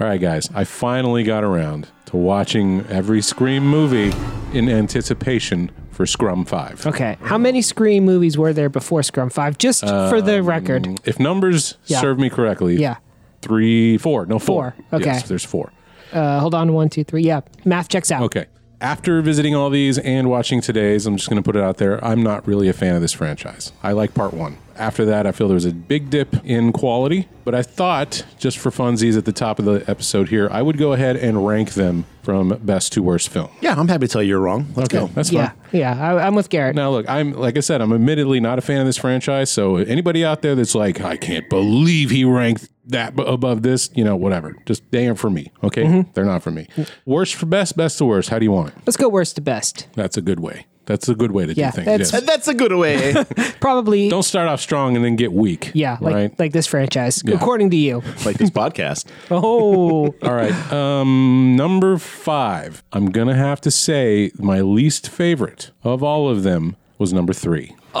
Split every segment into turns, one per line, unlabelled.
All right, guys, I finally got around to watching every Scream movie in anticipation for Scrum 5.
Okay. How many Scream movies were there before Scrum 5? Just for
Um,
the record.
Mm, If numbers
Yeah.
serve me correctly,
Yeah.
three, four, no, four.
Four, okay.
Yes, there's four.
Uh, hold on. One, two, three. Yeah. Math checks out.
Okay. After visiting all these and watching today's, I'm just going to put it out there. I'm not really a fan of this franchise. I like part one. After that, I feel there was a big dip in quality, but I thought, just for funsies at the top of the episode here, I would go ahead and rank them from best to worst film.
Yeah, I'm happy to tell you you're wrong. Let's go.
That's fine.
Yeah. Yeah. I, I'm with Garrett.
Now, look, I'm like I said, I'm admittedly not a fan of this franchise. So anybody out there that's like, I can't believe he ranked that b- above this, you know, whatever. Just they ain't for me. Okay,
Mm-hmm.
they're not for me. Worst for best, best to worst. How do you want it?
Let's go worst to best.
That's a good way. That's a good way to
Yeah,
do things.
that's-
yes.
And That's a good way.
Probably.
Don't start off strong and then get weak.
yeah. Like,
right.
like this franchise, according to you.
like this podcast.
Oh.
All right. Um, number five. I'm gonna have to say my least favorite of all of them was number three.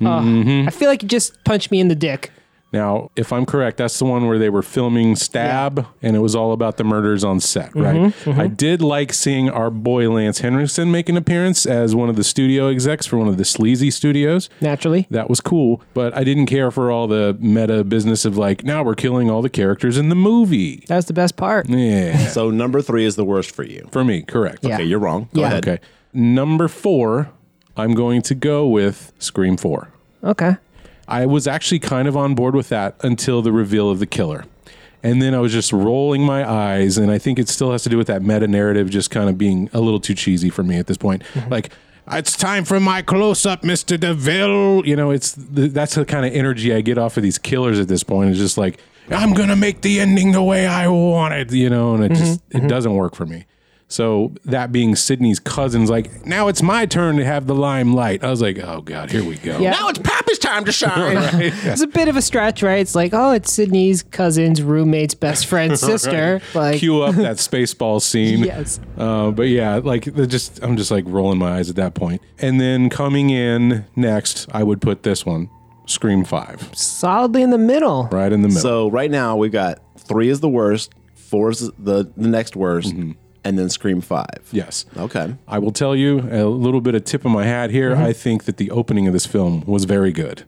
I feel like you just punched me in the dick.
Now, if I'm correct, that's the one where they were filming Stab and it was all about the murders on set, right? I did like seeing our boy Lance Henriksen make an appearance as one of the studio execs for one of the sleazy studios.
Naturally.
That was cool, but I didn't care for all the meta business of like, now we're killing all the characters in the movie.
That was the best part.
Yeah.
So number three is the worst for you.
for me, correct.
Yeah.
Okay, you're wrong. Go
Yeah.
ahead.
Okay. Number four, I'm going to go with Scream 4.
Okay.
I was actually kind of on board with that until the reveal of the killer. And then I was just rolling my eyes. And I think it still has to do with that meta narrative just kind of being a little too cheesy for me at this point. Like, it's time for my close up, Mr. DeVille. You know, it's th- that's the kind of energy I get off of these killers at this point. It's just like, I'm going to make the ending the way I want it, you know, and it just it doesn't work for me. So that being Sydney's cousins, like, now it's my turn to have the limelight. I was like, oh God, here we go.
Yeah.
Now it's Pappy's time to shine.
It's a bit of a stretch, right? It's like, oh, it's Sydney's cousin's roommate's best friend's sister. Like,
cue up that spaceball scene.
Yes.
Uh, but yeah, like they're just I'm just like rolling my eyes at that point. And then coming in next, I would put this one, Scream Five,
solidly in the middle.
right in the middle.
So right now we've got three is the worst, four is the, the next worst, and then Scream Five.
yes.
Okay.
I will tell you a little bit of tip of my hat
Mm-hmm.
here. I think that the opening of this film was very good.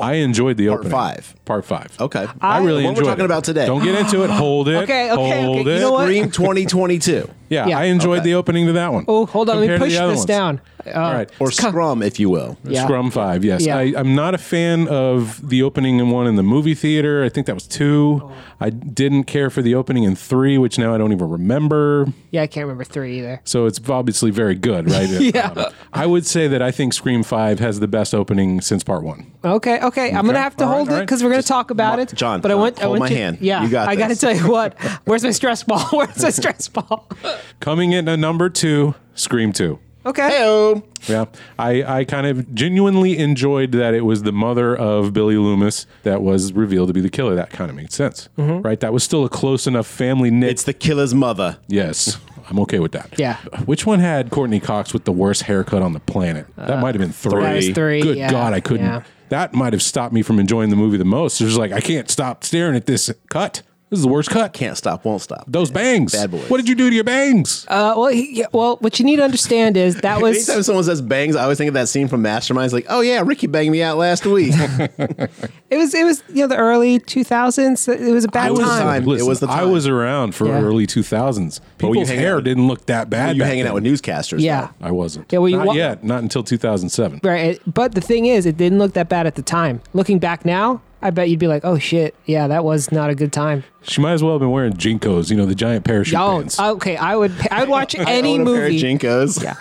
I enjoyed the opening.
five.
Part five.
Okay.
I, really
The one
enjoyed
we're talking
it.
about today.
Don't get into it. Hold it.
Okay, okay, okay.
Hold
You
It.
know what?
Scream 2022
Yeah,
Yeah.
I enjoyed
Okay.
the opening to that one.
Oh, hold on. Let me
compared to
push
the other
this
ones.
down. Uh,
All right.
or Scrum, if you will.
Yeah.
Scrum Five. Yes,
Yeah.
I, I'm not a fan of the opening in one in the movie theater. I think that was two.
Oh.
I didn't care for the opening in three, which now I don't even remember.
Yeah, I can't remember three either.
So it's obviously very good, right? yeah. I would say that I think Scream Five has the best opening since Part One.
Okay, okay. I'm gonna have to
all right,
hold
all
it
right.
because we're gonna talk about
mo-
it.
John,
but I
John,
want, I
hold
want
my
you-
hand.
Yeah,
You got
I gotta
this.
tell you what. Where's my stress ball? Where's my stress ball?
Coming in at number two, Scream Two.
Okay.
Heyo.
Yeah, I, I kind of genuinely enjoyed that it was the mother of Billy Loomis that was revealed to be the killer. That kind of made sense,
Mm-hmm.
right? That was still a close enough family knit
It's the killer's mother.
Yes, I'm okay with that.
Yeah.
Which one had Courtney Cox with the worst haircut on the planet? That might have been three.
That was
Uh, three,
Good
yeah,
God, I couldn't.
yeah.
That might have stopped me from enjoying the movie the most. It was like I can't stop staring at this cut. This is the worst cut.
Can't stop, won't stop.
Those bangs.
Bad boys.
What did you do to your bangs?
Uh, well, he, yeah, well, what you need to understand is that was
Anytime someone says bangs, I always think of that scene from Masterminds. Like, oh yeah, Ricky banged me out last week.
it was it was you know the early 2000s. It was a bad
was
time.
time. It was the
I
time.
was around for
Yeah.
early 2000s.
were you
People's
hanging out
hair
with?
didn't look that bad.
you
back
hanging
then.
out with newscasters.
Yeah.
though.
I wasn't.
Yeah, well, you
not
wa-
yet. Not until 2007.
Right. It, but the thing is, it didn't look that bad at the time. Looking back now, I bet you'd be like, oh shit, yeah, that was not a good time.
She might as well have been wearing Jinkos, you know, the giant parachute
Oh,
pants.
okay. I would I would watch any
Own a pair of
movie.
Jinkos.
Yeah.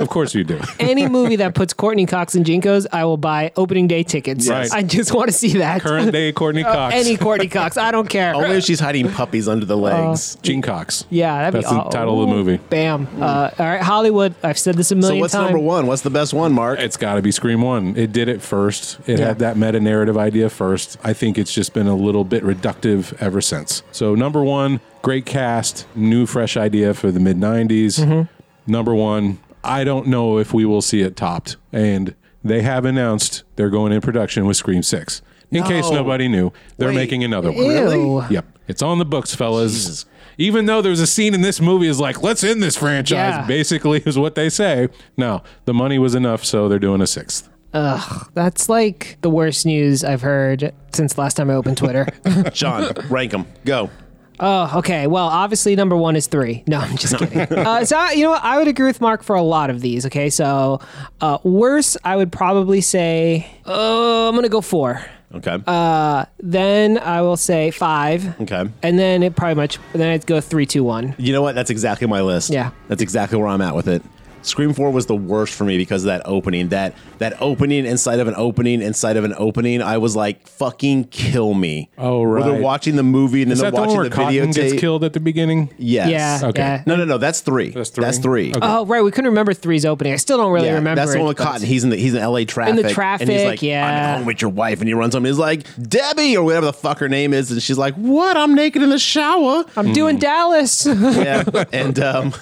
of course you do.
Any movie that puts Courtney Cox in Jinkos, I will buy opening day tickets.
Right.
I just want to see that.
Current day Courtney Cox.
Uh,
Oh.
Any Courtney Cox, I don't care.
Only if she's hiding puppies under
Oh,
the legs.
Gene Cox.
yeah, that'd
that's
be
the
aw-
title of the movie.
Bam. Uh, all right, Hollywood. I've said this a million
so what's
times.
number one? What's the best one, Mark?
It's got to be Scream One. It did it first. It
Yeah.
had that meta narrative idea first. I think it's just been a little bit reductive ever since. So number one, great cast, new fresh idea for the mid '90s.
Mm-hmm.
Number one, I don't know if we will see it topped, and they have announced they're going in production with Scream Six. In case
No.
nobody knew, they're
Wait.
making another one.
Ew.
Really?
Yep, it's on the books, fellas.
Jesus
Even though there was a scene in this movie is like, let's end this franchise,
Yeah.
basically is what they say. No, the money was enough, so they're doing a sixth.
Ugh, that's like the worst news I've heard since last time I opened Twitter.
John, rank them. Go.
oh, okay. Well, obviously number one is three. No, I'm just kidding. uh, so I- you know what? I would agree with Mark for a lot of these. Okay, so uh, worse, I would probably say oh, I'm gonna go four.
Okay.
Uh, Then I will say five.
okay.
And then it probably much. Then I'd go three, two, one.
You know what? That's exactly my list.
Yeah.
That's exactly where I'm at with it. Scream 4 was the worst for me because of that opening. That that opening inside of an opening inside of an opening. I was like, fucking kill me.
Oh,
Where
right.
they're watching the movie and then
Is
they're
that the one
watching
where
the
Cotton gets
videotape.
killed at the beginning?
Yes.
Yeah.
Okay.
Yeah.
No, no, no. That's three.
That's three?
That's three.
Okay.
Oh right, we couldn't remember three's opening. I still don't really
Yeah,
remember.
That's the
it,
one with
but-
Cotton. He's in the he's in L.A. traffic. and he's
traffic,
like,
yeah.
I'm home with your wife, and he runs home. And he's like, Debbie or whatever the fuck her name is, and she's like, What? I'm naked in the shower.
I'm doing Dallas.
yeah, and um,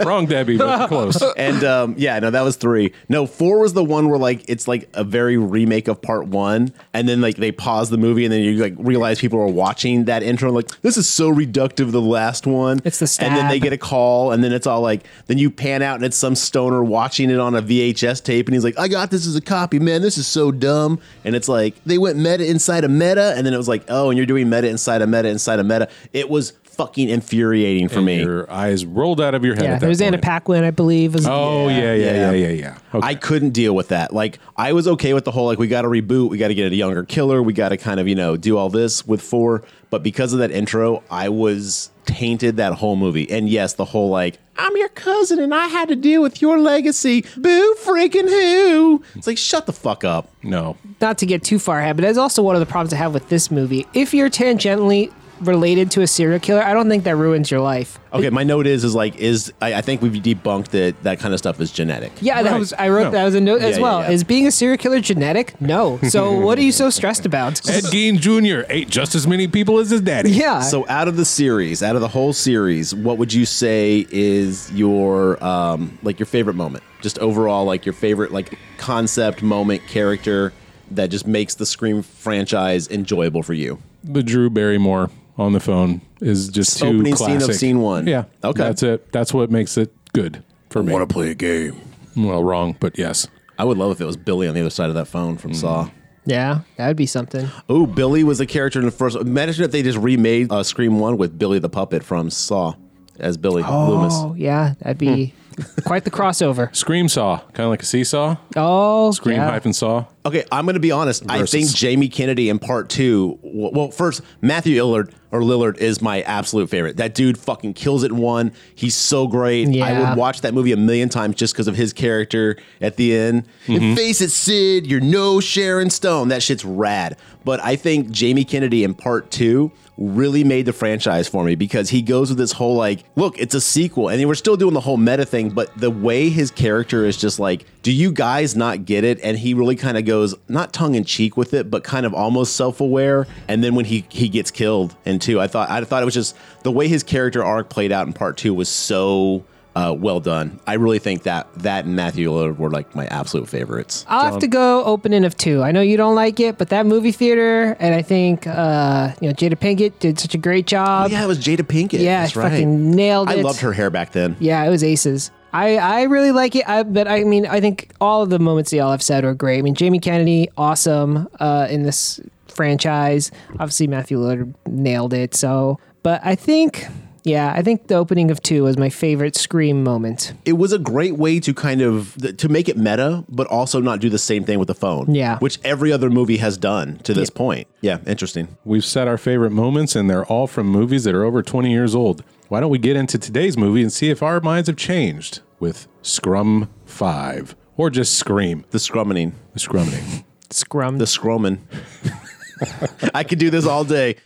Wrong Debbie, but close.
and um, yeah, no, that was three. No, four was the one where like it's like a very remake of part one, and then like they pause the movie, and then you like realize people are watching that intro, like this is so reductive. of The last one,
It's the
and then they
stab.
get a call, and then it's all like, then you pan out, and it's some stoner watching it on a VHS tape, and he's like, I got this as a copy, man. This is so dumb, and it's like they went meta inside a meta, and then it was like, oh, and you're doing meta inside a meta inside a meta. It was fucking infuriating for me.
Your eyes rolled out of your head.
yeah,
at that
there was Anna
point.
Paquin, I believe. Was,
Oh yeah, yeah, yeah, yeah, yeah. Okay.
I couldn't deal with that. Like I was okay with the whole like we got to reboot, we got to get a younger killer, we got to kind of you know do all this with four. But because of that intro, I was tainted that whole movie. And yes, the whole like I'm your cousin and I had to deal with your legacy. Boo freaking who? It's like shut the fuck up.
no.
not to get too far ahead, but that's also one of the problems I have with this movie. If you're tangentially related to a serial killer, I don't think that ruins your life.
Okay, my note is is like is I, I think we've debunked that that kind of stuff is genetic.
Yeah, that
Right.
was I wrote
No.
that was a note as
Yeah,
well.
yeah, yeah.
Is being a serial killer genetic? No. So what are you so stressed about?
Ed Gein Jr. ate just as many people as his daddy.
yeah.
So out of the series, out of the whole series, what would you say is your um like your favorite moment? Just overall like your favorite like concept, moment, character that just makes the Scream franchise enjoyable for you.
The Drew Barrymore on the phone is just too
Opening scene
classic.
of scene one.
Yeah.
Okay.
That's it. That's what makes it good for me.
to play a game.
Well, wrong, but yes.
I would love if it was Billy on the other side of that phone from Saw.
yeah, that would be something.
Oh, Billy was a character in the first. Imagine if they just remade uh, Scream One with Billy the puppet from Saw as Billy Loomis. Hmm.
Oh yeah, that'd be quite the crossover.
Scream saw, kind of like a seesaw.
Oh,
Scream
yeah.
hyphen saw.
Okay, I'm going to be honest.
Versus.
I think Jamie Kennedy in part two. w- Well, first Matthew Illard or Lillard is my absolute favorite. That dude fucking kills it. in One, he's so great. I
Yeah.
would watch that movie a million times just because of his character at the end. And face it, Sid, you're no Sharon Stone. That shit's rad. But I think Jamie Kennedy in part two really made the franchise for me because he goes with this whole like, look, it's a sequel, and they were still doing the whole meta thing, but the way his character is just like, do you guys not get it? And he really kind of goes not tongue in cheek with it, but kind of almost self aware. And then when he he gets killed in two, I thought I thought it was just the way his character arc played out in part two was so. Uh, well done. I really think that that and Matthew Lillard were like my absolute favorites.
I'll have to go opening of two. I know you don't like it, but that movie theater, and I think uh, you know Jada Pinkett did such a great job.
yeah, it was Jada Pinkett.
Yeah,
That's
I
right.
fucking nailed
I
it.
loved her hair back then.
Yeah, it was aces. I, I really like it, I, but I mean, I think all of the moments y'all have said were great. I mean, Jamie Kennedy, awesome uh, in this franchise. Obviously, Matthew Lillard nailed it. So, but I think, yeah, I think the opening of two was my favorite Scream moment.
it was a great way to kind of th- to make it meta but also not do the same thing with the phone
Yeah.
which every other movie has done to this point yeah interesting
We've set our favorite moments, and they're all from movies that are over 20 years old. Why don't we get into today's movie and see if our minds have changed with Scrum 5 or just Scream,
the scrumming
the Scrumning.
Scrum.
the scrumming i could do this all day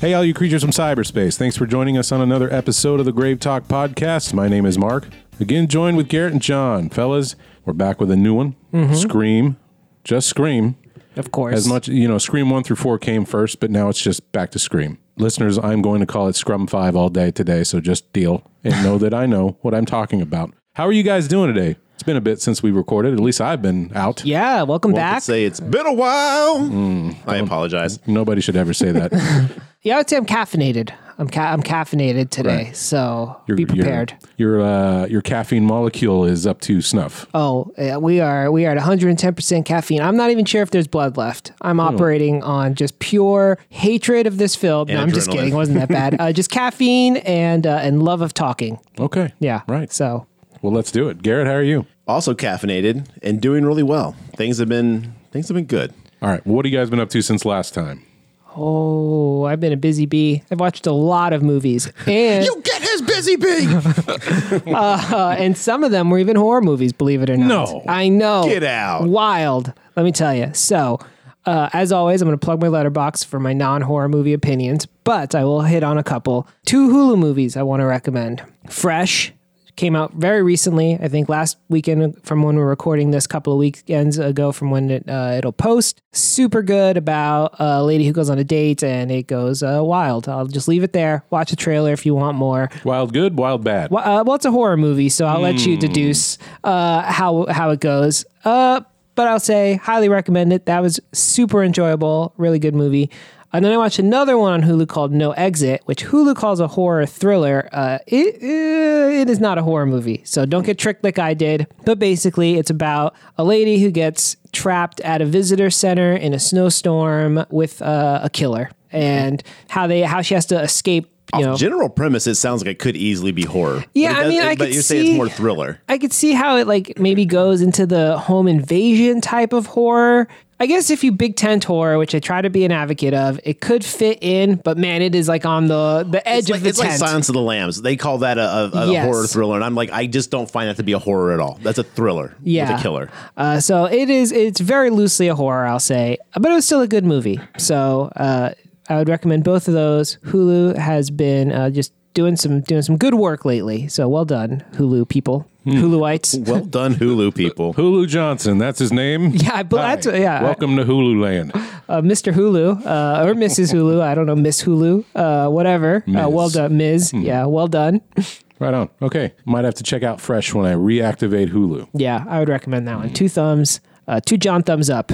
Hey, all you creatures from cyberspace, thanks for joining us on another episode of the Grave Talk Podcast. My name is Mark. Again, joined with Garrett and John. Fellas, we're back with a new one
Mm-hmm.
Scream. Just Scream.
Of course.
As much, you know, Scream 1 through 4 came first, but now it's just back to Scream. Listeners, I'm going to call it Scrum 5 all day today, so just deal and know that I know what I'm talking about. How are you guys doing today? It's been a bit since we recorded. At least I've been out.
Yeah, welcome
I
back. Mm,
could say it's been a while. I apologize.
Nobody should ever say that.
yeah, I would say I'm caffeinated. I'm ca- I'm caffeinated today, so be prepared.
Your your, uh, your caffeine molecule is up to snuff.
Oh, yeah, we are we are at 110% caffeine. I'm not even sure if there's blood left. I'm operating on just pure hatred of this film. no, I'm just
adrenaline.
kidding. It wasn't that bad. uh, just caffeine and uh, and love of talking.
Okay.
Yeah.
Right.
So
Well, let's do it. Garrett, how are you?
Also caffeinated and doing really well. Things have been things have been good.
All right. What have you guys been up to since last time?
Oh, I've been a busy bee. I've watched a lot of movies, and
You get his busy bee.
uh, and some of them were even horror movies. Believe it or not,
No.
I know.
Get out.
wild. Let me tell you. So, uh, as always, I'm going to plug my letterbox for my non-horror movie opinions, but I will hit on a couple. Two Hulu movies I want to recommend. Fresh came out very recently. I think last weekend from when we're recording this, couple of weekends ago from when it, uh, it'll post. Super good about a lady who goes on a date and it goes uh, wild. I'll just leave it there. Watch the trailer if you want more.
Wild good, wild bad.
Well, uh, well, it's a horror movie, so I'll let you deduce uh, how how it goes. Uh, but I'll say highly recommend it. That was super enjoyable, really good movie. And then I watched another one on Hulu called No Exit, which Hulu calls a horror thriller. Uh, it, uh, it is not a horror movie, so don't get tricked like I did. But basically, it's about a lady who gets trapped at a visitor center in a snowstorm with uh, a killer, and how they how she has to escape. You know,
General premise. It sounds like it could easily be horror.
Yeah,
But it
I
does-
mean, I
but
could
you're saying
see-
it's more thriller.
I could see how it like maybe goes into the home invasion type of horror. I guess if you big tent horror, which I try to be an advocate of, it could fit in, but man, it is like on the the edge
It's, like,
of the
it's like
tent.
Silence of the Lambs. They call that a, a, a
Yes.
horror thriller, and I'm like, I just don't find that to be a horror at all. That's a thriller
Yeah.
with a killer.
uh, so it is. It's very loosely a horror, I'll say, but it was still a good movie. So uh, I would recommend both of those. Hulu has been uh, just doing some doing some good work lately. So well done, Hulu people, Huluites.
Well done, Hulu people.
Hulu Johnson, that's his name.
Yeah, but that's
Hi.
yeah.
Welcome to Hulu Land.
uh, Mr. Hulu uh, or Mrs. Hulu. I don't know, Miss Hulu, uh, whatever. Uh,
Ms.
well done, Ms. Yeah, well done.
Right on. Okay. Might have to check out Fresh when I reactivate Hulu.
Yeah, I would recommend that one. Two thumbs, uh, two John thumbs up.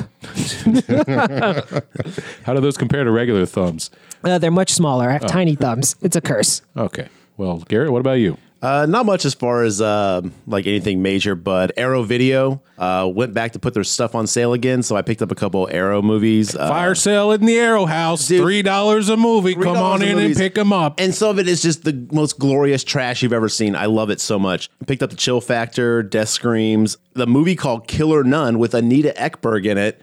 How do those compare to regular thumbs?
Uh, they're much smaller. I have tiny thumbs. It's a curse.
Okay. Well, Garrett, what about you?
Uh, not much as far as uh, like anything major, but Arrow Video uh, went back to put their stuff on sale again, so I picked up a couple Arrow movies. Uh,
Fire sale in the Arrow House. Three dollars a movie. Come
$3
on
a
in and
movies.
pick them up.
And some of it is just the most glorious trash you've ever seen. I love it so much. I picked up The Chill Factor, Death Screams, the movie called Killer Nun with Anita Ekberg in it.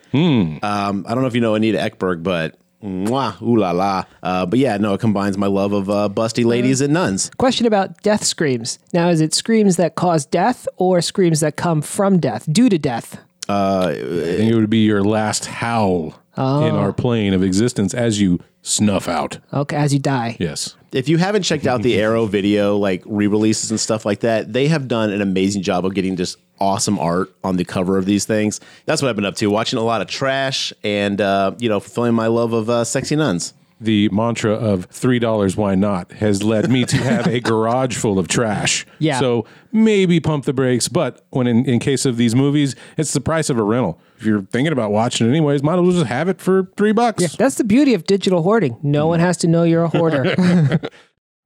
Um, I don't know if you know Anita Ekberg, but mwah, ooh la la. Uh, but yeah, no, it combines my love of uh, busty ladies and nuns.
Question about death screams. Now, is it screams that cause death or screams that come from death, due to death?
I think it would be your last howl
Oh.
in our plane of existence as you snuff out.
Okay, as you die.
Yes.
if you haven't checked out the Arrow video, like re-releases and stuff like that, they have done an amazing job of getting just awesome art on the cover of these things. That's what I've been up to, watching a lot of trash and uh, you know, fulfilling my love of uh, sexy nuns.
The mantra of three dollars, why not, has led me to have a garage full of trash.
Yeah.
So maybe pump the brakes, but when in, in case of these movies, it's the price of a rental. If you're thinking about watching it anyways, might as well just have it for three bucks.
That's the beauty of digital hoarding. No one has to know you're a hoarder.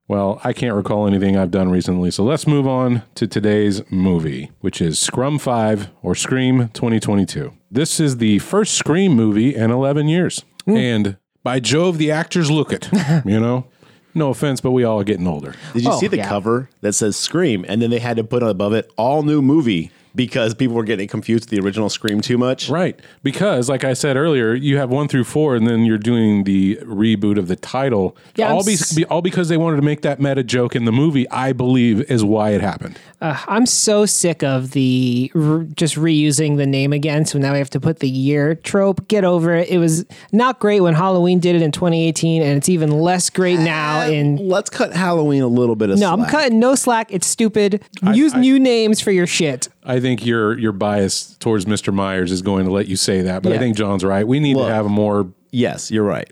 Well, I can't recall anything I've done recently, so let's move on to today's movie, which is Scrum 5 or Scream 2022. This is the first Scream movie in 11 years. And by Jove, the actors look it, you know? No offense, but we all are getting older.
Did you
Oh,
see the
yeah.
cover that says Scream? And then they had to put above it all new movie because people were getting confused with the original Scream too much.
Right. Because, like I said earlier, you have one through four, and then you're doing the reboot of the title.
Yeah, I'm
all, be,
s-
be- all because they wanted to make that meta joke in the movie, I believe, is why it happened.
Ugh, I'm so sick of the r- just reusing the name again. So now we have to put the year trope. Get over it. It was not great when Halloween did it in 2018, and it's even less great now. In
Let's cut Halloween a little bit of
no, I'm
Ah, slack.
cutting no slack. It's stupid. Use new names for your shit.
I think your your bias towards Mr. Myers is going to let you say that, but I
Yeah.
think John's right. We need
Look.
to have a more
Yes, you're right.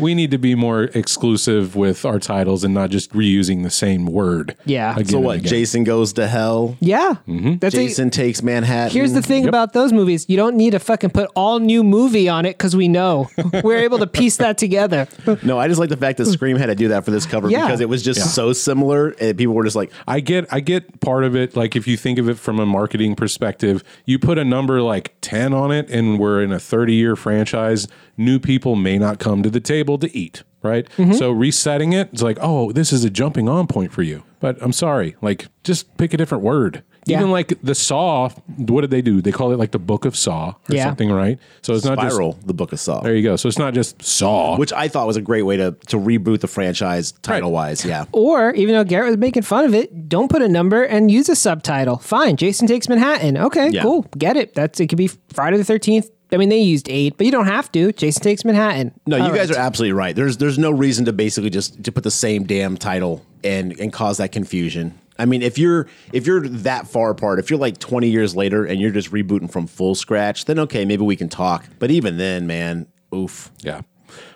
we need to be more exclusive with our titles and not just reusing the same word.
Yeah.
Again
so
and
what?
again.
Jason goes to hell.
Yeah, that's it.
Jason takes Manhattan.
Here's the thing about those movies. You don't need to fucking put all new movie on it because we know we're able to piece that together.
no, I just like the fact that Scream had to do that for this cover
Hmm. Yeah.
because it was just so similar, and people were just like,
I get I get part of it. Like if you think of it from a marketing perspective, you put a number like ten on it, and we're in a thirty-year franchise. New people may not come to the table to eat, right?
Mm-hmm.
So resetting it, it's like, oh, this is a jumping-on point for you. But I'm sorry, like just pick a different word.
Yeah.
Even like the Saw, what did they do? They call it like the Book of Saw or
Yeah.
something, right? So it's not just
"Viral, the Book of Saw,"
there you go. So it's not just Saw.
which I thought was a great way to to reboot the franchise title wise. Yeah,
Or even though Garrett was making fun of it, don't put a number and use a subtitle. Fine, Jason takes Manhattan. Okay,
Yeah.
cool, get it. That's it. Could be Friday the Thirteenth. I mean, they used eight, but you don't have to. Jason takes Manhattan.
no, you guys are absolutely right. There's there's no reason to basically just to put the same damn title and and cause that confusion. I mean, if you're if you're that far apart, if you're like 20 years later and you're just rebooting from full scratch, then okay, maybe we can talk. But even then, man, oof.
Yeah.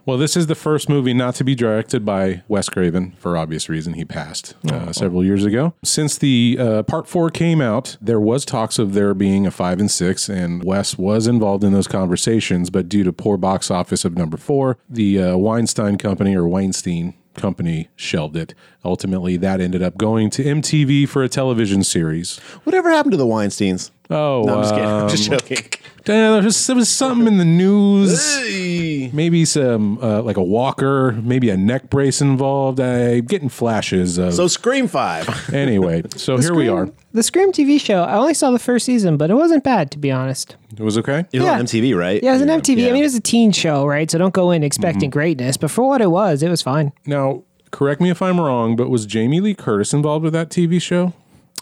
Well, this is the first movie not to be directed by Wes Craven for obvious reason. He passed
Oh,
uh, several years ago. Since the uh, part four came out, there was talks of there being a five and six, and Wes was involved in those conversations. But due to poor box office of number four, the uh, Weinstein Company or Weinstein Company shelved it. Ultimately, that ended up going to MTV for a television series.
Whatever happened to the Weinsteins?
Oh,
No, I'm just kidding.
uh,
I'm just joking.
damn, there was, there was something in the news.
Hey.
maybe some uh, like a walker, maybe a neck brace involved. I getting flashes of
So Scream Five.
anyway. So here we are.
The Scream TV show. I only saw the first season, but it wasn't bad to be honest.
It was okay.
It was
Yeah.
on MTV, right?
Yeah, it was an MTV.
Yeah.
I mean, it was a teen show, right? So don't go in expecting greatness. But for what it was, it was fine.
Now, correct me if I'm wrong, but was Jamie Lee Curtis involved with that TV show?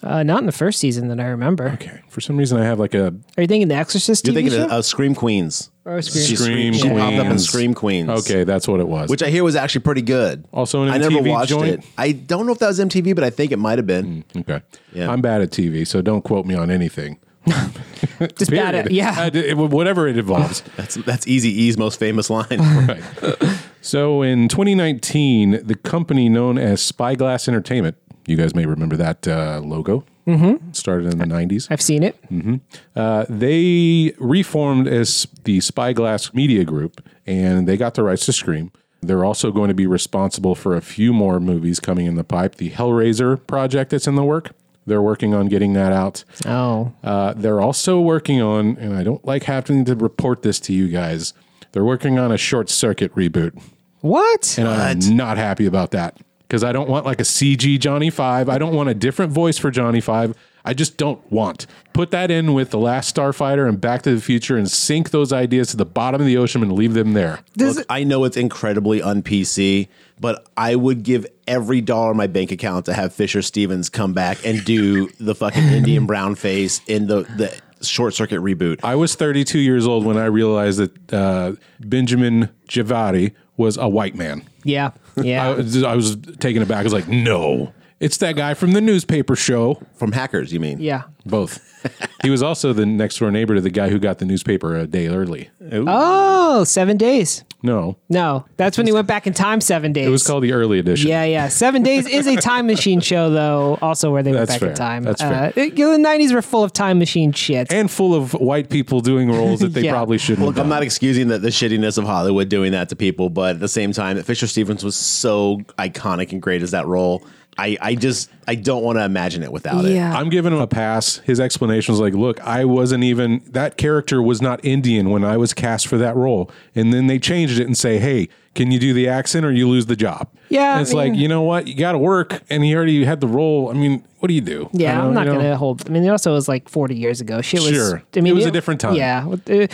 Uh, not in the first season that I remember.
Okay. For some reason, I have like a
Are you thinking The Exorcist?
You're
TV
thinking
show?
of uh, Scream Queens.
Or Scream
She
Scream
She popped up in
Queens.
Scream Queens.
okay. That's what it was.
Which I hear was actually pretty good.
Also an
I never
MTV
watched
joint? Hmm.
it. I don't know if that was MTV, but I think it might have been.
okay.
Yeah.
I'm bad at TV, so don't quote me on anything.
Just bad at-
Period.
yeah.
I did- whatever it involves.
That's that's Easy E's most famous line.
Right. so in 2019, the company known as Spyglass Entertainment, you guys may remember that uh, logo, mm-hmm. started in the 90s.
I've seen it.
Uh, they reformed as the Spyglass Media Group, and they got the rights to Scream. They're also going to be responsible for a few more movies coming in the pipe. The Hellraiser project that's in the work. They're working on getting that out.
Oh,
Uh, they're also working on, and I don't like having to report this to you guys. They're working on a short circuit reboot.
what?
And I'm not happy about that because I don't want like a CG Johnny Five. I don't want a different voice for Johnny Five. I just don't want. Put that in with The Last Starfighter and Back to the Future and sink those ideas to the bottom of the ocean and leave them there.
Does
Look, I know it's incredibly un PC, but I would give every dollar in my bank account to have Fisher Stevens come back and do the fucking Indian brown face in the the short circuit reboot.
I was 32 years old when I realized that uh, Benjamin Javari was a white man.
yeah, yeah.
I, was- I was taken aback. I was like, no, it's that guy from the newspaper show.
From hackers, you mean?
yeah.
Both. he was also the next door neighbor to the guy who got the newspaper a day early.
Oh, seven days.
No,
No, that's when he went back in time seven days.
it was called the early edition.
Yeah, yeah. Seven Days is a time machine show, though, also where they went
That's
back
fair.
in time.
That's
uh, it- you know, the 90s were full of time machine shit.
and full of white people doing roles that they
Yeah.
probably shouldn't.
Look,
have
I'm
done.
not excusing the, the shittiness of Hollywood doing that to people, but at the same time, Fisher Stevens was so iconic and great as that role. I, I just I don't want to imagine it without it.
I'm giving him a pass. His explanation was like, look, I wasn't even, that character was not Indian when I was cast for that role. And then they changed it and say, hey, can you do the accent or you lose the job?
Yeah,
And it's
I mean-
like, you know what? You got to work. And he already had the role. I mean, what do you do?
Yeah,
I
I'm
don't-
not
you know?
gonna hold. I mean, it also was like 40 years ago. Shit was.
Sure.
I mean,
It was a different time.
Yeah. What the-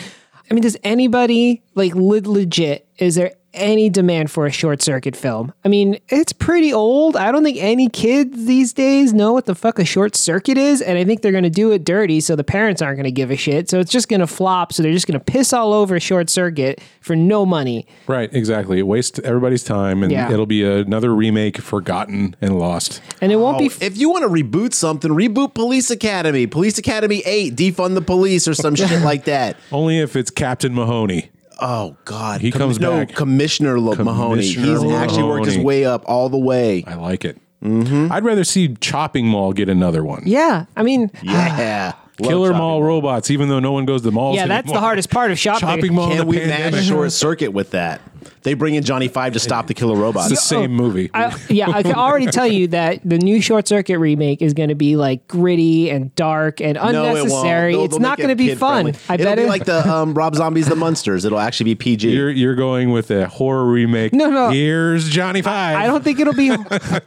I mean, does anybody like le- legit? Is there any demand for a short circuit film? I mean, it's pretty old. I don't think any kids these days know what the fuck a short circuit is, and I think they're gonna do it dirty, so the parents aren't gonna give a shit. So it's just gonna flop. So they're just gonna piss all over short circuit for no money.
Right, exactly. It wastes everybody's time and
Yeah.
it'll be another remake, forgotten and lost.
And it won't be.
Oh, if you want to reboot something, reboot Police Academy, Police Academy 8, defund the police or some shit like that.
Only if it's Captain Mahoney.
Oh God,
He comes
no,
back.
Commissioner Lo- Mahoney. He's
Commissioner
actually worked his
Mahoney.
way up all the way.
I like it. Mm-hmm. I'd rather see Chopping Mall get another one.
yeah. I mean.
Yeah, Love
Killer
Chopping
Mall robots, even though no one goes to malls.
Yeah, that's
anymore.
the hardest part of shopping.
Chopping Mall.
Can
the
we
pandemic.
match Short Circuit with that? They bring in Johnny Five to stop the killer robots.
It's the same movie.
I, yeah, I can already tell you that the new Short Circuit remake is going to be like gritty and dark and unnecessary.
They'll-
it's
they'll
not
make it
going to be fun.
kid-friendly.
I
It'll
bet
be
it.
like the um, Rob Zombie's The Munsters. It'll actually be PG.
you're you're going with a horror remake.
No, no.
Here's Johnny Five.
I don't think it'll be.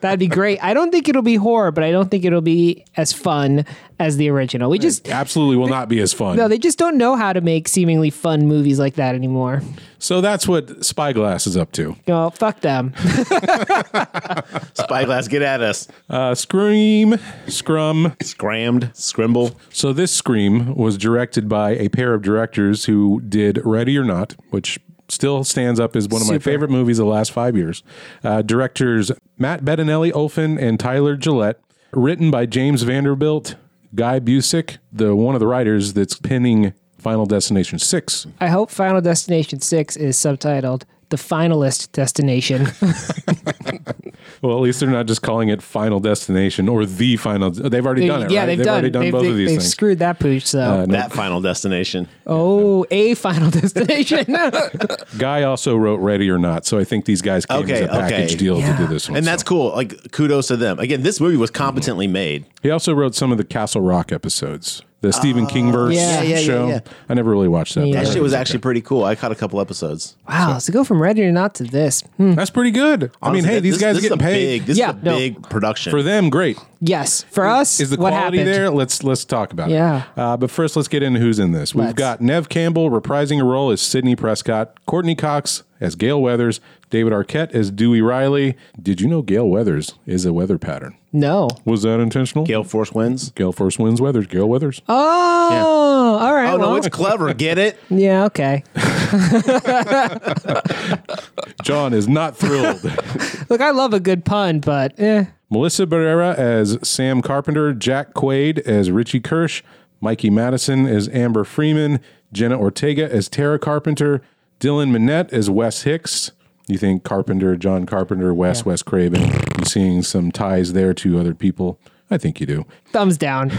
that'd be great. I don't think it'll be horror, but I don't think it'll be as fun as the original. We just
Absolutely will not be as fun.
no, they just don't know how to make seemingly fun movies like that anymore.
so that's what Spyglass is up to.
No, fuck them.
Spyglass, get at us.
Uh, scream, scrum.
Scrammed, scrimble.
So this scream was directed by a pair of directors who did Ready or Not, which still stands up as one of my
Super.
favorite movies of the last five years. Uh, directors Matt Bettinelli Olfin and Tyler Gillette, written by James Vanderbilt, Guy Busick, the one of the writers that's pinning Final Destination Six.
I hope Final Destination Six is subtitled "The Finalist Destination."
Well, at least they're not just calling it Final Destination or the Final. They've already done it.
yeah,
right?
they've, done.
already done
they've,
both
they-
of these
they've
things.
screwed that pooch. So
That final destination.
oh, a Final Destination.
Guy also wrote Ready or Not, so I think these guys came as
Okay,
a package
okay.
deal
Yeah.
to do this one.
And
so. Mm-hmm.
that's cool. Like kudos to them. Again, this movie was competently made.
He also wrote some of the Castle Rock episodes, the Stephen King verse
Oh, Yeah,
yeah, yeah,
show.
yeah.
I never really watched that.
Yeah.
That
but
shit was actually pretty cool. I caught a couple episodes.
Wow, so, go from ready or not to this. Hmm.
that's pretty good. I mean,
Honestly,
hey,
that-
these
this-
guys
this
are getting
is a
paid
Big, this
Yeah,
is a
no.
big production.
for them. Great.
Yes, for us,
Is the
what
quality
happened?
there? Let's let's talk about
Yeah.
it. Uh, but first, let's get into who's in this. We've
Let's.
got Nev Campbell reprising a role as Sidney Prescott, Courtney Cox as Gail Weathers, David Arquette as Dewey Riley. Did you know Gail Weathers is a weather pattern?
No.
Was that intentional? Gail,
Gale Force wins.
Force Winds Weathers. Gail Weathers.
Oh, all right.
Oh no,
well,
it's clever. Get it?
yeah, okay.
John is not thrilled.
Look, I love a good pun, but eh.
Melissa Barrera as Sam Carpenter, Jack Quaid as Richie Kirsch, Mikey Madison as Amber Freeman, Jenna Ortega as Tara Carpenter, Dylan Minnette as Wes Hicks. You think Carpenter, John Carpenter, Wes, Wes Craven. You seeing some ties there to other people? I think you do.
thumbs down.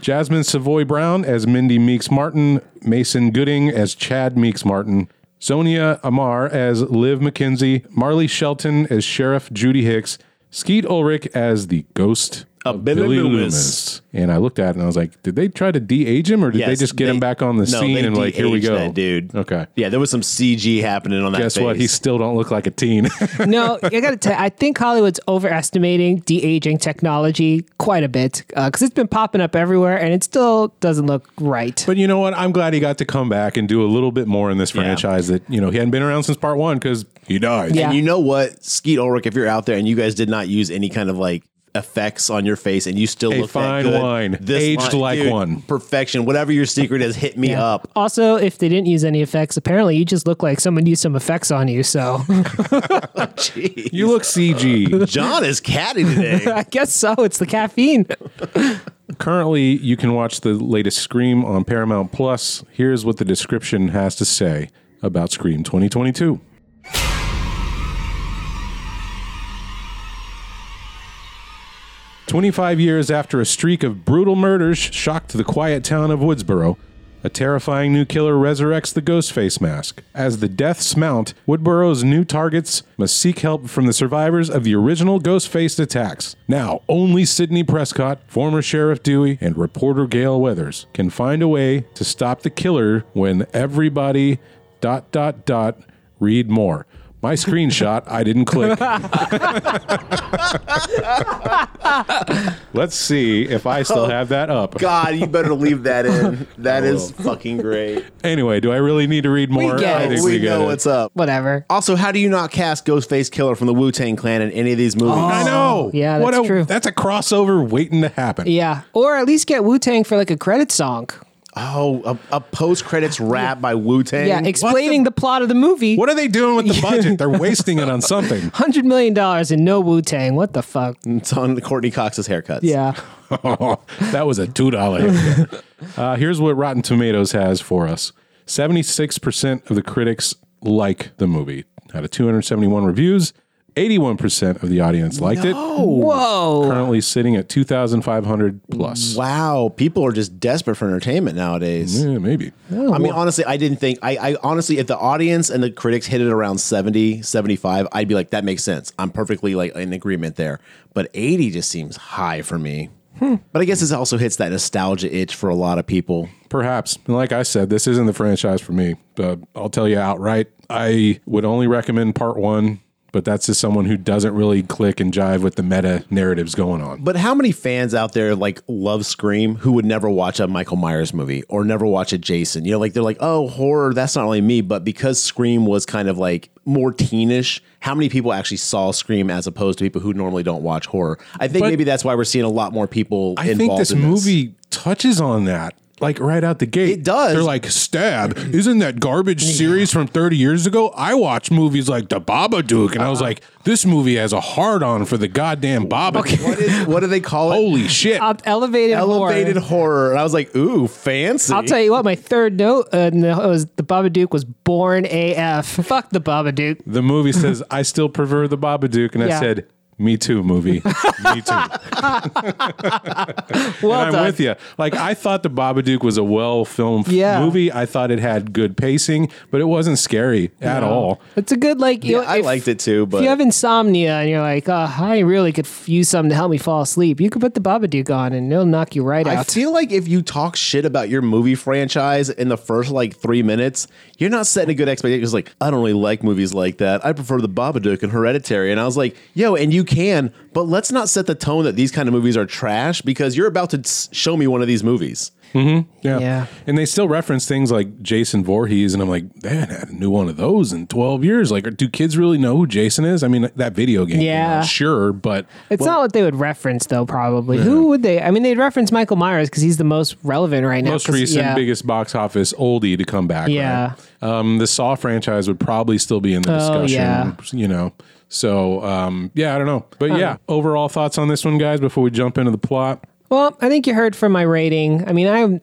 Jasmine Savoy Brown as Mindy Meeks Martin, Mason Gooding as Chad Meeks Martin, Sonia Amar as Liv McKenzie, Marley Shelton as Sheriff Judy Hicks, Skeet Ulrich as the ghost
Of
of
Billy
Billy
Loomis.
Loomis. And I looked at it and I was like, did they try to de-age him or did they
Yes,
just get
they-
him back on the
no,
scene
they
and like, here we
de-aged
go.
that dude.
Okay.
Yeah, there was some CG happening on that.
Guess what?
face.
He still don't look like a teen.
no, I gotta tell. I think Hollywood's overestimating de aging technology quite a bit because it's been popping up everywhere, and it still doesn't look right.
But you know what? I'm glad he got to come back and do a little bit more in this franchise that, you know, he hadn't been around since part one because he died.
Yeah.
And you know what, Skeet Ulrich, if you're out there and you guys did not use any kind of like effects on your face and you still
A
look that
fine
good,
wine, aged like
dude,
one.
perfection. Whatever your secret is, hit me
Yeah.
up.
Also, if they didn't use any effects, apparently you just look like someone used some effects on you. So
You look CG.
John is catty today.
I guess so. It's the caffeine.
Currently, you can watch the latest Scream on Paramount Plus. Here's what the description has to say about Scream 2022. Twenty-five years after a streak of brutal murders shocked the quiet town of Woodsboro, A terrifying new killer resurrects the Ghostface mask. As the deaths mount, Woodborough's new targets must seek help from the survivors of the original Ghostface attacks. Now, only Sidney Prescott, former Sheriff Dewey, and reporter Gail Weathers can find a way to stop the killer when everybody dot dot dot read more. My screenshot, I didn't click. Let's see if I still have that up.
God, you better leave that in. That is fucking great.
Anyway, do I really need to read more?
get
I
it.
think
we,
we, get
know
it.
what's up.
Whatever.
Also, how do you not cast Ghostface Killer from the Wu Tang Clan in any of these movies?
Oh.
I know.
Yeah,
What
that's
a-
true.
That's a crossover waiting to happen.
Yeah, or at least get Wu Tang for like a credit song.
Oh, a, a post credits rap by Wu Tang.
Yeah, explaining the, plot of the movie.
What are they doing with the budget? They're wasting it on something.
Hundred million dollars and no Wu Tang. What the fuck?
It's on Courtney Cox's haircuts.
Yeah.
Oh, that was a two dollar. uh, here's what Rotten Tomatoes has for us: seventy six percent of the critics like the movie. Out of two hundred seventy one reviews, eighty one percent of the audience liked it.
Whoa.
Currently sitting at two thousand five hundred plus.
Wow, people are just desperate for entertainment nowadays.
Yeah, maybe.
I mean, honestly, I didn't think, I, I honestly, if the audience and the critics hit it around 70, 75, I'd be like, that makes sense. I'm perfectly like in agreement there. But 80 just seems high for me.
Hmm.
But I guess this also hits that nostalgia itch for a lot of people.
Perhaps. And like I said, this isn't the franchise for me. But I'll tell you outright, I would only recommend part one, but that's to someone who doesn't really click and jive with the meta narratives going on.
But how many fans out there like love Scream who would never watch a Michael Myers movie or never watch a Jason? You know, like they're like, oh, horror, that's not really me. But because Scream was kind of like more teenish, how many people actually saw Scream as opposed to people who normally don't watch horror? I think
But-
maybe that's why we're seeing a lot more people
I
involved
think this
in this.
movie touches on that. Like right out the gate,
It does.
They're like, "Stab!" Isn't that garbage series from thirty years ago? I watched movies like The Babadook, and I was
Uh-huh.
like, "This movie has a hard on for the goddamn Babadook."
What, is, what do they call it?
Holy shit!
Up- Elevated.
Elevated
horror.
horror. And I was like, ooh, fancy.
I'll tell you what, my third note uh, no, it was the Babadook was born AF. Fuck the Babadook.
the movie says, "I still prefer The Babadook," and I
Yeah.
said, "Me too, movie. Me too."
Well
and I'm
done.
with you. Like I thought the Babadook was a well filmed f-
Yeah.
movie. I thought it had good pacing, but it wasn't scary at all.
It's a good like. you know,
I
if-
liked it too, but
If you have insomnia and you're like, oh, I really could f- use something to help me fall asleep, you could put the Babadook on and it'll knock you right
I
out.
feel like if you talk shit about your movie franchise in the first like three minutes, you're not setting a good expectation. Because like, I don't really like movies like that. I prefer The Babadook and Hereditary. And I was like, yo, and you can, but let's not set the tone that these kind of movies are trash because you're about to s- show me one of these movies.
Yeah.
Yeah.
And they still reference things like Jason Voorhees, and I'm like, man, I hadn't knew one of those in 12 years. Like, do kids really know who Jason is? I mean, that video game. came
Yeah.
out, sure, but
it's not what they would reference, though, probably. Who would they? I mean, they'd reference Michael Myers because he's the most relevant right now.
most
'cause-
recent
yeah.
biggest box office oldie to come back.
Yeah.
right? Um, the Saw franchise would probably still be in the
Oh,
discussion.
yeah.
You know. So um, yeah, I don't know. But yeah, overall thoughts on this one, guys, before we jump into the plot.
Well, I think you heard from my rating. I mean, I'm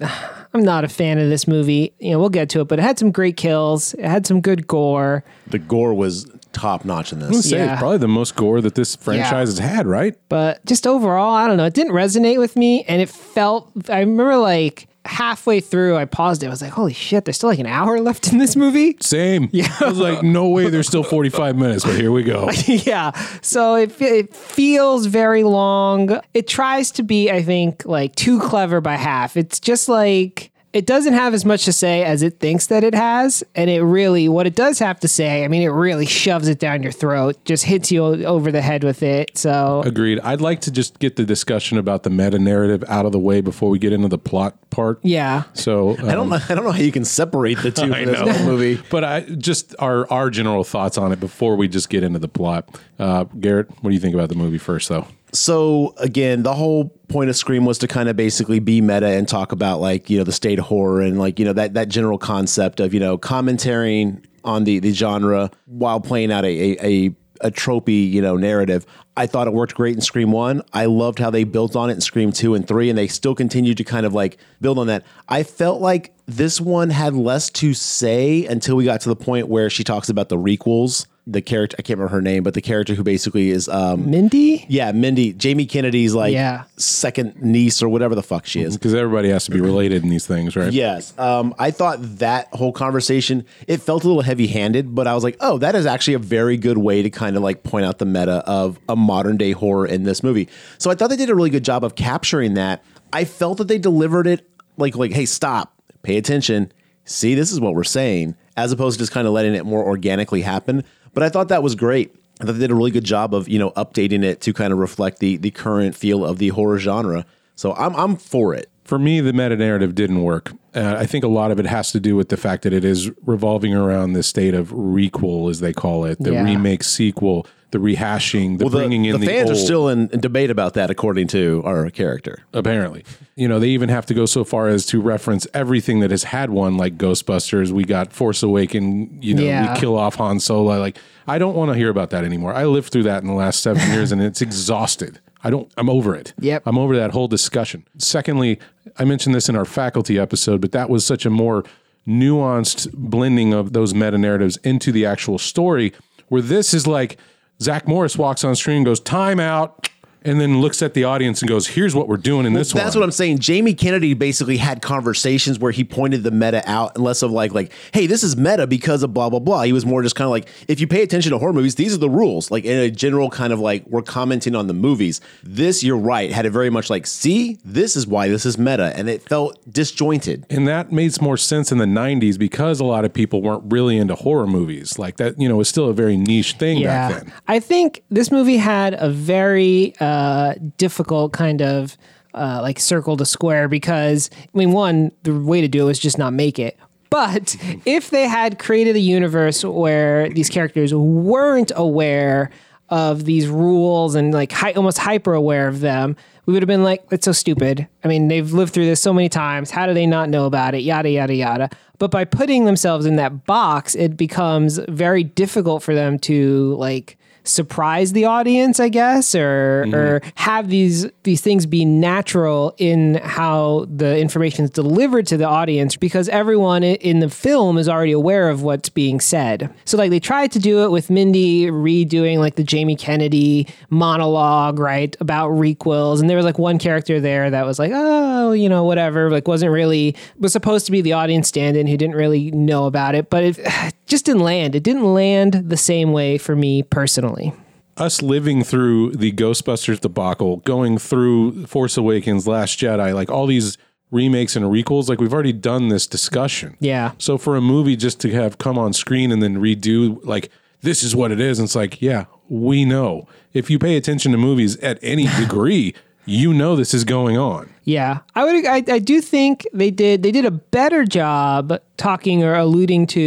I'm not a fan of this movie. You know, we'll get to it, but it had some great kills. It had some good gore.
The gore was top notch in
I
this.
say
Yeah.
it's probably the most gore that this franchise has had, right?
but just overall, I don't know. It didn't resonate with me, and it felt. I remember like halfway through, I paused it. I was like, "Holy shit! There's still like an hour left in this movie."
Same. Yeah. I was like, no way, there's still 45 minutes, but here we go.
yeah. So it, fe- it feels very long. It tries to be, I think, like too clever by half. It's just like it doesn't have as much to say as it thinks that it has. And it really, what it does have to say, I mean, it really shoves it down your throat, just hits you o- over the head with it. So
Agreed. I'd like to just get the discussion about the meta narrative out of the way before we get into the plot part.
yeah.
So um,
I don't know. I don't know how you can separate the two
I
in this
know.
whole movie.
But I just our our general thoughts on it before we just get into the plot. Uh, Garrett, what do you think about the movie first, though?
so again, the whole point of Scream was to kind of basically be meta and talk about like you know the state of horror and like you know that that general concept of you know commentarying on the the genre while playing out a a, a a tropey, you know, narrative. I thought it worked great in Scream 1. I loved how they built on it in Scream 2 and 3 and they still continued to kind of like build on that. I felt like this one had less to say until we got to the point where she talks about the requels the character I can't remember her name, but the character who basically is um
Mindy?
yeah, Mindy, Jamie Kennedy's like
Yeah.
second niece or whatever the fuck she is.
because everybody has to be related in these things, right?
Yes. Um, I thought that whole conversation, it felt a little heavy handed, but I was like, oh, that is actually a very good way to kind of like point out the meta of a modern day horror in this movie. So I thought they did a really good job of capturing that. I felt that they delivered it like, like, hey, stop, pay attention. See, this is what we're saying, as opposed to just kind of letting it more organically happen. But I thought that was great. I thought they did a really good job of, you know, updating it to kind of reflect the the current feel of the horror genre. So I'm I'm for it.
For me, the meta narrative didn't work. Uh, I think a lot of it has to do with the fact that it is revolving around this state of requel, as they call it, the
Yeah.
remake, sequel, the rehashing, the
Well, the,
bringing in
the
the,
fans
old,
are still in debate about that, according to our character.
apparently. You know, they even have to go so far as to reference everything that has had one, like Ghostbusters. We got Force Awaken. You know,
Yeah.
we kill off Han Solo. Like, I don't want to hear about that anymore. I lived through that in the last seven years, and it's exhausted. I don't. I'm over it.
Yep.
I'm over that whole discussion. Secondly, I mentioned this in our faculty episode, but that was such a more nuanced blending of those meta narratives into the actual story, where this is like Zach Morris walks on screen and goes, time out, and then looks at the audience and goes, here's what we're doing in this one.
That's what I'm saying. Jamie Kennedy basically had conversations where he pointed the meta out, and less of like, like, hey, this is meta because of blah blah blah. He was more just kind of like, if you pay attention to horror movies, these are the rules. Like in a general kind of like, we're commenting on the movies. This, you're right, had a very much like, see, this is why this is meta, and it felt disjointed.
and that made more sense in the 90s because a lot of people weren't really into horror movies like that you know was still a very niche thing back then
I think this movie had a very uh, difficult kind of uh, like circle to square because, I mean, one, the way to do it was just not make it. But if they had created a universe where these characters weren't aware of these rules and like hi- almost hyper aware of them, we would have been like, it's so stupid. I mean, they've lived through this so many times. How do they not know about it? Yada, yada, yada. But by putting themselves in that box, it becomes very difficult for them to like surprise the audience, I guess, or or have these these things be natural in how the information is delivered to the audience because everyone i- in the film is already aware of what's being said. So like they tried to do it with Mindy redoing like the Jamie Kennedy monologue, right, about requels and there was like one character there that was like, "Oh, you know, whatever," like wasn't really was supposed to be the audience stand-in who didn't really know about it, but it just didn't land. It didn't land the same way for me personally.
us living through the ghostbusters debacle going through force awakens last jedi like all these remakes and requels like we've already done this discussion
Yeah.
so for a movie just to have come on screen and then redo like this is what it is and it's like yeah we know if you pay attention to movies at any degree you know this is going on
Yeah, I would. I, I do think they did. They did a better job talking or alluding to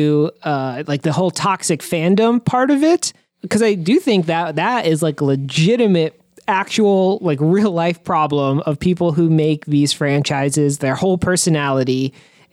uh, like the whole toxic fandom part of it because I do think that that is like a legitimate actual like real life problem of people who make these franchises their whole personality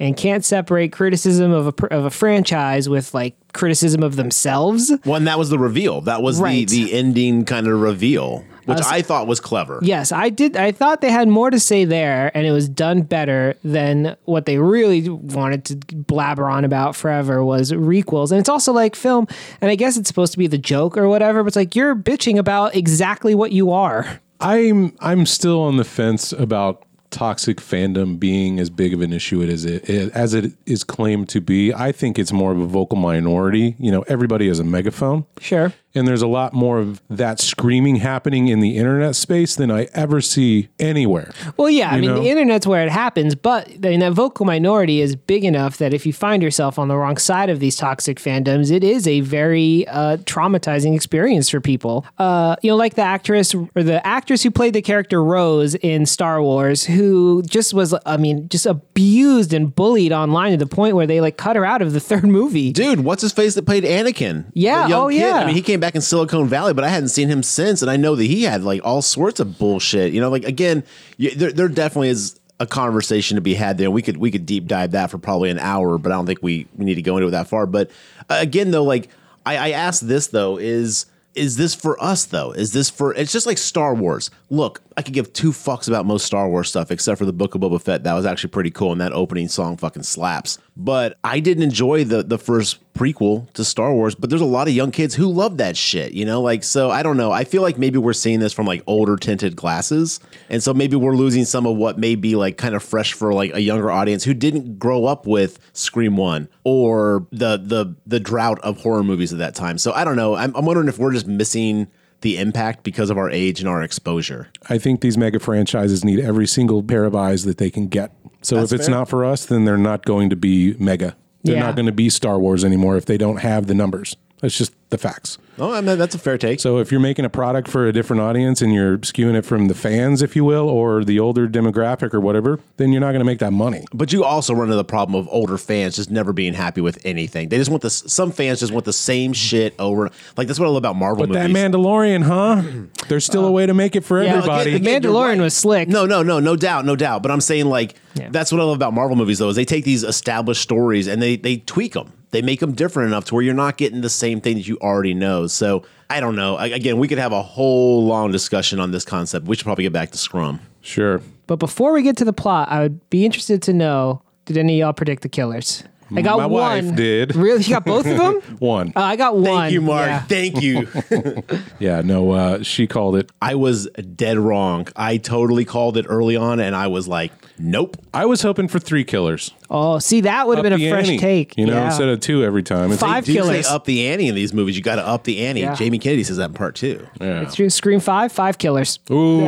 and can't separate criticism of a pr- of a franchise with like criticism of themselves.
One that was the reveal. That was
Right.
the the ending kind of reveal, which I thought was clever.
Yes, I did. I thought they had more to say there, and it was done better than what they really wanted to blabber on about forever was requels. And it's also like film, and I guess it's supposed to be the joke or whatever, but it's like you're bitching about exactly what you are.
I'm I'm still on the fence about toxic fandom being as big of an issue it is it as it is claimed to be. I think it's more of a vocal minority. You know, everybody has a megaphone.
Sure.
And there's a lot more of that screaming happening in the internet space than I ever see anywhere.
Well, yeah, I
You
mean,
know?
the internet's where it happens, but I mean, that vocal minority is big enough that if you find yourself on the wrong side of these toxic fandoms, it is a very uh, traumatizing experience for people. Uh, you know, like the actress or the actress who played the character Rose in Star Wars, who just was, I mean, just abused and bullied online to the point where they like cut her out of the third movie.
dude, what's his face that played Anakin?
Yeah,
The young
oh,
kid.
yeah.
I mean, he came back in Silicon Valley, but I hadn't seen him since, and I know that he had like all sorts of bullshit. You know, like again, you, there there definitely is a conversation to be had there. We could we could deep dive that for probably an hour, but I don't think we we need to go into it that far. But uh, again, though, like I, I asked this though is. Is this for us though? Is this for? It's just like Star Wars. Look, I could give two fucks about most Star Wars stuff except for the Book of Boba Fett. That was actually pretty cool, and that opening song fucking slaps. But I didn't enjoy the the first prequel to Star Wars. But there's a lot of young kids who love that shit, you know. Like so, I don't know. I feel like maybe we're seeing this from like older tinted glasses, and so maybe we're losing some of what may be like kind of fresh for like a younger audience who didn't grow up with Scream One or the the the drought of horror movies at that time. So I don't know. I'm, I'm wondering if we're just missing the impact because of our age and our exposure.
I think these mega franchises need every single pair of eyes that they can get. So if it's
fair.
not for us, then they're not going to be mega. They're
Yeah.
not going to be Star Wars anymore if they don't have the numbers. That's just the facts.
Oh, I mean, that's a fair take.
So if you're making a product for a different audience and you're skewing it from the fans, if you will, or the older demographic or whatever, then you're not going to make that money.
But you also run into the problem of older fans just never being happy with anything. They just want this. Some fans just want the same shit over. Like that's what I love about Marvel
But
movies.
that Mandalorian, huh? There's still a way to make it for
yeah.
everybody.
Again, again, Mandalorian was slick.
No, no, no, no doubt, no doubt. But I'm saying like
Yeah.
that's what I love about Marvel movies though is they take these established stories and they they tweak them. They make them different enough to where you're not getting the same thing that you already know. So I don't know. I, again, we could have a whole long discussion on this concept. We should probably get back to Scrum.
Sure.
But before we get to the plot, I would be interested to know: Did any of y'all predict the killers? I got
My
one.
wife did.
Really, you got both of them?
One.
Uh, I got one.
Thank you, Mark.
Yeah.
Thank you.
yeah, no, uh, she called it.
I was dead wrong. I totally called it early on, and I was like, nope.
I was hoping for three killers.
Oh, see, that would have been
Up the
a fresh
ante,
take.
You know,
yeah.
instead of two every time. It's
Five
Do you say
killers.
up the ante in these movies? You got to up the ante.
Yeah.
Jamie Kennedy says that in part two.
Yeah.
Scream- Scream five, five killers.
Ooh,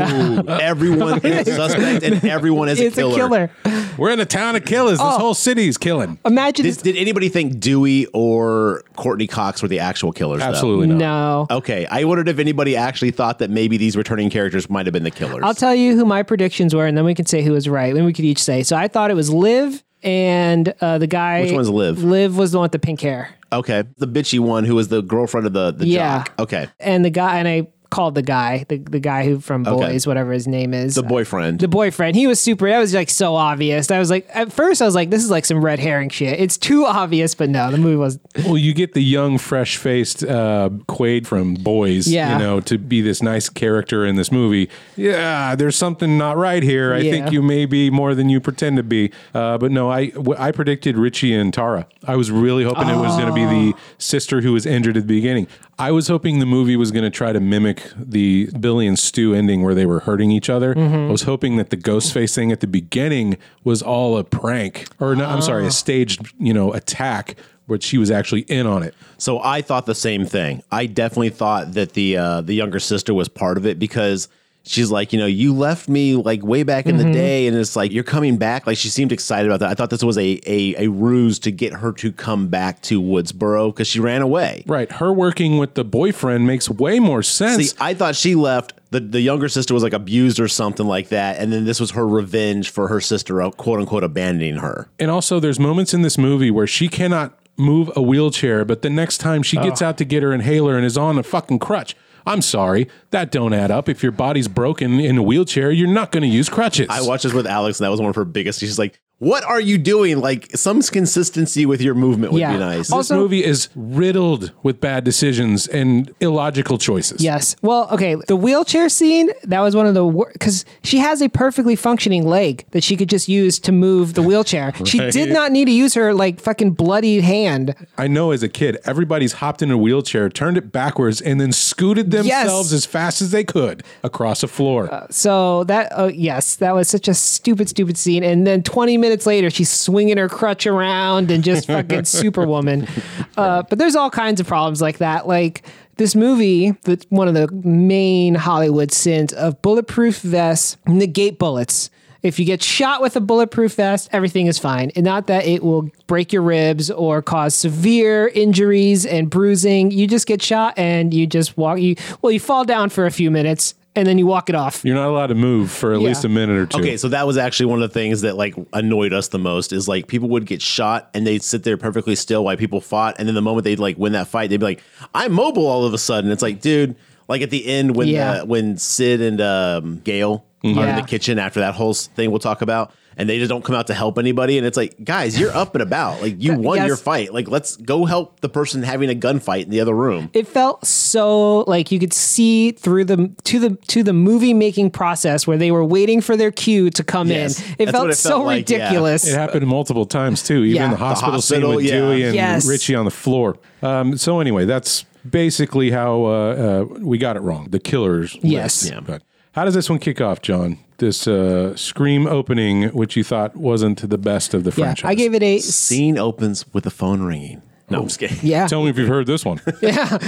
Everyone is a suspect, and everyone is
it's
a killer.
a killer.
we're in a town of killers.
Oh.
This whole city's killing.
Imagine
Did, did anybody think Dewey or Courtney Cox were the actual killers? though?
Absolutely not.
no.
Okay, I wondered if anybody actually thought that maybe these returning characters might have been the killers.
I'll tell you who my predictions were, and then we can say who was right. Then we could each say. So I thought it was Liv and uh, the guy.
Which one's Liv?
Liv was the one with the pink hair,
okay, the bitchy one who was the girlfriend of the the
Yeah.
jock. Okay,
and the guy, and I called the guy, the, the guy who from Boys, whatever his name is,
the boyfriend.
the boyfriend. He was super. That was like so obvious. I was like, at first, I was like, this is like some red herring shit. It's too obvious, but no, the movie was.
Well, you get the young, fresh faced uh, Quaid from Boys,
Yeah.
you know, to be this nice character in this movie. Yeah, there's something not right here. I
Yeah.
think you may be more than you pretend to be. Uh, but no, I, w- I predicted Richie and Tara. I was really hoping it was going to be the sister who was injured at the beginning. I was hoping the movie was going to try to mimic the Billy and Stu ending where they were hurting each other. I was hoping that the ghost face thing at the beginning was all a prank, or no, I'm sorry, a staged, you know, attack. But she was actually in on it.
So I thought the same thing. I definitely thought that the uh, the younger sister was part of it because she's like, you know, you left me like way back in
Mm-hmm.
the day, and it's like you're coming back. Like she seemed excited about that. I thought this was a a, a ruse to get her to come back to Woodsboro because she ran away.
Right. Her working with the boyfriend makes way more sense.
See, I thought she left. The, the younger sister was like abused or something like that. And then this was her revenge for her sister, uh, quote unquote, abandoning her.
and also, there's moments in this movie where she cannot move a wheelchair, but the next time she gets out to get her inhaler and is on a fucking crutch. I'm sorry, that don't add up. If your body's broken in a wheelchair, you're not going to use crutches.
I watched this with Alex, and that was one of her biggest. She's like, What are you doing? Like, some consistency with your movement would
Yeah.
be nice.
this movie is riddled with bad decisions and illogical choices.
Yes. Well, okay. The wheelchair scene, that was one of the because she has a perfectly functioning leg that she could just use to move the wheelchair. She did not need to use her like fucking bloody hand.
I know as a kid, everybody's hopped in a wheelchair, turned it backwards, and then scooted themselves as fast as they could across a floor.
So that uh, yes, that was such a stupid, stupid scene. And then 20 minutes later, she's swinging her crutch around and just fucking Superwoman. Uh, but there's all kinds of problems like that. Like this movie, that's one of the main Hollywood sins of bulletproof vests negate bullets. If you get shot with a bulletproof vest, everything is fine. And not that it will break your ribs or cause severe injuries and bruising. You just get shot and you just walk you well, you fall down for a few minutes and then you walk it off.
You're not allowed to move for at
Yeah.
least a minute or two.
Okay, so that was actually one of the things that like annoyed us the most is like people would get shot and they'd sit there perfectly still while people fought, and then the moment they'd like win that fight, they'd be like, "I'm mobile all of a sudden." It's like, dude. Like at the end when
Yeah.
uh, when Sid and um, Gail are in
Yeah.
the kitchen after that whole s- thing we'll talk about, and they just don't come out to help anybody, and it's like, guys, you're up and about. Like you
Th-
won your
yes.
fight. Like let's go help the person having a gunfight in the other room.
it felt so like you could see through the to the to the movie making process where they were waiting for their cue to come
Yes,
in. It
that's
felt
what it
so
felt like, yeah.
ridiculous.
It happened multiple times too, even
Yeah.
in the
The
hospital,
hospital,
scene with
yeah.
Dewey and
Yes.
Richie on the floor. Um, so anyway, that's basically how uh, uh, we got it wrong. The killers.
Yes.
list. But how does this one kick off, John? This uh, scream opening, which you thought wasn't the best of the
Yeah,
franchise.
I gave it a
Scene opens with the phone ringing. No, I'm just kidding.
yeah.
Tell me if you've heard this one.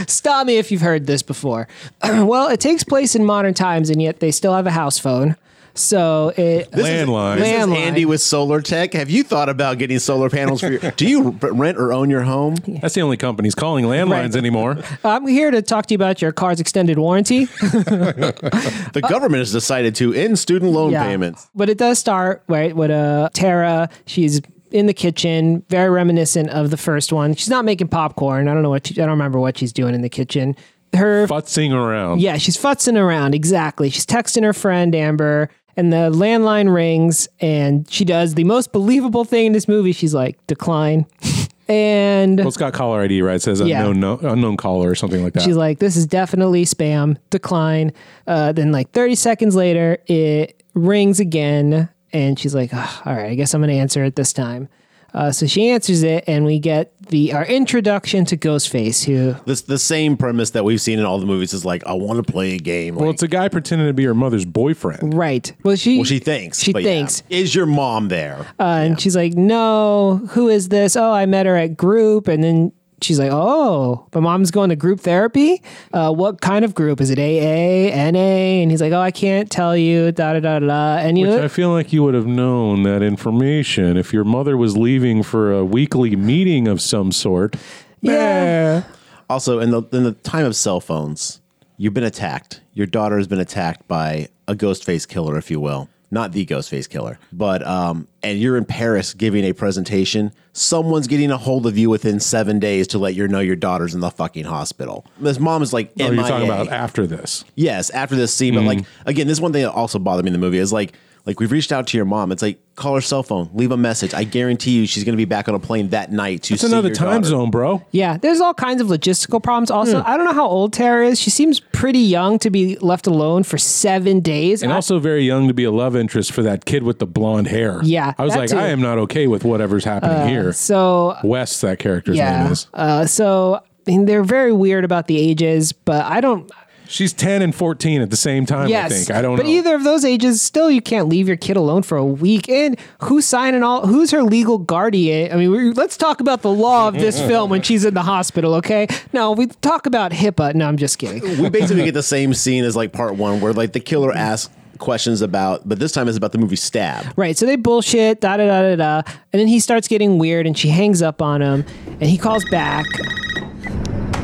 Stop me if you've heard this before. well, it takes place in modern times, and yet they still have a house phone. So it
This is-
Landline.
This is
Landline.
Andy with Solar Tech. Have you thought about getting solar panels for your? Do you r- rent or own your home?
That's the only company's calling landlines
Right.
anymore.
I'm here to talk to you about your car's extended warranty.
The government has decided to end student loan payments.
But it does start right with uh, Tara. She's in the kitchen, very reminiscent of the first one. She's not making popcorn. I don't know what she, I don't remember what she's doing in the kitchen. Her
Futzing around.
yeah, she's futzing around exactly. She's texting her friend Amber, and the landline rings, and she does the most believable thing in this movie. She's like decline, and
Well, it's got caller ID, right? It says
Yeah.
unknown, no, unknown caller or something like that.
She's like, this is definitely spam, decline. Uh, then, like 30 seconds later, it rings again. And she's like, "Ugh, all right, I guess I'm going to answer it this time. Uh, so she answers it, and we get the our introduction to Ghostface, who
This the same premise that we've seen in all the movies is like I want to play a game.
well,
Like,
it's a guy pretending to be her mother's boyfriend.
right? Well, she
well, she thinks.
she
but yeah.
thinks,
Is your mom there?
uh, and she's like, no, who is this? Oh, I met her at group, and then she's like, oh, my mom's going to group therapy. Uh, what kind of group is it? AA, NA? And he's like, oh, I can't tell you. Da da da da, da. And you know,
I feel like you would have known that information if your mother was leaving for a weekly meeting of some sort.
Yeah.
Eh.
also, in the in the time of cell phones, you've been attacked. Your daughter has been attacked by a ghost face killer, if you will. Not the ghost face killer, but um, and you're in Paris giving a presentation. Someone's getting a hold of you within seven days to let you know your daughter's in the fucking hospital. This mom is like,
Oh,
"Am
you're talking
I
about Mm-hmm. after this.
Yes, after this scene, but like again, this is one thing that also bothered me in the movie is like like we've reached out to your mom. It's like call her cell phone, leave a message. I guarantee you, she's going to be back on a plane that night to
It's
see
another
your
time
daughter.
zone, bro.
Yeah, there's all kinds of logistical problems. Also,
Hmm.
I don't know how old Tara is. She seems pretty young to be left alone for seven days.
And
I-
also very young to be a love interest for that kid with the blonde hair.
Yeah,
I was
that
like,
too.
I am not okay with whatever's happening here.
so
Wes, that character's name
yeah,
is.
uh, so I mean, they're very weird about the ages, but I don't.
She's 10 and 14 at the same time,
Yes,
I think. I don't
But
know.
either of those ages, still, you can't leave your kid alone for a week. And who's signing all? Who's her legal guardian? I mean, we let's talk about the law of
Mm-hmm.
this film when she's in the hospital. Okay, no, we talk about HIPAA. No, I'm just kidding.
we basically get the same scene as like part one, where like the killer asks questions about, but this time it's about the movie Stab.
Right. So they bullshit, da da da da da. And then he starts getting weird and she hangs up on him and he calls back.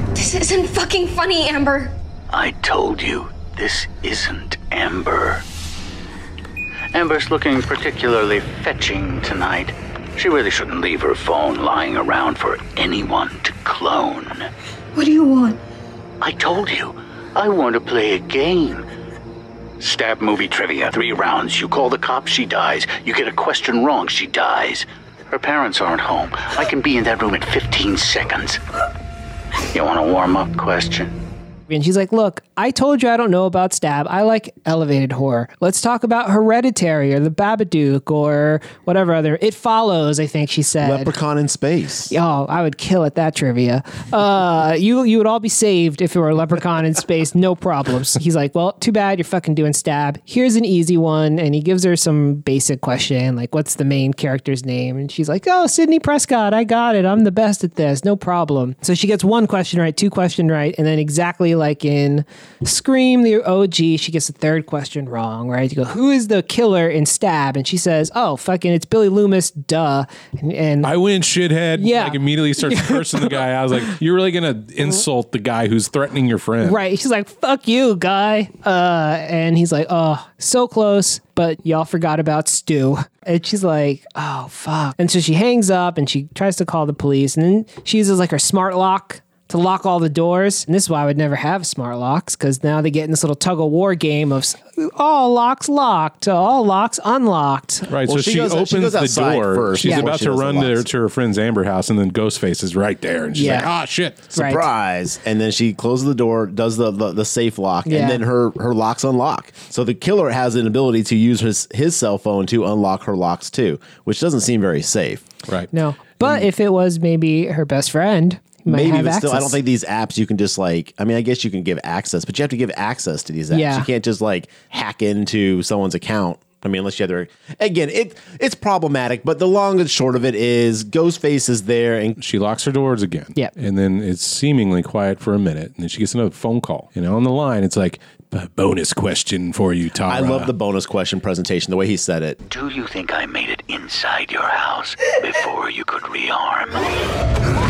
This isn't fucking funny, Amber.
I told you, this isn't Amber. Amber's looking particularly fetching tonight. She really shouldn't leave her phone lying around for anyone to clone.
What do you want?
I told you, I want to play a game. Stab movie trivia. Three rounds. You call the cops, she dies. You get a question wrong, she dies. Her parents aren't home. I can be in that room in 15 seconds. You want a warm up question?
And she's like, Look, I told you I don't know about stab. I like elevated horror. Let's talk about Hereditary or The Babadook or whatever other. It follows, I think she said.
Leprechaun in space.
Oh, I would kill at that trivia. Uh, you you would all be saved if you were a leprechaun in space, no problems. He's like, well, too bad you're fucking doing stab. Here's an easy one, and he gives her some basic question like, what's the main character's name? And she's like, oh, Sydney Prescott, I got it. I'm the best at this, no problem. So she gets one question right, two question right, and then exactly like in Scream, the OG, she gets the third question wrong, right? You go, who is the killer in stab? And she says, oh, fucking, it's Billy Loomis, duh. And, and
I win, shithead.
Yeah.
Like immediately starts cursing the guy. I was like, you're really going to insult the guy who's threatening your friend.
Right. She's like, fuck you, guy. Uh, and he's like, oh, so close, but y'all forgot about Stu. And she's like, oh, fuck. And so she hangs up and she tries to call the police. And then she uses like her smart lock to lock all the doors. And this is why I would never have smart locks because now they get in this little tug of war game of s- all locks locked, all locks unlocked.
Right,
Well,
so
she
she,
goes- she
opens
goes
the
outside
door.
first
she's
before
about
she
to
does the
run to,
locks.
to her friend's Amber house, and then Ghostface is right there, and she's
Yeah.
like, "Ah, shit!"
Right.
Surprise! And then she closes the door, does the the, the safe lock,
Yeah.
and then her her locks unlock. So the killer has an ability to use his his cell phone to unlock her locks too, which doesn't seem very safe.
Right.
No, but if it was maybe her best friend, you might
Mm. Maybe,
have
but
access.
still, I don't think these apps you can just like. I mean, I guess you can give access, but you have to give access to these apps.
Yeah.
You can't just like hack into someone's account. I mean, unless you have their again, it it's problematic. But the long and short of it is, Ghostface is there, and
She locks her doors again.
Yep.
And then it's seemingly quiet for a minute, and then she gets another phone call. And on the line, it's like, "B- "Bonus question for you, Tara."
I love the bonus question presentation. The way he said it,
Do you think I made it inside your house before you could rearm?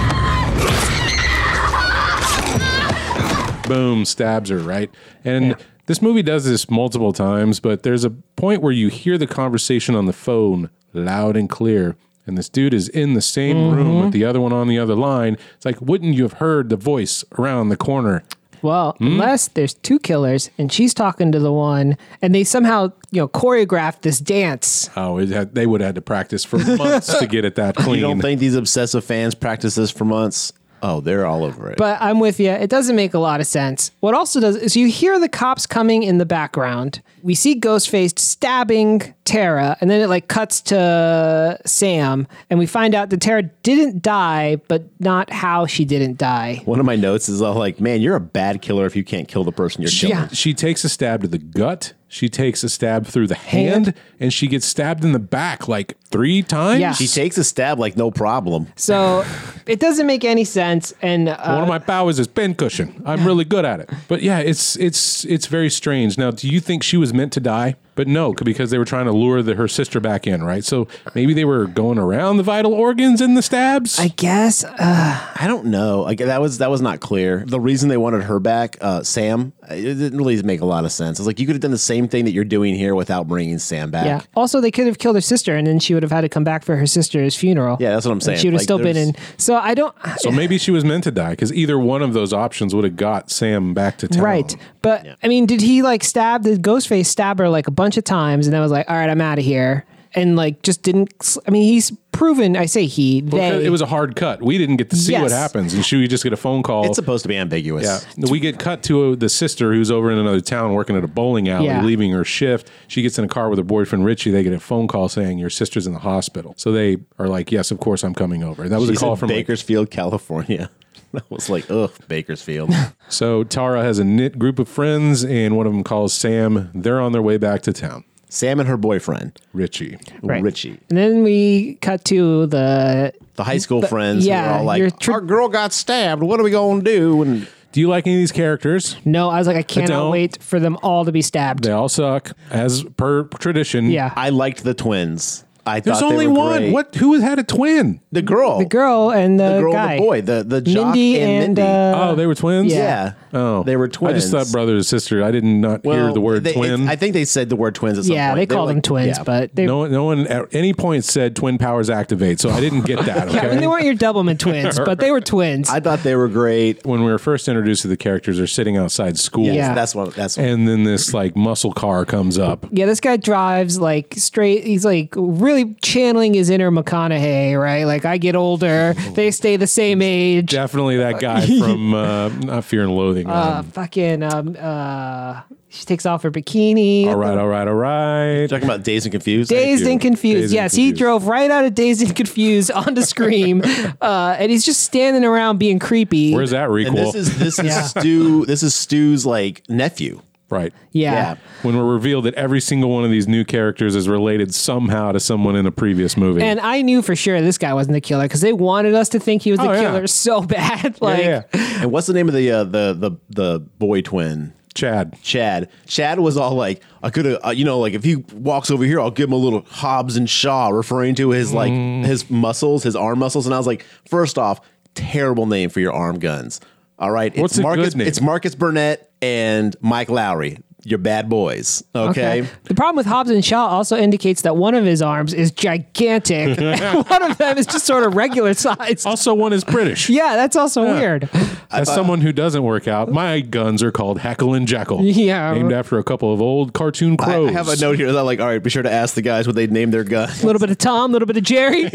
boom stabs her right and this movie does this multiple times but there's a point where you hear the conversation on the phone loud and clear and this dude is in the same
Mm-hmm.
room with the other one on the other line it's like wouldn't you have heard the voice around the corner
Well, unless there's two killers and she's talking to the one, and they somehow you know choreographed this dance.
oh it had, they would have had to practice for months to get it that clean
you don't think these obsessive fans practice this for months? Oh, they're all over it.
But I'm with you. It doesn't make a lot of sense. What also does is you hear the cops coming in the background. We see Ghostface stabbing Tara, and then it like cuts to Sam, and we find out that Tara didn't die, but not how she didn't die.
one of my notes is all like, "Man, you're a bad killer if you can't kill the person you're killing."
Yeah.
she takes a stab to the gut she takes a stab through the hand,
Hand.
and she gets stabbed in the back like three times
Yeah.
She takes a stab like no problem.
So it doesn't make any sense. And uh,
One of my powers is pincushion. I'm really good at it. But yeah, it's it's it's very strange. Now, do you think she was meant to die? But no, c- because they were trying to lure the, her sister back in, right? So maybe they were going around the vital organs in the stabs.
I guess uh,
I don't know. Like that was that was not clear. The reason they wanted her back, uh, Sam, it didn't really make a lot of sense. It's like you could have done the same thing that you're doing here without bringing Sam back.
yeah. Also, they could have killed her sister, and then she would have had to come back for her sister's funeral.
Yeah, that's what I'm
And
saying.
she would have
Like,
still been
there's-
in. So I don't.
so maybe she was meant to die because either one of those options would have got Sam back to town.
Right. But I mean, did he like stab the Ghostface stab her like a bunch of times and then was like, all right, I'm out of here. And like just didn't. s- I mean, he's proven. I say he.
Because
They.
It was a hard cut. We didn't get to see what
Yes.
happens. And she we just get a phone call.
It's supposed to be ambiguous.
Yeah. We get cut to uh, the sister who's over in another town working at a bowling alley,
Yeah.
leaving her shift. She gets in a car with her boyfriend Richie. They get a phone call saying your sister's in the hospital. So they are like, "Yes, of course I'm coming over." And that was
She's
a call
in
from like-
Bakersfield, California. I was like, ugh, Bakersfield.
so Tara has a knit group of friends, and one of them calls Sam. They're on their way back to town.
Sam and her boyfriend,
Richie.
Right.
Richie,
And then we cut to the.
the high school friends. who
yeah,
are all
you're
like,
tr-
our girl got stabbed. What are we gonna do? And
Do you like any of these characters?
No, I was like, I cannot
don't.
wait for them all to be stabbed.
They all suck, as per tradition.
Yeah.
I liked the twins. I
There's
thought they
only
were
one.
great.
What? Who had a twin?
the girl?
the girl and the,
the girl,
guy.
and the boy, the the jock
Mindy
and,
and,
Mindy.
uh,
oh, they were twins.
yeah.
Oh,
they were twins.
I just thought brother and sister. I did not hear
Well,
the word
they- it's-
twin.
I think they said the word twins at some
Yeah,
point.
they
were
called them
like-
twins,
yeah.
but they
No one, no one at any point said twin powers activate, so I didn't get that. Okay?
Yeah, I mean, they weren't your Doubleman twins, but they were twins.
I thought they were great.
when we were first introduced to the characters, they're sitting outside school,
Yeah.
That's what. That's what.
and then this like muscle car comes up.
yeah, this guy drives like straight. He's like really channeling his inner McConaughey, right? Like I get older, they stay the same age.
Definitely that guy from uh, not Fear and Loathing.
Uh,
um,
fucking, um, uh, she takes off her bikini.
Uh, all right, all right, all right.
talking about Dazed and Confused.
Dazed
you.
and confused.
Dazed and
yes, he
Confused.
drove right out of Dazed and confused onto Scream, uh, and he's just standing around being creepy.
Where's that
and
requel?
this is this is
Yeah.
Stu. This is Stu's like nephew.
right.
yeah.
When we're revealed that every single one of these new characters is related somehow to someone in a previous movie.
And I knew for sure this guy wasn't the killer because they wanted us to think he was the
Oh, yeah.
killer so bad.
Yeah,
like,
yeah, yeah.
And what's the name of the uh, the the the boy twin?
Chad.
Chad. Chad was all like, I could have, uh, you know, like if he walks over here, I'll give him a little Hobbs and Shaw, referring to his like his muscles, his arm muscles. And I was like, first off, terrible name for your arm guns. All right,
What's a
it's Marcus.
good name?
It's Marcus Burnett and Mike Lowry. your bad boys. Okay.
The problem with Hobbs and Shaw also indicates that one of his arms is gigantic, and one of them is just sort of regular size.
Also, one is British.
Yeah, that's also weird.
As someone who doesn't work out, my guns are called Hackle and Jackal.
Yeah.
Named after a couple of old cartoon
I-
crows.
I have a note here that I'm like, all right, be sure to ask the guys what they name their gun.
A little bit of Tom, a little bit of Jerry.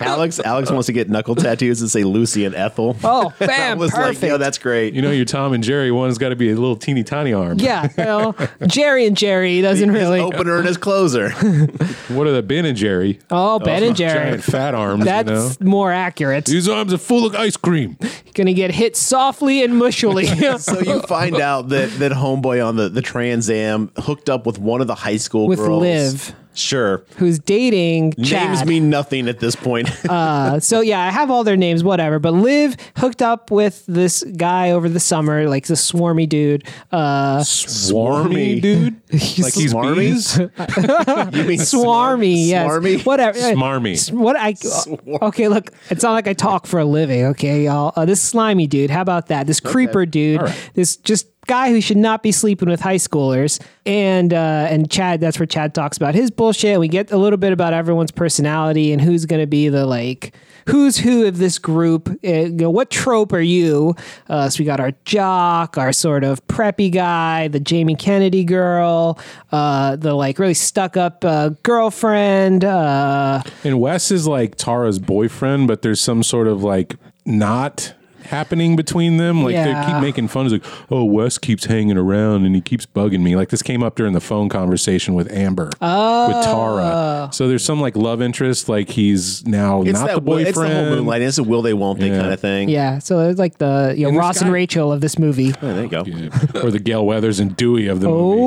Alex, Alex wants to get knuckle tattoos that say Lucy and Ethel.
Oh,
And I
bam,
was like, yo,
perfect.
that's great.
You know, your Tom and Jerry one's got to be a little teeny tiny arm.
yeah, well, Jerry and Jerry doesn't really.
His opener and his closer.
What are the Ben and Jerry?
Oh, Ben and Jerry.
Giant fat arms.
That's
You know?
more accurate.
These arms are full of ice cream.
Gonna get hit softly and mushily.
so you find out that that homeboy on the, the Trans Am hooked up with one of the high school
With
girls.
Liv.
Sure.
Who's dating Chad?
Names mean nothing at this point.
Uh, so yeah, I have all their names, whatever. But Liv hooked up with this guy over the summer, like this swarmy dude. Uh,
Swarmy, dude. like he's
smarmy?
bees.
you mean
swarmy,
smarm-
yes,
Smarmy?
whatever.
Smarmy.
S- What I okay? Look, it's not like I talk for a living, okay, y'all. Uh, this slimy dude. How about that? This creeper dude.
All right.
This just guy who should not be sleeping with high schoolers. And uh, and Chad. That's where Chad talks about his bullshit. We get a little bit about everyone's personality and who's going to be the like. Who's who of this group? Uh, you know, what trope are you? Uh, so we got our jock, our sort of preppy guy, the Jamie Kennedy girl, uh, the like really stuck up uh, girlfriend, uh,
And Wes is like Tara's boyfriend, but there's some sort of like not happening between them. Like
Yeah.
they keep making fun. It's like, oh, Wes keeps hanging around and he keeps bugging me. Like this came up during the phone conversation with Amber, with
Oh.
Tara. So there's some like love interest. Like he's now
It's
not
that
the
will-
boyfriend.
It's the whole moonlight. It's a will they, won't they
Yeah.
kind of thing.
Yeah, so it's like the you know,
this
Ross and
guy-
Rachel of this movie.
Yeah, there you go.
or the Gail Weathers and Dewey of the movie.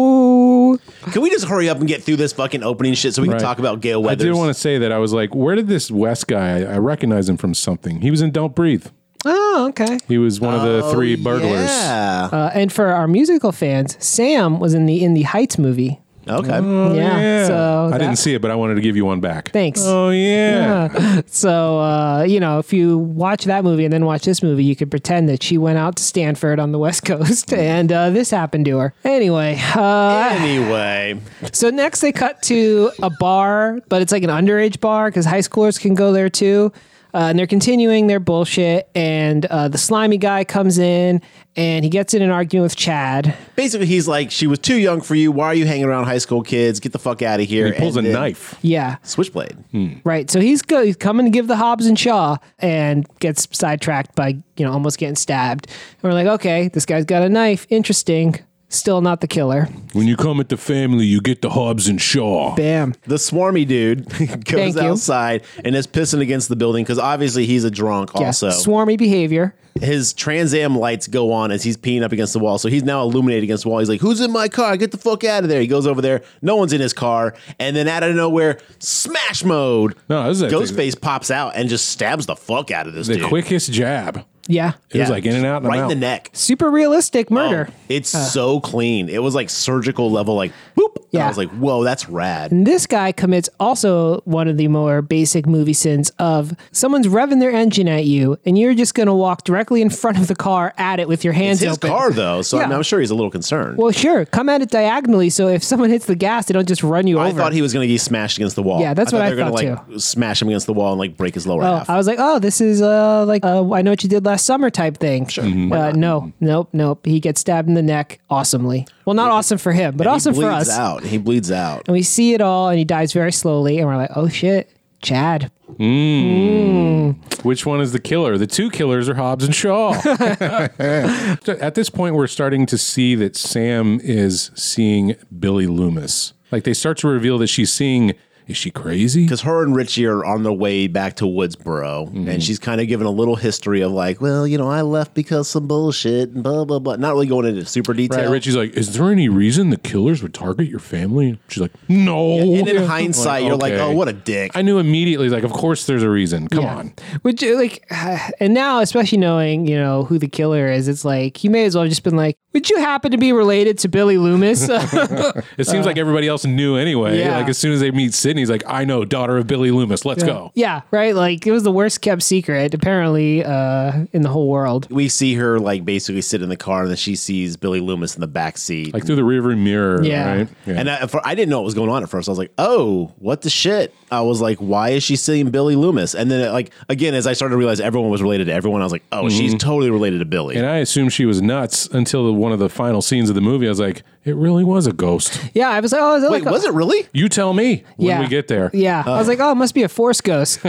Oh,
Can we just hurry up and get through this fucking opening shit so we can
Right.
talk about Gail
I
Weathers?
did want to say that I was like, where did this West guy? I, I recognize him from something. He was in Don't Breathe.
oh, okay.
He was one of the three burglars.
Oh, Yeah.
Uh, and for our musical fans, Sam was in the In the Heights movie.
Okay.
Oh,
yeah, so
I
that-
didn't see it, but I wanted to give you one back.
Thanks.
Oh yeah.
So uh, you know, if you watch that movie and then watch this movie, you could pretend that she went out to Stanford on the West Coast, and uh, this happened to her. Anyway, uh,
Anyway,
So next they cut to a bar, but it's like an underage bar because high schoolers can go there too. Uh, and they're continuing their bullshit. And uh, the slimy guy comes in and he gets in an argument with Chad.
basically, he's like, she was too young for you. Why are you hanging around high school kids? Get the fuck out of here.
He pulls a
And then-
knife.
Yeah,
Switchblade.
right. So he's go- he's coming to give the Hobbs and Shaw and gets sidetracked by you know almost getting stabbed. And we're like, okay, this guy's got a knife. Interesting. Still not the killer.
When you come at the family, you get the Hobbs and Shaw.
Bam.
The swarmy dude goes
Thank you.
outside and is pissing against the building because obviously he's a drunk.
Yeah.
Also,
Swarmy behavior.
his Trans Am lights go on as he's peeing up against the wall. So he's now illuminated against the wall. He's like, "Who's in my car? Get the fuck out of there!" He goes over there. No one's in his car, and then out of nowhere, smash mode.
No, this is-
Ghostface pops out and just stabs the fuck out of this
The
dude.
quickest jab.
Yeah.
It was like in and out, and I'm
right
out.
in the neck.
Super realistic murder.
It's so clean. It was like surgical level, like boop. And I
Yeah.
was like, "Whoa, that's rad."
And this guy commits also one of the more basic movie sins of someone's revving their engine at you and you're just going to walk directly in front of the car at it with your hands
It's his
open.
car though, so I
Yeah.
am sure he's a little concerned.
Well, sure, come at it diagonally so if someone hits the gas, they don't just run you
I
over.
thought he was going to get smashed against the wall.
Yeah, that's
I
what I
they were gonna,
thought,
like, Smash him against the wall and like break his lower
Oh,
half.
I was like, oh, this is uh, like uh, I know what you did last summer type thing. Sure. Uh, no, nope, nope. He gets stabbed in the neck awesomely. Well, not awesome for him, but
He
awesome for
bleeds
us.
out. He bleeds out.
And we see it all, and he dies very slowly, and we're like, oh shit, Chad.
Which one is the killer? The two killers are Hobbs and Shaw. So At this point, we're starting to see that Sam is seeing Billy Loomis. Like they start to reveal that she's seeing. Is she crazy?
Because her and Richie are on their way back to Woodsboro,
Mm-hmm.
and she's kind of giving a little history of like, well, you know, I left because some bullshit and blah blah blah. Not really going into super detail.
Right, Richie's like, is there any reason the killers would target your family? She's like, no.
And in
I'm
hindsight, you're like,
"Okay."
oh, what a dick.
I knew immediately, like, of course there's a reason. Come on.
Which uh, like, and now especially knowing you know who the killer is, it's like he may as well have just been like, "Would you happen to be related to Billy Loomis?"
It seems like everybody else knew anyway.
Uh, yeah.
Like as soon as they meet and he's like, I know, daughter of Billy Loomis. Let's go.
Yeah, right. Like it was the worst kept secret apparently uh, in the whole world.
We see her like basically sit in the car, and then she sees Billy Loomis in the back seat.
Like through the rearview mirror.
Yeah.
Right? Yeah.
And I, for, I didn't know what was going on at first. I was like, "Oh, what the shit!" I was like, "Why is she seeing Billy Loomis?" And then, like again, as I started to realize everyone was related to everyone, I was like, "Oh, she's totally related to Billy."
Mm-hmm. and I assumed she was nuts until the, one of the final scenes of the movie. I was like, it really was a ghost.
Yeah, I was like, oh, is that
Wait,
like a-
was it really?
You tell me when
yeah.
we get there.
Yeah, I was like, oh, it must be a force ghost.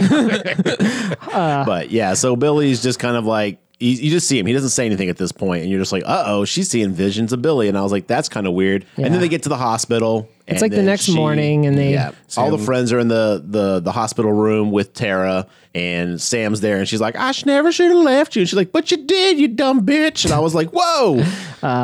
But yeah, so Billy's just kind of like you, you just see him. He doesn't say anything at this point, and you're just like, "Uh oh, she's seeing visions of Billy." And I was like, "That's kind of weird." And
Yeah.
then they get to the hospital.
It's like the next morning, and they-
all the friends are in the the the hospital room with Tara, and Sam's there, and she's like, "I sh- never should have left you." And she's like, "But you did, you dumb bitch." And I was like, "Whoa,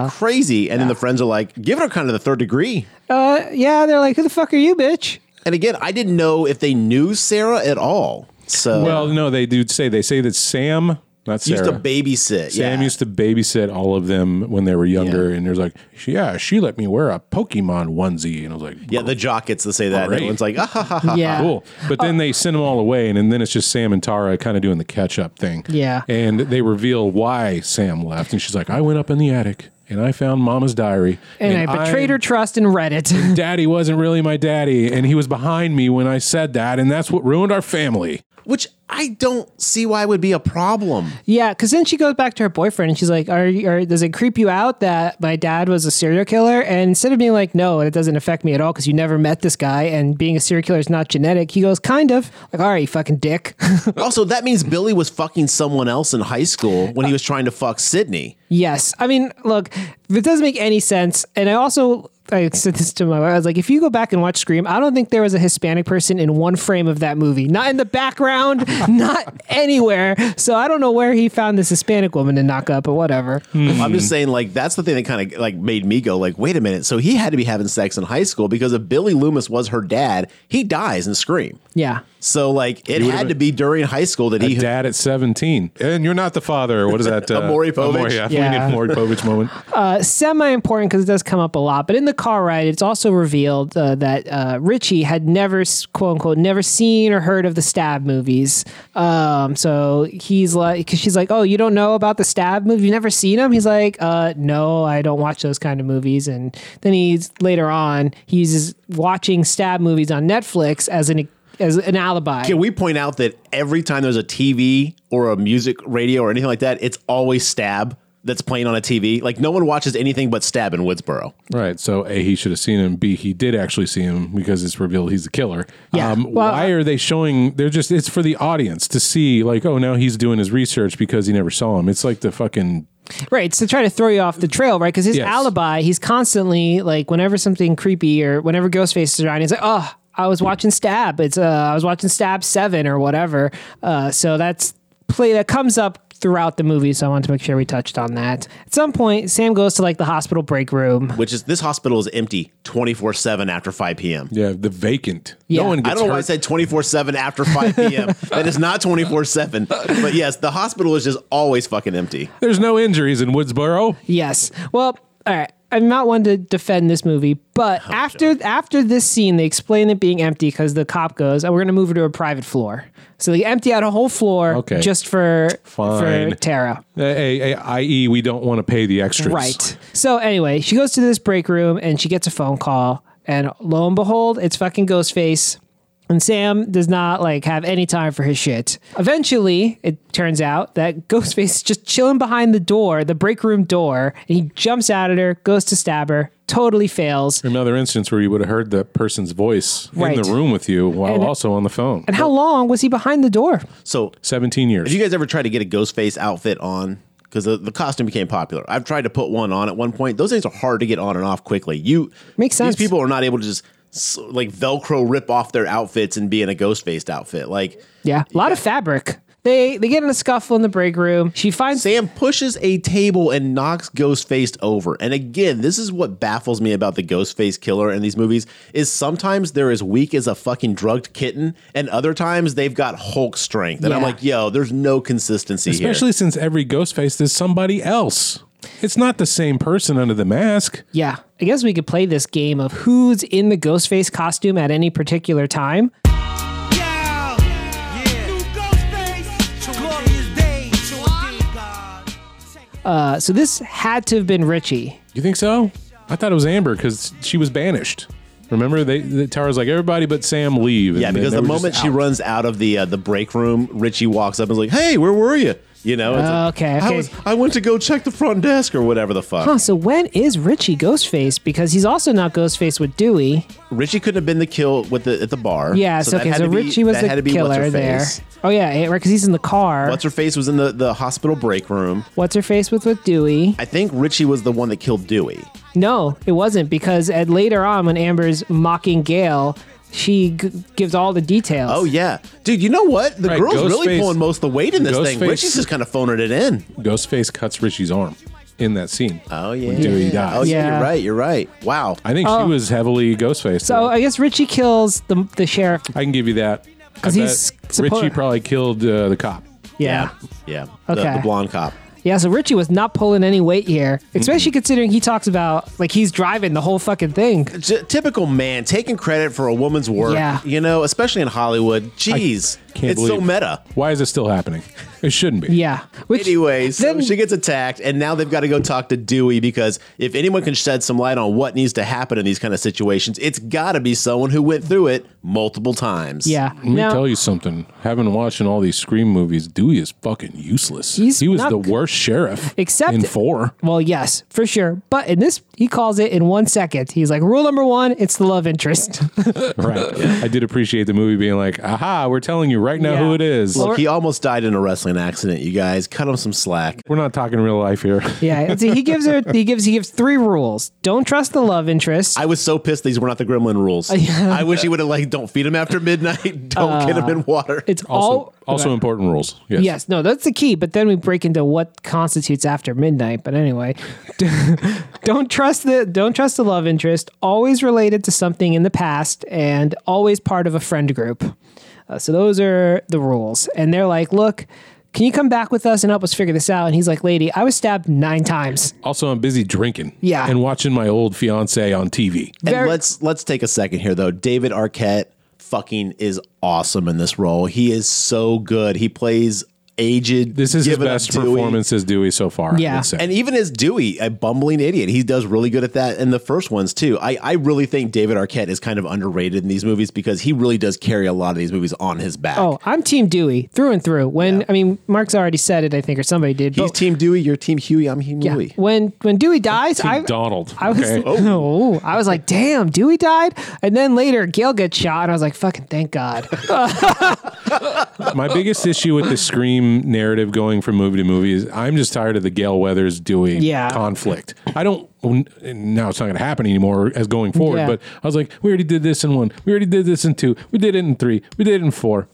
crazy!" And then the friends are like, "Give her kind of the third degree."
uh, yeah, they're like, who the fuck are you, bitch?
And again, I didn't know if they knew Sarah at all. So
Well, no, they do say they say that Sam, not Sarah,
used to babysit.
Sam
yeah.
used to babysit all of them when they were younger,
Yeah.
and there's like, yeah, she let me wear a Pokemon onesie, and I was like,
Yeah, the jock gets to say that. And
Great.
everyone's like, ah, ha, ha, ha.
Yeah,
cool. But then they send them all away, and, and then it's just Sam and Tara kind of doing the catch up thing.
Yeah.
and they reveal why Sam left, and she's like, I went up in the attic and I found Mama's diary,
And, I betrayed her trust in Reddit.
Daddy wasn't really my daddy, and he was behind me when I said that, and that's what ruined our family.
Which I don't see why would be a problem.
yeah, because then she goes back to her boyfriend and she's like, "Are, you- are does it creep you out that my dad was a serial killer?" And instead of being like, "No, it doesn't affect me at all because you never met this guy and being a serial killer is not genetic," he goes, "Kind of." Like, all right, you fucking dick.
also, that means Billy was fucking someone else in high school when he was trying to fuck Sydney.
Yes. I mean, look, it doesn't make any sense. And I also I said this to my wife. I was like, if you go back and watch Scream, I don't think there was a Hispanic person in one frame of that movie. Not in the background, not anywhere. So I don't know where he found this Hispanic woman to knock up or whatever.
Hmm.
I'm just saying, like, that's the thing that kind of like made me go, like, wait a minute. So he had to be having sex in high school because if Billy Loomis was her dad, he dies in Scream.
Yeah.
So like, it
would've
had to
been-
be during high school that he.
A dad at 17. And you're not the father. What is that? Uh,
Maury Povich?
Maury, yeah,
Yeah.
We need a Maury Povich moment.
semi important because it does come up a lot. But in the car ride, it's also revealed uh, that uh, Richie had never, quote unquote, never seen or heard of the Stab movies. Um, so he's like, because she's like, oh, you don't know about the Stab movie? You never seen them? He's like, uh, no, I don't watch those kind of movies. And then he's later on, he uses watching Stab movies on Netflix as an as an alibi.
Can we point out that every time there's a TV or a music radio or anything like that, it's always Stab that's playing on a TV. Like no one watches anything but Stab in Woodsboro.
Right. So, A, he should have seen him. B, he did actually see him because it's revealed he's the killer. Um,
Yeah. Well, uh
why are they showing? They're just, it's for the audience to see, like, oh, now he's doing his research because he never saw him. It's like the fucking.
Right, it's to try to throw you off the trail, right? Because his
Yes.
alibi, he's constantly like, whenever something creepy or whenever Ghostface is around, he's like, "Oh, I was watching Stab. It's uh, I was watching Stab Seven or whatever." Uh, so that's play that comes up throughout the movie. So I wanted to make sure we touched on that. At some point, Sam goes to like the hospital break room.
which is this hospital is empty 24 7 after 5 p.m.
Yeah, the vacant.
Yeah.
No one gets
I don't know why I
hurt.
said 24 7 after 5 p.m. that is not 24 7. But yes, the hospital is just always fucking empty.
There's no injuries in Woodsboro.
Yes. Well, all right. I'm not one to defend this movie, but
Oh,
after after this scene, they explain it being empty because the cop goes, "Oh, we're going to move her to a private floor." So they empty out a whole floor
Okay.
just for for
Fine.
Tara.
Uh, A- A- I.e., we don't want to pay the extras.
Right. So anyway, she goes to this break room and she gets a phone call, and lo and behold, it's fucking Ghostface. And Sam does not like have any time for his shit. Eventually, it turns out that Ghostface is just chilling behind the door, the break room door, and he jumps out at her, goes to stab her, totally fails.
Another instance where you would have heard the person's voice
Right.
in the room with you while also on the phone.
And how long was he behind the door?
So,
17 years.
did you guys ever try to get a ghost face outfit on? Because the, the costume became popular. I've tried to put one on at one point. Those things are hard to get on and off quickly. You
Makes sense.
These people are not able to just s- like Velcro rip off their outfits and be in a ghost faced outfit. Like
Yeah, a lot of fabric. They they get in a scuffle in the break room. She finds
Sam pushes a table and knocks Ghostface over. And again, this is what baffles me about the Ghostface killer in these movies is sometimes they're as weak as a fucking drugged kitten, and other times they've got Hulk strength. And I'm
Yeah.
like, yo, there's no consistency
Especially
here.
since every ghost face is somebody else. It's not the same person under the mask.
Yeah, I guess we could play this game of who's in the Ghostface costume at any particular time. Uh, so this had to have been Richie.
You think so? I thought it was Amber because she was banished. Remember, they the tower's like everybody but Sam leave.
Yeah,
and they-
because
they
the
were just
moment she
out.
runs out of the uh, the break room, Richie walks up and is like, "Hey, where were you?" You know, it's like,
Okay,
I
okay.
was I went to go check the front desk or whatever the fuck.
Huh, so when is Richie Ghostface? Because he's also not Ghostface with Dewey.
Richie couldn't have been the kill with the at the bar.
Yeah, so,
that
okay,
had
so
to be-
Richie was
that
the
had to be
killer there.
What's-Her-Face.
Oh yeah, right, because he's in the car.
What's her face was in the, the hospital break room.
What's her face with with Dewey?
I think Richie was the one that killed Dewey.
No, it wasn't because at later on when Amber's mocking Gail, she g- gives all the details.
Oh yeah, dude. You know what? The
Right,
girl's really
Ghostface-
pulling most of the weight in this thing.
Ghostface-
Richie's just kind of phoning it in.
Ghostface cuts Richie's arm in that scene.
Oh yeah.
when Dewey dies.
Oh yeah.
Yeah.
You're right. You're right. Wow.
I think she was heavily Ghostface.
Oh. So I guess Richie kills the the sheriff.
I can give you that. I
'Cause he's
bet
suppo-
Richie probably killed uh, the cop.
Yeah.
Yeah. The-
Okay.
the blonde cop.
Yeah, so Richie was not pulling any weight here, especially considering he talks about like he's driving the whole fucking thing.
T- typical man taking credit for a woman's work.
Yeah.
You know, especially in Hollywood. Jeez,
Can't
it's
believe
so meta.
Why is it still happening? It shouldn't be.
Yeah. Which
Anyways, so
then-
she gets attacked, and now they've got to go talk to Dewey because if anyone can shed some light on what needs to happen in these kind of situations, it's got to be someone who went through it multiple times.
yeah.
Let me
Now-
tell you something. Having watching all these Scream movies, Dewey is fucking useless.
He's
he was
not
the
g-
worst sheriff
Except-
in four.
Well, yes, for sure. But in this, he calls it in one second. He's like, rule number one, it's the love interest.
Right. I did appreciate the movie being like, aha, we're telling you right now
Yeah.
who it is.
Look, he almost died in a wrestling accident, you guys. Cut him some slack.
we're not talking real life here.
yeah. See, he gives her, he gives, he gives three rules. Don't trust the love interest.
I was so pissed these were not the gremlin rules. I wish he would have, like, don't feed him after midnight, don't get him in water.
Uh, it's
Also,
all.
also important rules. Yes.
Yes, no, that's the key. But then we break into what constitutes after midnight. But anyway, don't trust the don't trust the love interest. Always related to something in the past, and always part of a friend group. Uh, so those are the rules. And they're like, look, can you come back with us and help us figure this out? And he's like, lady, I was stabbed nine times.
Also, I'm busy drinking.
Yeah.
And watching my old fiance on TV.
And
Very-
let's let's take a second here though. David Arquette fucking is awesome in this role. He is so good. He plays aged.
This is his
given up
best
Dewey.
performance as Dewey so far. I
Yeah.
would say.
And even as Dewey, a bumbling idiot, he does really good at that in the first ones too. I, I really think David Arquette is kind of underrated in these movies because he really does carry a lot of these movies on his back.
Oh, I'm Team Dewey through and through. When I mean, Mark's already said it, I think, or somebody did.
he's
but-
Team Dewey, you're Team Huey, I'm Team
oh. yeah,
Dewey.
when when Dewey dies, I
Donald.
I was
okay?
oh. I was like, damn, Dewey died, and then later Gail gets shot. And I was like, fucking thank God.
My biggest issue with the Scream narrative going from movie to movie is I'm just tired of the Gale Weathers Dewey
Yeah.
conflict. I don't, now it's not going to happen anymore as going forward,
Yeah.
but I was like, we already did this in one. We already did this in two. We did it in three. We did it in four.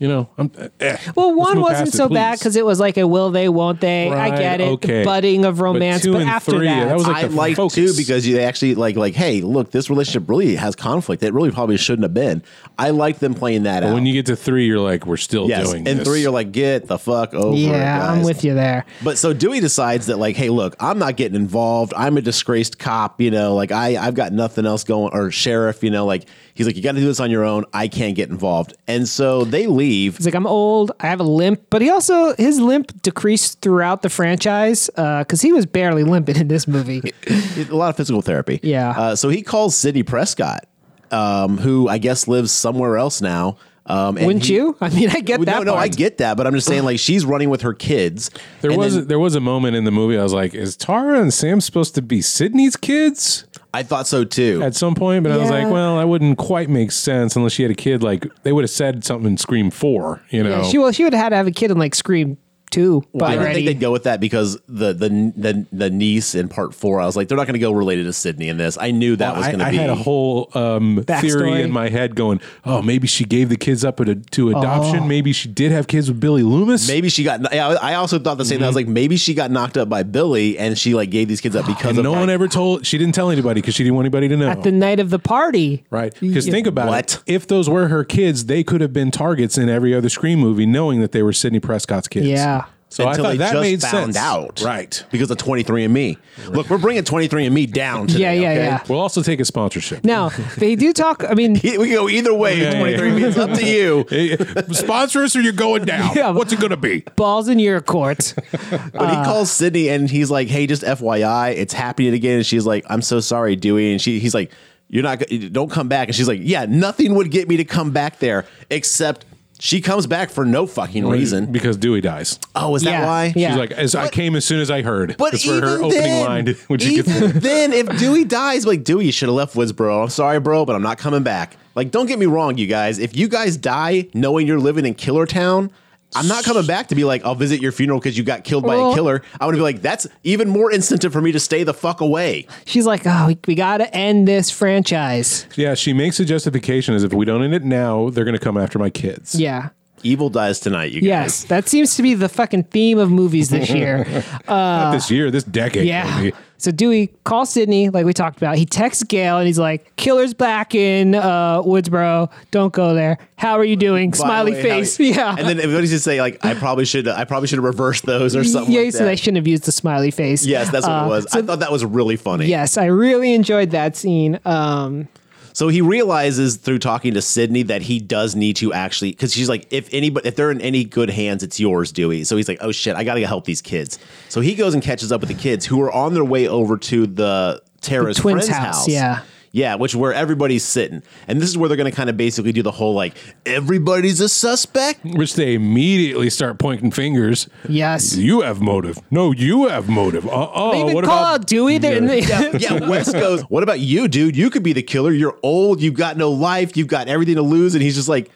You know, I'm, eh.
well,
Let's
one
move
wasn't
past it,
so bad
please.
because it was like a will they, won't they? I
Right,
get it,
okay.
the budding of
But
romance. But,
two and
after
three,
that,
that was like-
I
the
like
focus.
too because you actually like like hey look this relationship really has conflict that really probably shouldn't have been. I like them playing that out.
When you get to three, you're like, we're still
yes,
doing
and
this.
three you're like get the fuck over.
yeah,
guys.
I'm with you there.
But so Dewey decides that like hey look I'm not getting involved. I'm a disgraced cop. You know like I I've got nothing else going or sheriff. You know like he's like you got to do this on your own. I can't get involved. And so they leave.
He's like, I'm old. I have a limp, but he also his limp decreased throughout the franchise because he was barely limping in this movie.
a lot of physical therapy.
Yeah.
Uh, so he calls Sidney Prescott, um, who I guess lives somewhere else now. Um, and
Wouldn't
he-
you? I mean, I get
Well,
that.
no, no, I
part.
get that, but I'm just saying, like, she's running with her kids.
There
and
was
then
there was a moment in the movie I was like, is Tara and Sam supposed to be Sydney's kids
I thought so too.
at some point? But I was
Yeah.
like, well, that wouldn't quite make sense unless she had a kid. Like they would have said something in Scream Four, you know.
Yeah, she well, she would have had to have a kid in like Scream two. But
I don't
already.
think they'd go with that because the the the, the niece in part four, I was like, they're not going to go related to Sydney in this. I knew that was
I,
going to
I
be.
had a whole um, theory
Backstory.
in my head going, oh, maybe she gave the kids up at- to adoption. Maybe she did have kids with Billy Loomis.
Maybe she got. yeah, I I also thought the same. thing. I was like, maybe she got knocked up by Billy, and she like gave these kids up because
Mm-hmm. And
of
no
like,
one ever told. She didn't tell anybody because she didn't want anybody to know.
at the night of the party.
Right. Because think about
What?
it. If those were her kids, they could have been targets in every other Scream movie, knowing that they were Sidney Prescott's kids.
Yeah.
So I
until
thought
they
that
just
made
found
sense.
out,
Right.
Because of 23andMe. Look, we're bringing 23andMe down today.
Yeah, yeah,
okay?
yeah.
We'll also take a sponsorship.
Now they do talk. I mean,
Yeah, We can go either way.
Yeah, yeah,
23andMe, it's up to you.
Hey, Eh, Sponsor us or you're going down.
Yeah.
What's it going to be?
balls in your court.
But
Ah.
he calls Sydney and he's like, "Hey, just FYI, it's happening again." And she's like, "I'm so sorry, Dewey." And she, he's like, "You're not, go- don't come back." And she's like, "Yeah, nothing would get me to come back there except." She comes back for no fucking reason.
Because Dewey dies.
Oh, is that
Yeah,
why?
yeah.
She's like, as I came as soon as I heard.
But
That's
even
for her opening
then,
line when she gets
even
there.
then, if Dewey dies, like Dewey, you should have left Woodsboro. I'm sorry, bro, but I'm not coming back. Like, don't get me wrong, you guys. If you guys die knowing you're living in Killer Town, I'm not coming back to be like, I'll visit your funeral because you got killed by
Well-
a killer. I would be like, that's even more incentive for me to stay the fuck away.
She's like, oh, we, we got to end this franchise.
Yeah, she makes a justification as if we don't end it now, they're going to come after my kids.
Yeah.
Evil dies tonight, you guys.
Yes, that seems to be the fucking theme of movies this year.
Not this year, this decade.
yeah.
maybe.
So Dewey calls Sydney, like we talked about. He texts Gail and he's like, "Killer's back in uh, Woodsboro. Don't go there. How are you doing?
By the
Smiley
way,
face.
how-
yeah."
And then everybody's just say like, I probably should, I probably should have reversed those or something.
yeah,
like
so
that.
they shouldn't have used the smiley face.
yes, that's what
Uh,
it was. I thought that was really funny.
Yes, I really enjoyed that scene. Um,
So he realizes through talking to Sydney that he does need to actually because she's like, if anybody, if they're in any good hands, it's yours, Dewey. So he's like, oh shit, I gotta go help these kids. So he goes and catches up with the kids who are on their way over to the Tara's
The twins'
friend's
house,
house.
yeah.
Yeah, which where everybody's sitting, and this is where they're going to kind of basically do the whole like everybody's a suspect.
Which they immediately start pointing fingers.
yes.
You have motive. No, you have motive. Uh
They
oh.
even
What
call
about
out Dewey. They're in the-
Yeah, Wes goes, "What about you, dude? You could be the killer. You're old. You've got no life. You've got everything to lose." And he's just like,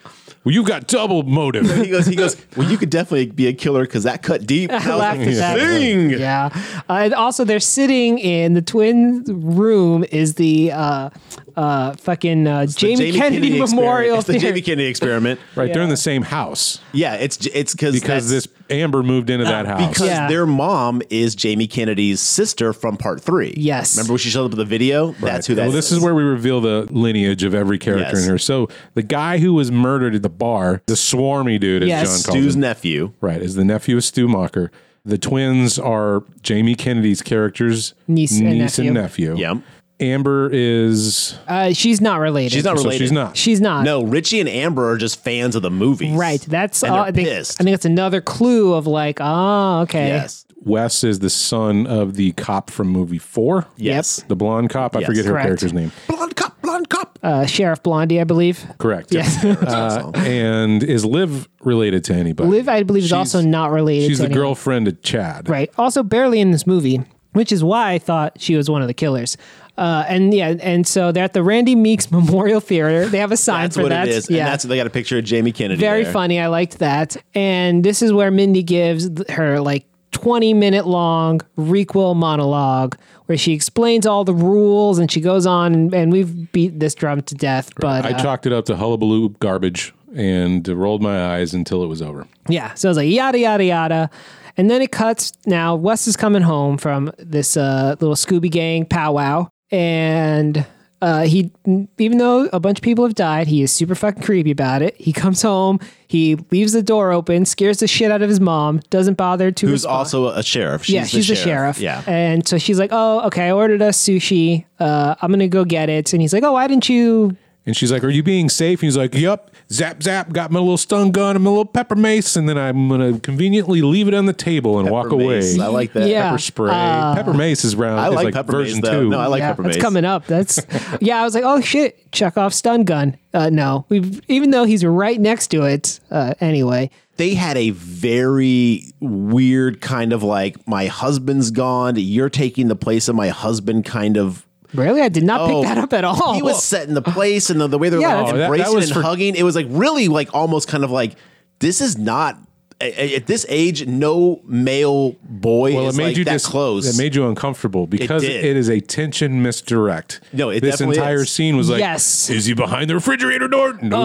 Well, you've got double motive.
he goes, he goes, well, you could definitely be a killer because that cut deep.
I laughed at that.
Zing!
Yeah. Uh, and also, they're sitting in the twin room is the uh, uh, fucking uh,
The
Jamie, Kennedy,
experiment.
Memorial
It's the Jamie
Theater.
Kennedy experiment.
Right, they're in the same house
Yeah, it's it's cause
because
that's-
this Amber moved into that house.
because
Yeah.
their mom is Jamie Kennedy's sister from part three.
Yes.
Remember when she showed up in the video? That's who that
well, this is where we reveal the lineage of every character
Yes.
in here. So the guy who was murdered at the bar, the swarmy dude, as
Yes.
John calls
Stu's
him,
nephew.
right, is the nephew of Stu Mocker. The twins are Jamie Kennedy's characters,
Niece and
nephew.
Yep.
Amber is
Uh, she's not related.
She's not
so
related.
she's not.
She's not.
No, Richie and Amber are just fans of the movies.
Uh, Right. That's
And
all. I
they're
think, I
pissed.
think that's another clue of like, oh, okay.
Yes.
Wes is the son of the cop from movie four.
Yes.
The blonde cop. I
Yes.
forget her
Correct.
character's name.
Blonde cop, blonde cop.
Uh, Sheriff Blondie, I believe.
Correct.
Yes.
Uh, and is Liv related to anybody?
Liv, I believe, is also not related.
She's
to
the
anyone.
girlfriend of Chad.
Right. Also, barely in this movie, which is why I thought she was one of the killers. Uh, and yeah, and so they're at the Randy Meeks Memorial Theater. They have a sign
That's
for
what
that.
it is.
Yeah.
And that's they got a picture of Jamie Kennedy.
Very
there.
funny. I liked that. And this is where Mindy gives th- her like 20 minute long requel monologue where she explains all the rules and she goes on and, and we've beat this drum to death. But
I
uh,
chalked it up to hullabaloo garbage and rolled my eyes until it was over.
Yeah. So I was like, yada, yada, yada. And then it cuts. Now, Wes is coming home from this uh, little Scooby Gang powwow. And uh, he, even though a bunch of people have died, he is super fucking creepy about it. He comes home, he leaves the door open, scares the shit out of his mom, doesn't bother to
Who's
respond.
also a sheriff. She's
Yeah, she's the sheriff.
Yeah.
And so she's like, oh, okay, I ordered us sushi. Uh, I'm going to go get it. And he's like, oh, why didn't you
And she's like, Are you being safe? And he's like, Yep. Zap, zap. Got my little stun gun and my little pepper mace. And then I'm going to conveniently leave it on the table and walk
Pepper
away.
mace. I like that.
Yeah. Uh,
Pepper spray. pepper mace is round.
I
is
like,
like
pepper
version
mace, though.
two.
No, I like
yeah,
pepper
that's
mace.
coming up. That's yeah. I was like, oh shit, Chekhov's stun gun. Uh, no, we even though he's right next to it. Uh, anyway,
they had a very weird kind of like my husband's gone you're taking the place of my husband kind of
really, I did not
Oh,
pick that up at all.
he was setting the place and the, the way they were
Yeah, that's-
like
Oh,
that- that
embracing
was
and
for-
hugging it was like really like almost kind of like this is not a- a- at this age no male boy
Well,
is
it made
like
you
that
just
close
It made you uncomfortable because
did.
it is a tension misdirect.
No, it
this
definitely
entire
is.
scene was like,
Yes.
Is he behind the refrigerator door? No.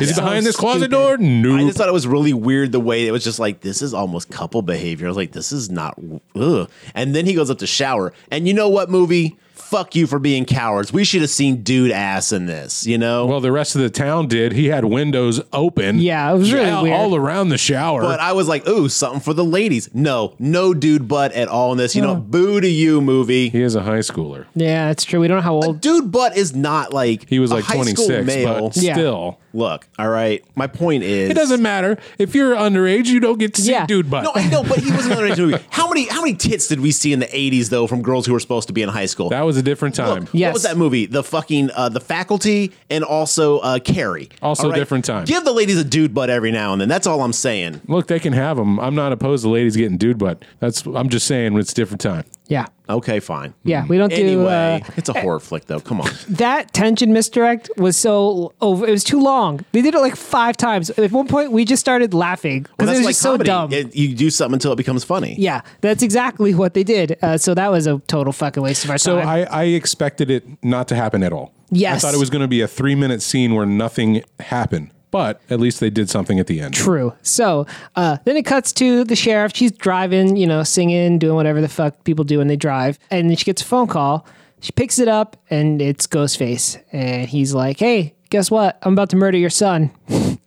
is he
so
behind this closet
stupid.
door? No.
I just thought it was really weird the way it was just like this is almost couple behavior. I was like, this is not. Ugh. And then he goes up to shower, and you know what movie? fuck you for being cowards. We should have seen dude ass in this, you know?
Well, the rest of the town did. He had windows open.
Yeah, it was really
Yeah,
weird.
all around the shower.
but I was like, ooh, something for the ladies. No, no dude butt at all in this. You know, boo to you, movie.
he is a high schooler.
Yeah, that's true. We don't know how
A
old.
dude butt is not like
He was
a
like
high school
26,
male.
but
Yeah.
still.
Look, all right. My point is,
It doesn't matter. If you're underage, you don't get to see
Yeah.
dude butt.
No, I know, but he was another age movie. How many how many tits did we see in the '80s though from girls who were supposed to be in high school?
that was a different time.
Look,
Yes.
What was that movie? The fucking uh, the faculty and also uh, Carrie.
Also
All
different time.
Give the ladies a dude butt every now and then. That's all I'm saying.
Look, they can have them. I'm not opposed to ladies getting dude butt. That's I'm just saying it's a different time.
Yeah,
Okay, fine.
yeah. We don't do. Uh,
Anyway, it's a horror flick though. Come on.
that tension misdirect was so over. It was too long. They did it like five times. At one point, we just started laughing because
Well,
it
that's
was
like
just
comedy.
so dumb.
It- you do something until it becomes funny.
yeah, that's exactly what they did. Uh, so that was a total fucking waste of our
So
time.
I, I expected it not to happen at all.
Yes.
I thought it was going to be a three minute scene where nothing happened, but at least they did something at the end.
True. So uh, then it cuts to the sheriff. She's driving, you know, singing, doing whatever the fuck people do when they drive. And then she gets a phone call. She picks it up, and it's Ghostface. And he's like, hey, guess what? I'm about to murder your son.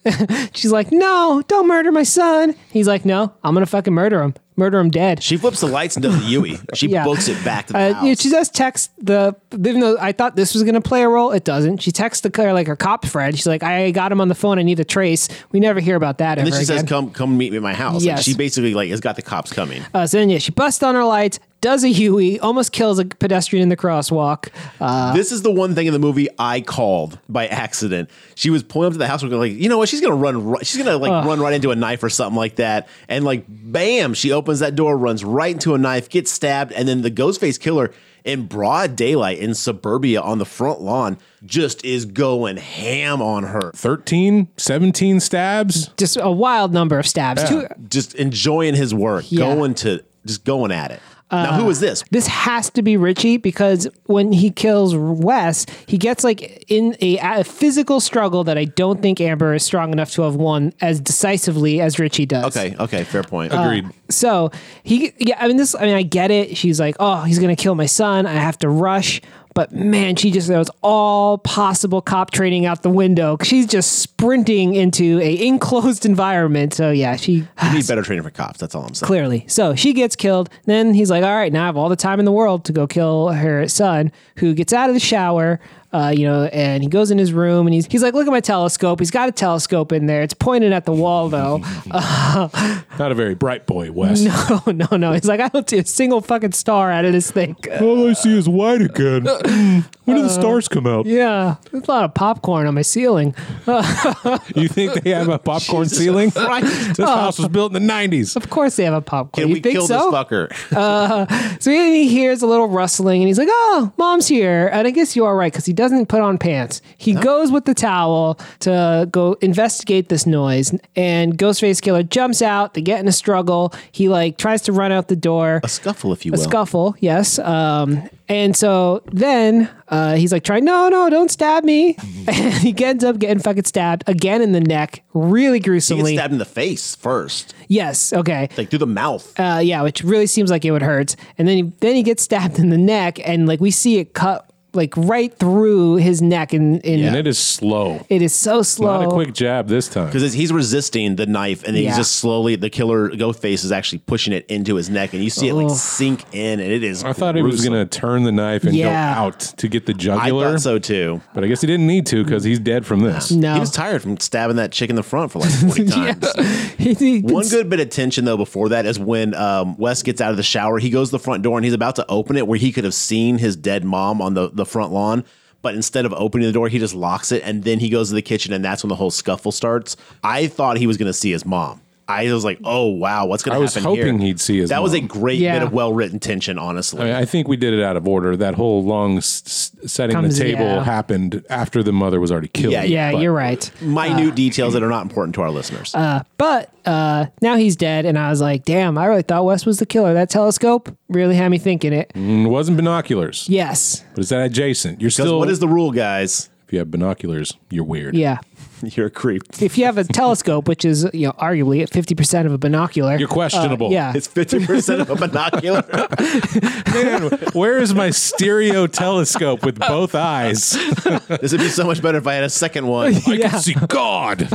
She's like, no, don't murder my son. He's like, no, I'm going to fucking murder him. Murder him dead.
She flips the lights and does the Yui. She
Yeah.
books it back to the
Uh,
house.
yeah, she does text the even though I thought this was gonna play a role, it doesn't. She texts the like her cop friend. She's like, "I got him on the phone. I need a trace." We never hear about that
and
ever
then she
again.
says, "Come, come meet me at my house." Like,
Yes.
she basically like has got the cops coming.
Uh, so then, yeah, she busts on her lights, does a Huey, almost kills a pedestrian in the crosswalk. Uh,
this is the one thing in the movie I called by accident. She was pulling up to the house, like, you know what? She's gonna run. Right, she's gonna like run right into a knife or something like that. And like, bam! She opens that door, runs right into a knife, gets stabbed, and then the Ghostface killer in broad daylight in suburbia on the front lawn just is going ham on her,
13, 17 stabs.
just a wild number of stabs. Two,
just enjoying his work,
Yeah. Uh,
going to just going at it. now, who is this?
this has to be Richie because when he kills Wes, he gets like in a, a physical struggle that I don't think Amber is strong enough to have won as decisively as Richie does.
Okay, okay, fair point.
Uh,
Agreed.
So he, yeah, I mean, this, I mean, I get it. She's like, oh, he's going to kill my son. I have to rush. But man, she just throws all possible cop training out the window. She's just sprinting into a enclosed environment. So yeah, she
You need better training for cops. That's all I'm saying.
clearly. So she gets killed. Then he's like, all right, now I have all the time in the world to go kill her son, who gets out of the shower, uh, you know, and he goes in his room and he's, he's like, look at my telescope. He's got a telescope in there. It's pointed at the wall, though.
Not a very bright boy, Wes.
no, Oh, no, no. He's like, I don't see a single fucking star out of this thing.
All I see is white again. Hmm, when do the stars come out?
Uh, Yeah, there's a lot of popcorn on my ceiling.
You think they have a popcorn ceiling? This house was built in the 90s.
Of course they have a popcorn.
Can
you
we
think
kill
so? Uh,
this fucker?
So then he hears a little rustling and he's like, oh, mom's here. And I guess you are right because he doesn't put on pants. He goes with the towel to go investigate this noise. And Ghostface Killer jumps out. They get in a struggle. He like tries to run out the door.
A scuffle, if you
a
will.
scuffle, yes. Um, and so then uh, he's like trying, no, no, don't stab me.
Mm-hmm.
and he ends up getting fucking stabbed again in the neck, really
He gets
gruesomely.
stabbed in the face first,
Yes, okay.
like through the mouth.
Uh, yeah, which really seems like it would hurt. And then he, then he gets stabbed in the neck, and like we see it cut like right through his neck, and, and
And it is slow.
it is so slow.
Not a quick jab this time.
Because he's resisting the knife, and then
Yeah.
he's just slowly the killer ghost face is actually pushing it into his neck, and you see it like sink in, and it is.
I thought he was
gruesome.
going to turn the knife and
Yeah.
go out to get the
I
jugular.
thought so too.
But I guess he didn't need to because he's dead from this.
no,
He was tired from stabbing that chick in the front for like forty times.
He- he-
One good bit of tension though before that is when um, Wes gets out of the shower. He goes to the front door and he's about to open it where he could have seen his dead mom on the, the front lawn. But instead of opening the door, he just locks it and then he goes to the kitchen and that's when the whole scuffle starts. I thought he was going to see his mom. I was like, oh wow, what's going
I
to
was
happen?
hoping
here?
he'd see his
That was a
mom. Oh,
great
Yeah.
bit of well written tension, honestly.
I, mean, I think we did it out of order. That whole long s- s- setting
Comes-
the table
yeah.
happened after the mother was already killed.
Yeah,
yeah,
But
you're right.
Minute details that are not important to our listeners.
But uh, now he's dead, and I was like, damn, I really thought Wes was the killer. That telescope really had me thinking it.
It wasn't binoculars,
Yes,
but is that adjacent? You're
Because
still.
what is the rule, guys?
if you have binoculars, you're weird.
yeah.
You're a creep.
If you have a telescope, which is you know arguably at fifty percent of a binocular,
You're questionable.
Uh, yeah,
It's fifty percent of a binocular.
Man, where is my stereo telescope with both eyes?
this would be so much better if I had a second one.
I
Yeah.
can see God.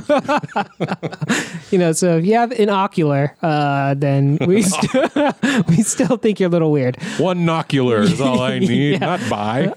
you know. So if you have an ocular, uh, then we st- we still think you're a little weird.
One nocular is all I need, not by.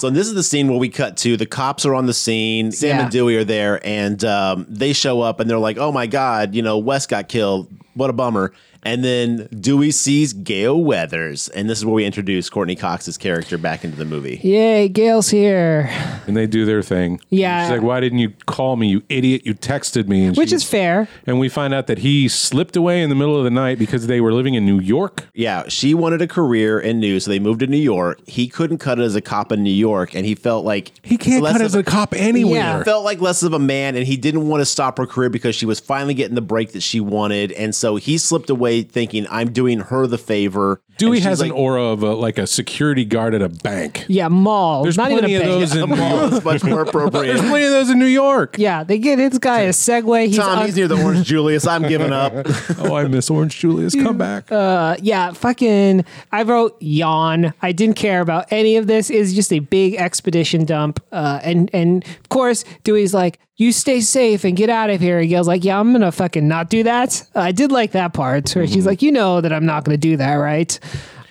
So this is the scene where we cut to the cops are on the scene. Sam
Yeah.
and Dewey are there, and um, they show up, and they're like, "Oh my god, you know, West got killed. What a bummer." And then Dewey sees Gail Weathers, and this is where we introduce Courtney Cox's character back into the movie.
Yay, Gail's here,
and they do their thing.
Yeah.
She's like, why didn't you call me, you idiot? You texted me. And
which
she-
is fair.
And we find out that he slipped away in the middle of the night because they were living in New York.
Yeah, she wanted a career in news, so they moved to New York. He couldn't cut it as a cop in New York, and he felt like
He can't
less
cut
of
as a cop anywhere.
Yeah.
felt like less of a man and he didn't want to stop her career because she was finally getting the break that she wanted and so he slipped away thinking i'm doing her the favor And
Dewey
she's
has
like,
an aura of a, like a security guard at a bank.
Yeah, mall.
There's
not even a
plenty of
bank.
those in New
"Oh,
York.
it's much more appropriate
There's plenty of those in New York.
Yeah, they get this guy a Segway. He's
tom
un-
he's near the orange julius i'm giving up
Oh, I miss Orange Julius. Come back.
Uh, yeah, fucking. I wrote yawn. I didn't care about any of this. It's just a big expedition dump. Uh, and and of course, Dewey's like, "You stay safe and get out of here." And Gail's like, "Yeah, I'm gonna fucking not do that." Uh, I did like that part where
Mm-hmm.
she's like, "You know that I'm not gonna do that, right?"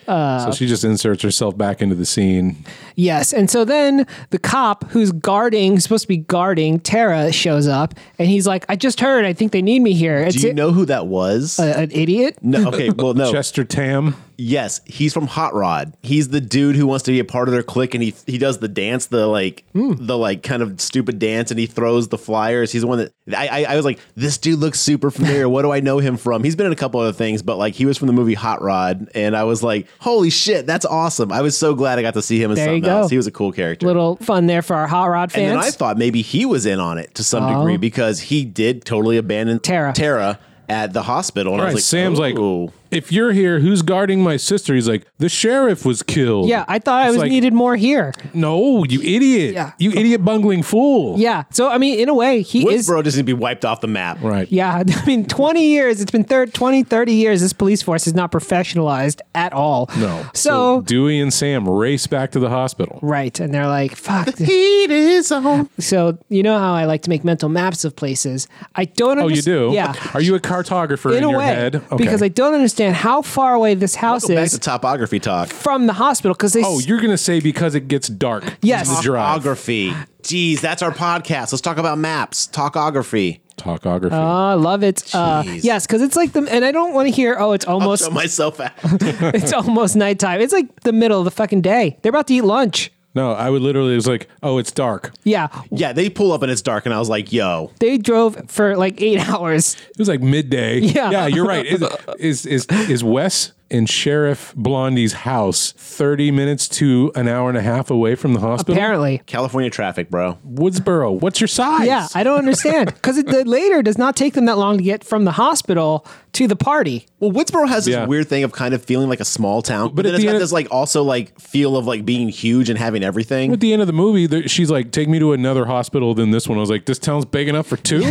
so she just inserts herself back into the scene.
Yes. And so then the cop who's guarding, who's supposed to be guarding Tara, shows up and he's like, "I just heard. I think they need me here." It's
do you
it-
know who that was
an idiot.
no okay well no
Chester Tam.
yes he's from hot rod he's the dude who wants to be a part of their clique and he he does the dance the like
Hmm.
the like kind of stupid dance and he throws the flyers he's the one that I, I i was like this dude looks super familiar what do i know him from he's been in a couple other things but like he was from the movie hot rod and i was like holy shit that's awesome i was so glad i got to see him as
There you
something
go.
else he was a cool character
Little fun there for our hot rod
and
fans. Oh.
then I thought maybe he was in on it to some degree because he did totally abandon
Tara.
Tara at the hospital. And
All
I
right,
was like, "Oh,
Sam's
"Ooh."
like, if you're here, who's guarding my sister? He's like, the sheriff was killed.
yeah, I thought I
It's
was
like,
needed more here.
No, you idiot.
Yeah.
You idiot bungling fool.
Yeah. So I mean, in a way, he is.
Woodsboro just needs to be wiped off the map.
Right.
Yeah, I mean, 20 years, it's been thir- 20, 30 years, this police force is not professionalized at all.
No.
So,
Dewey and Sam race back to the hospital.
right. And they're like, fuck.
Heat is on.
so, you know how I like to make mental maps of places? I don't
Oh, you
understand.
do?
Yeah.
Are you a cartographer in,
in a
your
way.
head?
Because I don't understand how far away this house
Go back to
is
topography talk.
from the hospital because they.
Oh,
s-
you're gonna say because it gets dark.
Yes.
The drive.
Topography. Jeez, that's our podcast. Let's talk about maps. Talkography.
Talkography.
I love it. Uh,
Jeez.
yes, because it's like the, and I don't want to hear. Oh, it's
I'll
almost,
show myself out.
it's almost nighttime. It's like the middle of the fucking day. They're about to eat lunch.
no, I would literally it was like, oh, it's dark.
Yeah,
yeah, they pull up and it's dark, and I was like, yo.
they drove for like eight hours.
It was like midday.
Yeah.
Yeah, you're right. Is is is, is Wes and Sheriff Blondie's house 30 minutes to an hour and a half away from the hospital?
Apparently,
California traffic, bro.
Woodsboro, what's your size?
yeah, I don't understand because it the later does not take them that long to get from the hospital to the party.
Well, Woodsboro has this
Yeah.
weird thing of kind of feeling like a small town, but,
But
then
at
it's
the
got
end-
this like also like feel of like being huge and having everything.
At the end of the movie, there, she's like, "Take me to another hospital than this one." I was like, "This town's big enough for two?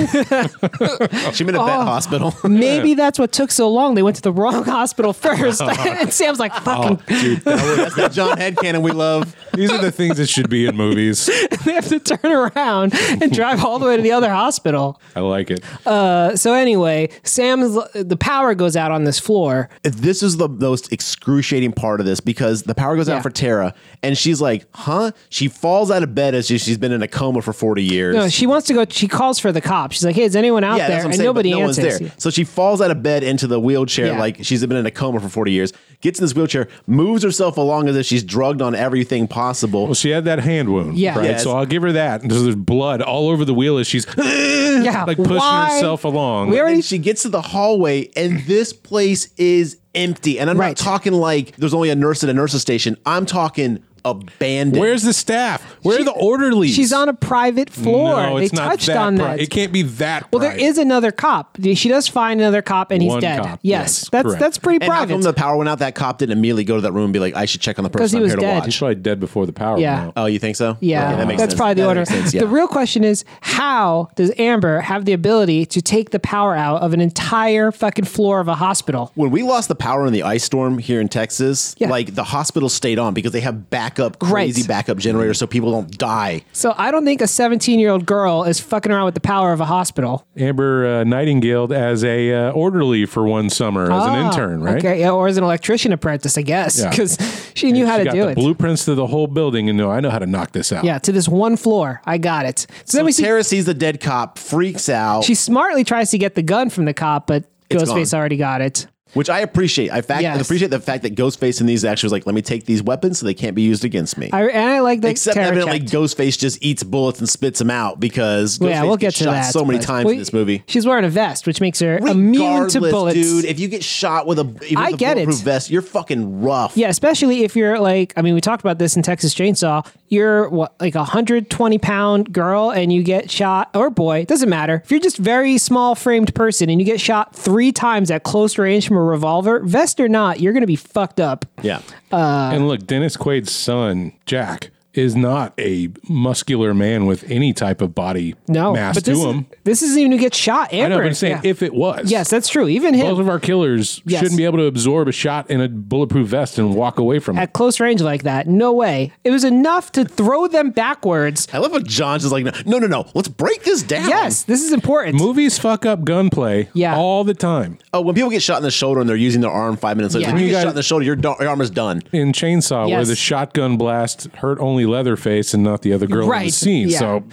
She made a vet hospital.
Maybe that's what took so long. They went to the wrong hospital first, and Sam's
Oh.
like, "Fucking,
That's that John Headcanon we love.
These are the things that should be in movies."
they have to turn around and drive all the way to the other hospital."
I like it.
Uh, So anyway, Sam's uh, the power goes out on this floor.
This is the most excruciating part of this because the power goes
Yeah.
out for Tara and she's like, huh? She falls out of bed as if she's been in a coma for 40 years.
No, she wants to go. She calls for the cop. She's like, "Hey, is anyone out
yeah,
there?"
that's what I'm
and
saying, but
nobody
no one's
answers.
there. So she falls out of bed into the wheelchair
Yeah.
like she's been in a coma for 40 years, gets in this wheelchair, moves herself along as if she's drugged on everything possible.
Well, she had that hand wound,
Yeah.
right?
Yes.
So I'll give her that. And there's blood all over the wheel as she's
Yeah,
like pushing
why-
herself along.
We
And
already
then she gets to the hallway, and this place is empty. And I'm
Right.
not talking like there's only a nurse at a nurse's station. I'm talking abandoned.
Where's the staff? Where
She-
are the orderlies?
She's on a private floor.
No, it's
they
not
touched
that
on
pri-
that.
It can't be that.
well, there
private.
is another cop. She does find another cop, and he's
One
dead.
cop,
Yes,
yes,
that's
correct.
that's pretty
and how come
private.
the power went out? That cop didn't immediately go to that room and be like, "I should check on the
'Cause he
person I'm
was
here
dead.
to
He's
watch."
probably dead before the power.
Yeah.
went out.
Oh, you think so?
yeah,
Okay, that makes
that's
sense.
probably the
That
order.
makes sense, yeah.
The real question is, how does Amber have the ability to take the power out of an entire fucking floor of a hospital?
when we lost the power in the ice storm here in Texas,
Yeah.
like the hospital stayed on because they have backup, crazy
Right.
backup generators, so people don't die.
So I don't think a 17 year old girl is fucking around with the power of a hospital.
Amber uh, Nightingale as a uh, orderly for one summer as an intern, right?
Oh, Okay, yeah, or as an electrician apprentice, I guess,
Yeah.
because she knew how
She
to
got
do
the
it.
Blueprints to the whole building, and no, I know how to knock this out.
yeah, to this one floor, I got it. So, then we see
Tara sees the dead cop, freaks out,
she smartly tries to get the gun from the cop, but
It's
Ghostface
gone.
already got it.
which I appreciate. I fact
Yes.
I appreciate the fact that Ghostface in these actually was like, "Let me take these weapons so they can't be used against me."
I, and I like that.
Except
Tara
evidently,
checked.
Ghostface just eats bullets and spits them out because Ghostface
yeah, we'll get
gets
to
shot
that.
so many
but-
times
well,
in this movie.
She's wearing a vest, which makes her immune to
Regardless,
bullets.
dude. If you get shot with a even
I
with a
get it.
bulletproof vest, you're fucking rough.
Yeah, especially if you're like, I mean, we talked about this in Texas Chainsaw. You're what, like a 120 pound girl and you get shot, or boy, doesn't matter. If you're just very small framed person and you get shot three times at close range from a revolver, vest or not, you're going to be fucked up.
yeah.
And look, Dennis Quaid's son, Jack, is not a muscular man with any type of body
No,
mass
but
to
this, is,
him.
this isn't even who gets shot.
I know,
Amber.
but I'm saying
Yeah.
if it was.
yes, that's true. Even him.
Both of our killers
Yes.
shouldn't be able to absorb a shot in a bulletproof vest and walk away from it.
at close range like that, no way. It was enough to throw them backwards.
I love how John's just like, no, no, no. Let's break this down.
Yes, this is important.
Movies fuck up gunplay
Yeah.
all the time.
Oh, when people get shot in the shoulder and they're using their arm five minutes later,
Yeah.
when you
You
get
guys-
shot in the shoulder, your, do- your arm is done.
In Chainsaw, where
Yes.
the shotgun blast hurt only Leatherface and not the other girl in
Right,
the scene.
yeah.
So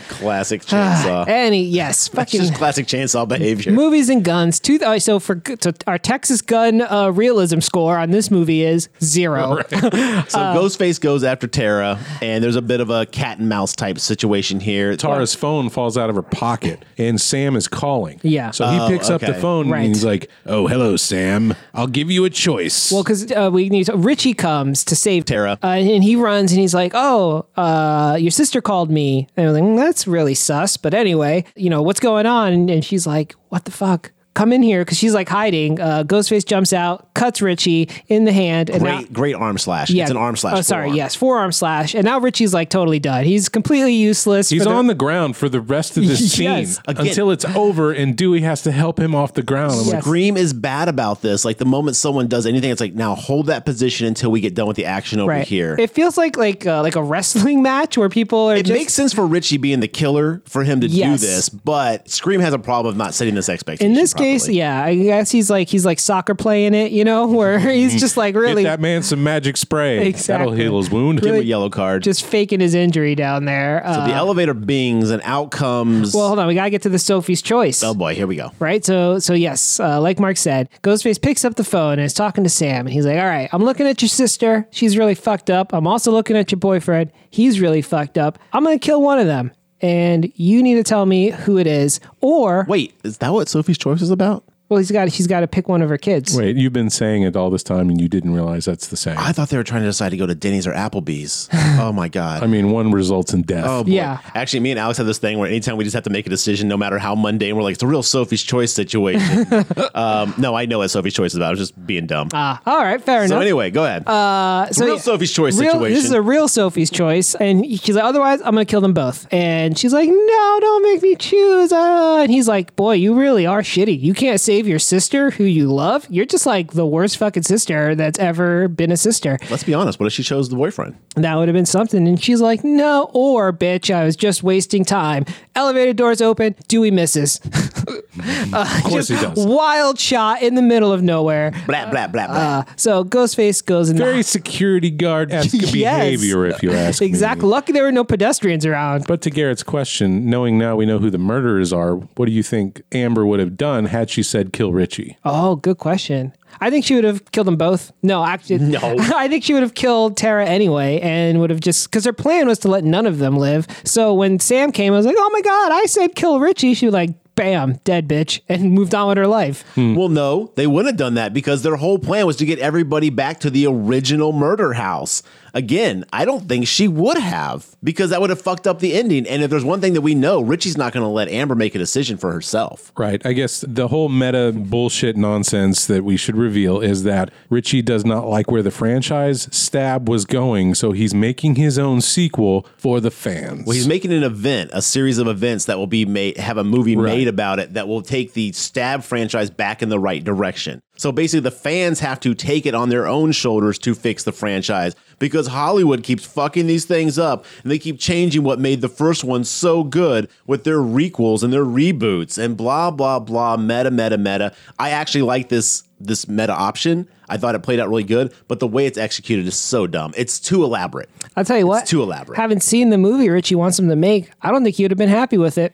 Classic chainsaw.
Any Ah, yes,
That's
fucking
just classic chainsaw behavior.
movies and guns. Two, oh, so for to, our Texas gun uh, realism score on this movie is zero.
So Ghostface goes after Tara, and there's a bit of a cat and mouse type situation here.
Tara's phone falls out of her pocket and Sam is calling.
Yeah.
So he picks up the
okay.
phone
Right.
and he's like, Oh, hello, Sam. I'll give you a choice.
Well, because uh, we need to, Richie comes to save
Tara.
uh, and he runs and he's like, "Oh, uh, your sister called me," and I'm like, "Mm, "That's really sus." But anyway, you know what's going on, and she's like, "What the fuck." Come in here because she's like hiding. Uh, Ghostface jumps out, cuts Richie in the hand, and now,
great, great arm slash. It's an arm slash.
Oh, sorry,
forearm.
yes, forearm slash. And now Richie's like totally done. He's completely useless.
He's
for
on the ground for the rest of this scene
Yes.
Again.
until it's over, and Dewey has to help him off the ground. I'm like,
Scream is bad about this. Like the moment someone does anything, it's like now hold that position until we get done with the action over
right
here.
It feels like like uh, like a wrestling match where people are
it
just
makes sense for Richie being the killer for him to
Yes.
do this, but Scream has a problem of not setting this expectation.
in this case,
properly.
yeah, I guess he's like he's like soccer playing it, you know, where he's just like
get
really
that man some magic spray.
Exactly.
That'll heal his wound.
give him a
really
yellow card.
just faking his injury down there. Uh,
the elevator bings and out comes.
well, hold on, we gotta get to the Sophie's choice.
oh boy, here we go.
right? So, so yes, uh, like Mark said, Ghostface picks up the phone and is talking to Sam, and he's like, "All right, I'm looking at your sister. She's really fucked up. I'm also looking at your boyfriend. He's really fucked up. I'm gonna kill one of them, and you need to tell me who it is, or
Wait, is that what Sophie's choice is about?
well, he's got she's got to pick one of her kids.
Wait, you've been saying it all this time, and you didn't realize that's the same.
I
I,
thought they were trying to decide to go to Denny's or Applebee's. oh my god.
mean, one results in death.
Oh boy.
Yeah.
Actually, me and Alex have this thing where anytime we just have to make a decision, no matter how mundane, we're like, it's a real Sophie's choice situation. um, no, I know what Sophie's choice is about. I was just being dumb.
Ah, all right, fair
so
enough.
anyway, go ahead. it's a real Sophie's choice
Uh, Real-
situation.
This is a real Sophie's choice, and he's like, "Otherwise, I'm gonna kill them both." And she's like, "No, don't make me choose." Uh, and he's like, "Boy, you really are shitty. You can't save your sister, who you love. You're just like the worst fucking sister that's ever been a sister."
Let's be honest. What if she chose the boyfriend?
That would have been something. And she's like, "No, or bitch, I was just wasting time." Elevator doors open. Dewey misses.
of course he does.
Wild shot in the middle of nowhere.
Blah blah blah
uh,
blah.
So Ghostface goes in. the-
Very security guard esque
Yes.
behavior, if you ask me.
Exactly. Lucky there were no pedestrians around.
But to Garrett's question, knowing now we know who the murderers are, what do you think Amber would have done had she said kill Richie?
Oh, good question. I think she would have killed them both. No, actually, no. I think she would have killed Tara anyway, and would have just because her plan was to let none of them live. So when Sam came, I was like, "Oh my god!" I said, "Kill Richie." She was like, "Bam, dead bitch," and moved on with her life.
Well, no, they wouldn't have done that because their whole plan was to get everybody back to the original murder house. Again, I don't think she would have because that would have fucked up the ending. And if there's one thing that we know, Richie's not going to let Amber make a decision for herself.
Right. I guess the whole meta bullshit nonsense that we should reveal is that Richie does not like where the franchise stab was going, so he's making his own sequel for the fans.
Well, he's making an event, a series of events that will be made, have a movie
Right.
made about it that will take the Stab franchise back in the right direction. So basically, the fans have to take it on their own shoulders to fix the franchise because Hollywood keeps fucking these things up and they keep changing what made the first one so good with their requels and their reboots and blah blah blah meta meta meta. I actually like this this meta option. I thought it played out really good, but the way it's executed is so dumb. It's too elaborate.
I'll tell you what.
too elaborate.
Haven't seen the movie Richie wants him to make. I don't think he would have been happy with it.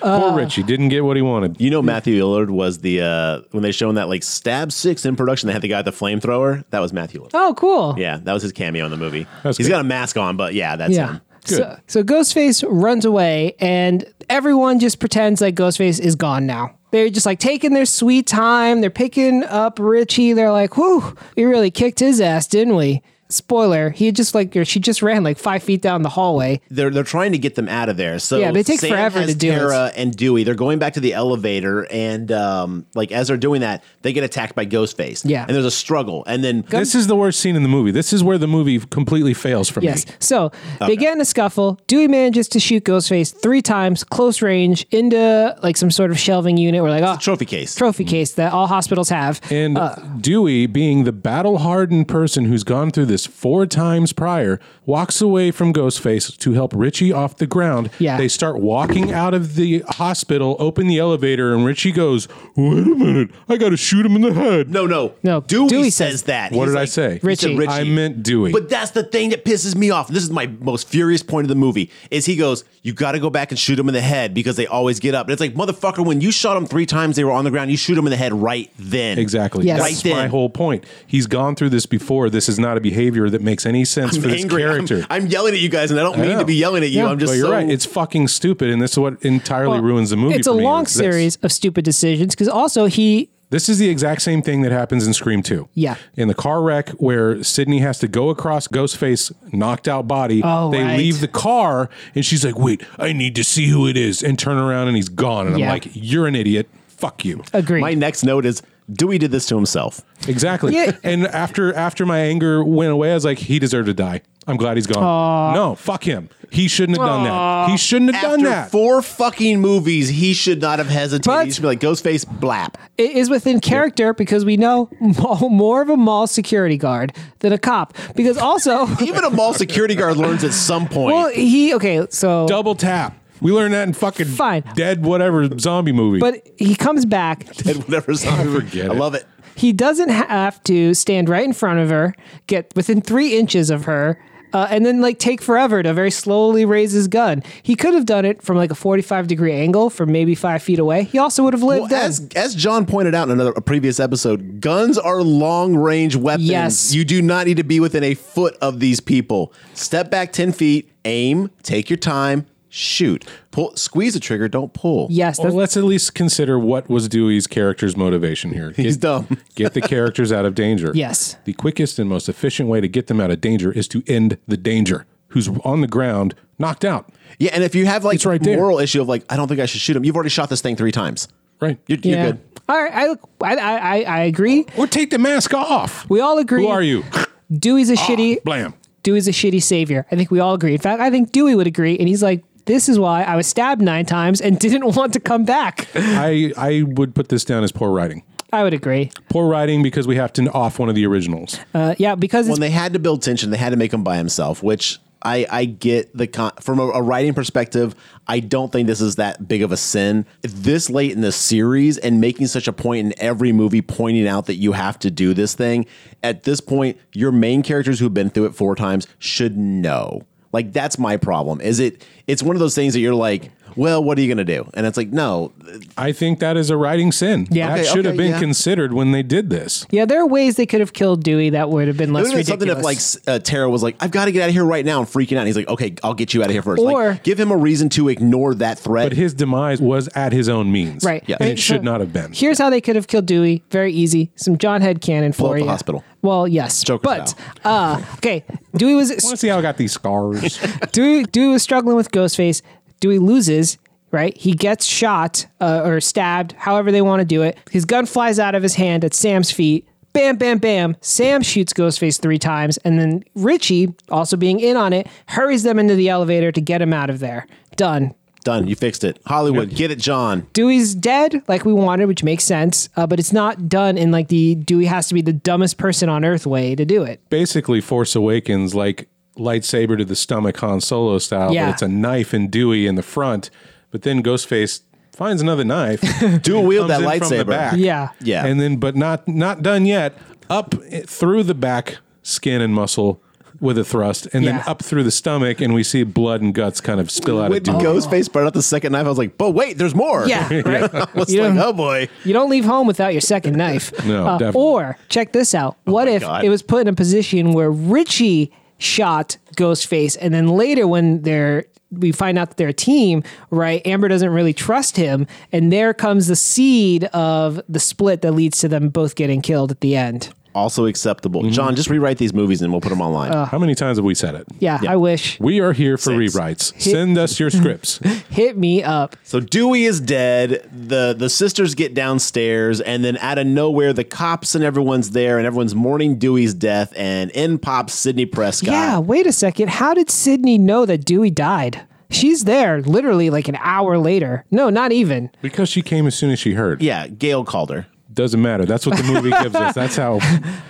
Poor Richie didn't get what he wanted.
You know Matthew Lillard was the uh when they shown that like stab six in production, they had the guy with the flamethrower. That was Matthew Lillard.
Oh, cool.
Yeah, that was his cameo in the movie. He's
That's good.
got a mask on, but yeah, that's
Yeah.
him.
So, so Ghostface runs away, and everyone just pretends like Ghostface is gone now. They're just like taking their sweet time. They're picking up Richie. They're like, whew, we really kicked his ass, didn't we? Spoiler, he had just like, or she just ran like five feet down the hallway.
They're they're trying to get them out of there. So
Yeah, but it takes
Sam
forever
has
to do
Tara and Dewey. They're going back to the elevator, and um like as they're doing that, they get attacked by Ghostface.
Yeah.
and there's a struggle, and then
This is the worst scene in the movie. This is where the movie completely fails for
Yes.
me.
So they get in a scuffle. Dewey manages to shoot Ghostface three times, close range, into like some sort of shelving unit. We're like, oh,
trophy case.
trophy case that all hospitals have.
And
Uh.
Dewey, being the battle hardened person who's gone through this four times prior, walks away from Ghostface to help Richie off the ground.
Yeah.
They start walking out of the hospital, open the elevator, and Richie goes, Wait a minute, I gotta shoot him in the head.
no, no,
No,
Dewey,
Dewey
says,
says-
that.
What
He's
did I
like-
say?
he said
Richie.
Richie.
I meant Dewey.
But that's the thing that pisses me off. This is my most furious point of the movie. Is he goes, you got to go back and shoot him in the head because they always get up. And it's like motherfucker, when you shot him three times, they were on the ground. You shoot him in the head right then.
Exactly.
Yes.
That's
Right then.
my whole point. He's gone through this before. This is not a behavior that makes any sense
I'm
for this
angry. I'm,
character.
I'm yelling at you guys, and I don't mean to
know.
be yelling at you.
Yeah.
I'm just
But you're
so
right. It's fucking stupid, and this is what entirely
Well,
ruins the movie.
It's a
for me,
long
is this.
series of stupid decisions because also he
This is the exact same thing that happens in Scream 2.
Yeah.
In the car wreck where Sydney has to go across Ghostface knocked out body.
Oh,
they
right.
leave the car and she's like, "Wait, I need to see who it is." And turn around and he's gone and
Yeah. Uh,
I'm like, "You're an idiot. Fuck you."
agreed.
My next note is Dewey did this to himself.
Exactly.
Yeah.
And after after my anger went away, I was like, he deserved to die. I'm glad he's gone. No, fuck him. He shouldn't have done that. He shouldn't have done
After
that.
four fucking movies, he should not have hesitated.
But-
he should be like Ghostface, blap.
it is within character because we know mall, more of a mall security guard than a cop because also
Even a mall security guard learns at some point.
well he okay so
Double tap. We learned that in fucking
Fine.
dead whatever zombie movie.
but he comes back
and whatever's on.
forget
I
it.
love it.
he doesn't have to stand right in front of her get within three inches of her. Uh, and then like take forever to very slowly raise his gun. He could have done it from like a forty five degree angle from maybe five feet away. He also would have lived
Well,
then.
as as John pointed out in another a previous episode, guns are long range weapons.
Yes.
You do not need to be within a foot of these people. Step back ten feet, aim, take your time, shoot, pull, squeeze the trigger, don't pull.
yes,
Well,
that's
let's at least consider what was Dewey's character's motivation here. Get,
He's dumb.
get the characters out of danger.
Yes.
The quickest and most efficient way to get them out of danger is to end the danger. Who's on the ground, knocked out.
Yeah, and if you have like
It's right there.
moral issue of like, I don't think I should shoot him. You've already shot this thing three times.
Right.
You're,
yeah.
you're good.
All right, I, look- I I I- I agree.
or take the mask off.
We all agree.
Who are you?
Dewey's a shitty
Ah,
Blam.
Dewey's a shitty savior. I think we all agree. In fact, I think Dewey would agree, and he's like, "This is why I was stabbed nine times and didn't want to come back."
I, I would put this down as poor writing.
I would agree.
Poor writing because we have to off one of the originals.
Uh, yeah, because it's,
When they had to build tension, they had to make him by himself, which. I, I get the con- from a, a writing perspective. I don't think this is that big of a sin. This late in the series and making such a point in every movie, pointing out that you have to do this thing. At this point, your main characters who've been through it four times should know. Like that's my problem. Is it? It's one of those things that you're like, well, what are you going to do? And it's like, no,
I think that is a writing sin.
Yeah.
that
Okay,
should
okay,
have been
yeah.
considered when they did this.
Yeah, there are ways they could have killed Dewey that would have been
it
less
would have
ridiculous.
been something if like s- uh, Tara was like, I've got to get out of here right now and freaking out. And he's like, okay, I'll get you out of here first. Like,
Or-
give him a reason to ignore that threat.
But his demise was at his own means,
Right.
And
Right,
it should
so
not have been.
Here's how they could have killed Dewey. Very easy. Some John head cannon for
up the
you.
hospital.
Well, yes,
Joker
but uh, okay. Dewey
I
was
want to see how I got these scars.
Dewey, Dewey was struggling with Ghostface. Dewey loses. Right, he gets shot uh, or stabbed, however they want to do it. His gun flies out of his hand at Sam's feet. Bam, bam, bam. Sam shoots Ghostface three times, and then Richie, also being in on it, hurries them into the elevator to get him out of there. Done.
Done. You fixed it. Hollywood, get it, John.
Dewey's dead, like we wanted, which makes sense. Uh, but it's not done in like the Dewey has to be the dumbest person on earth way to do it.
Basically, Force Awakens like lightsaber to the stomach, Han Solo style.
Yeah.
But it's a knife and Dewey in the front, but then Ghostface finds another knife.
Dual wield that
comes in from the
lightsaber.
back.
Yeah.
Yeah.
And then, but not not done yet. Up through the back skin and muscle with a thrust, and then
Yeah.
up through the stomach, and we see blood and guts kind of spill out.
When
of Dewey.
Ghostface brought out the second knife, I was like, but wait, there's more.
Yeah, right.
I was
You
like,
know-
oh boy.
You don't leave home without your second knife. Uh,
No, definitely.
Or check this out. What
my
if
God.
it was put in a position where Richie shot Ghostface, and then later when they're we find out that they're a team, right? Amber doesn't really trust him, and there comes the seed of the split that leads to them both getting killed at the end.
Also acceptable. John, just rewrite these movies and we'll put them online.
Uh.
How many times have we said it?
Yeah, I wish.
We are here for
Six.
rewrites. Send us your scripts.
Hit me up.
So Dewey is dead. The the sisters get downstairs, and then out of nowhere, the cops and everyone's there, and everyone's mourning Dewey's death. And in pops Sidney Prescott.
Yeah, wait a second. How did Sydney know that Dewey died? She's there literally like an hour later. No, not even.
Because she came as soon as she heard.
yeah. Gail called her.
Doesn't matter. That's what the movie gives us. That's how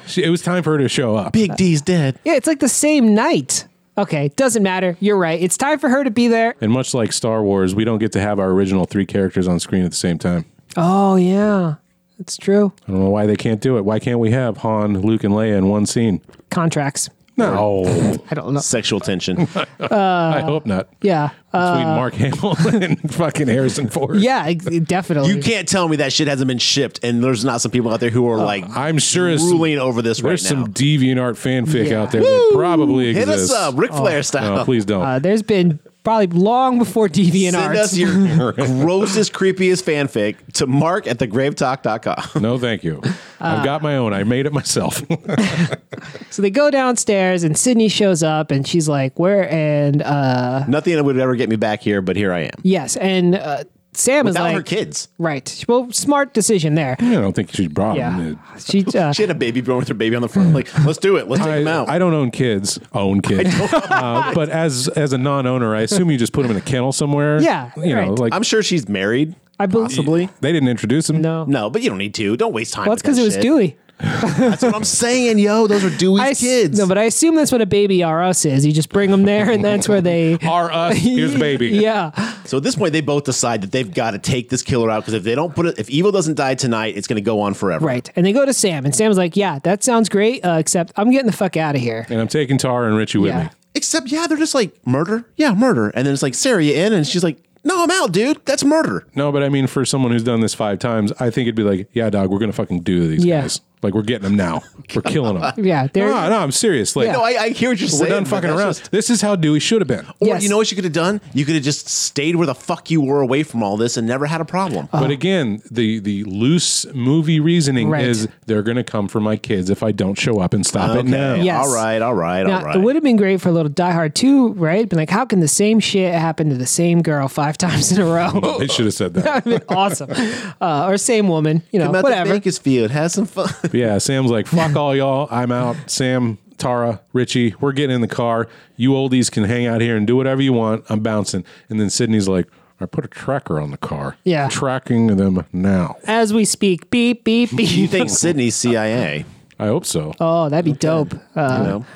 she, it was time for her to show up.
Big D's dead.
Yeah, it's like the same night. Okay, doesn't matter. You're right. It's time for her to be there.
And much like Star Wars, we don't get to have our original three characters on screen at the same time.
Oh, yeah. That's true.
I don't know why they can't do it. Why can't we have Han, Luke, and Leia in one scene?
Contracts.
No.
I don't know.
Sexual tension.
I hope not.
Yeah. Uh,
Between Mark Hamill and fucking Harrison Ford.
yeah, ex- definitely.
you can't tell me that shit hasn't been shipped, and there's not some people out there who are like
Uh, I'm sure it's
ruling over this right
There's
now.
some deviant art fanfic
Yeah.
out there that probably
Hit
exists.
us up, Ric Flair style.
No, please don't.
Uh, there's been probably long before
Send us
DeviantArt.
your grossest, creepiest fanfic to mark at thegravetalk.com.
no, thank you.
uh,
I've got my own. I made it myself.
so they go downstairs and Sydney shows up and she's like, "Where?" And uh,
Nothing would ever get me back here, but here I am.
yes, and uh, Sam
Without
is like,
her kids.
Right. Well, smart decision there.
I don't think she's brought
Yeah.
him.
She, uh,
She had a baby born with her baby on the front. Like, let's do it. Let's take him out.
I, I don't own kids. Own kids. uh, but as as a non-owner, I assume you just put them in a kennel somewhere.
Yeah,
you know,
right.
like
I'm sure she's married.
I believe.
Possibly.
they didn't introduce them.
No.
No, but you don't need to. Don't waste time.
Well, that's because
with that
it was
shit.
Dewey.
That's what I'm saying, yo. Those are Dewey's
I, s-
kids.
No, but I assume that's what a baby R us is. You just bring them there, and that's where they.
Are us? Here's the baby.
yeah.
so at this point, they both decide that they've got to take this killer out because if they don't put it, if evil doesn't die tonight, it's going to go on forever.
Right. And they go to Sam, and Sam's like, "Yeah, that sounds great. Uh, except I'm getting the fuck out of here."
And I'm taking Tara and Richie with
Yeah.
me.
Except, yeah, they're just like murder. Yeah, murder. And then it's like, Sarah, you in? And she's like, No, I'm out, dude. That's murder.
No, but I mean, for someone who's done this five times, I think it'd be like, yeah, dog, we're gonna fucking do these
Yeah.
guys. Like we're getting them now. we're killing them.
Yeah, they're-
No, no, I'm serious. Like
Yeah.
No, I, I hear what you're
we're
saying.
done
but
fucking
that's
around.
just-
This is how Dewey should have been.
or
Yes.
you know what you could have done? You could have just stayed where the fuck you were away from all this and never had a problem.
Uh, Uh-huh.
But again, the the loose movie reasoning
Right.
is they're gonna come for my kids if I don't show up and stop it now.
Okay,
Yes.
All right. All right.
Now,
all right.
it would have been great for a little Die Hard 2, right? Been like, how can the same shit happen to the same girl five times in a row?
They should have said that.
that would have been awesome. Uh, or same woman, you know,
Come out to
whatever.
Bakersfield. Have some fun.
But yeah, Sam's like, fuck all y'all. I'm out. Sam, Tara, Richie, we're getting in the car. You oldies can hang out here and do whatever you want. I'm bouncing. And then Sydney's like, I put a tracker on the car.
Yeah.
Tracking them now.
As we speak, beep, beep,
you
beep.
think Sydney's CIA?
I hope so.
oh, that'd be dope. Uh,
you know.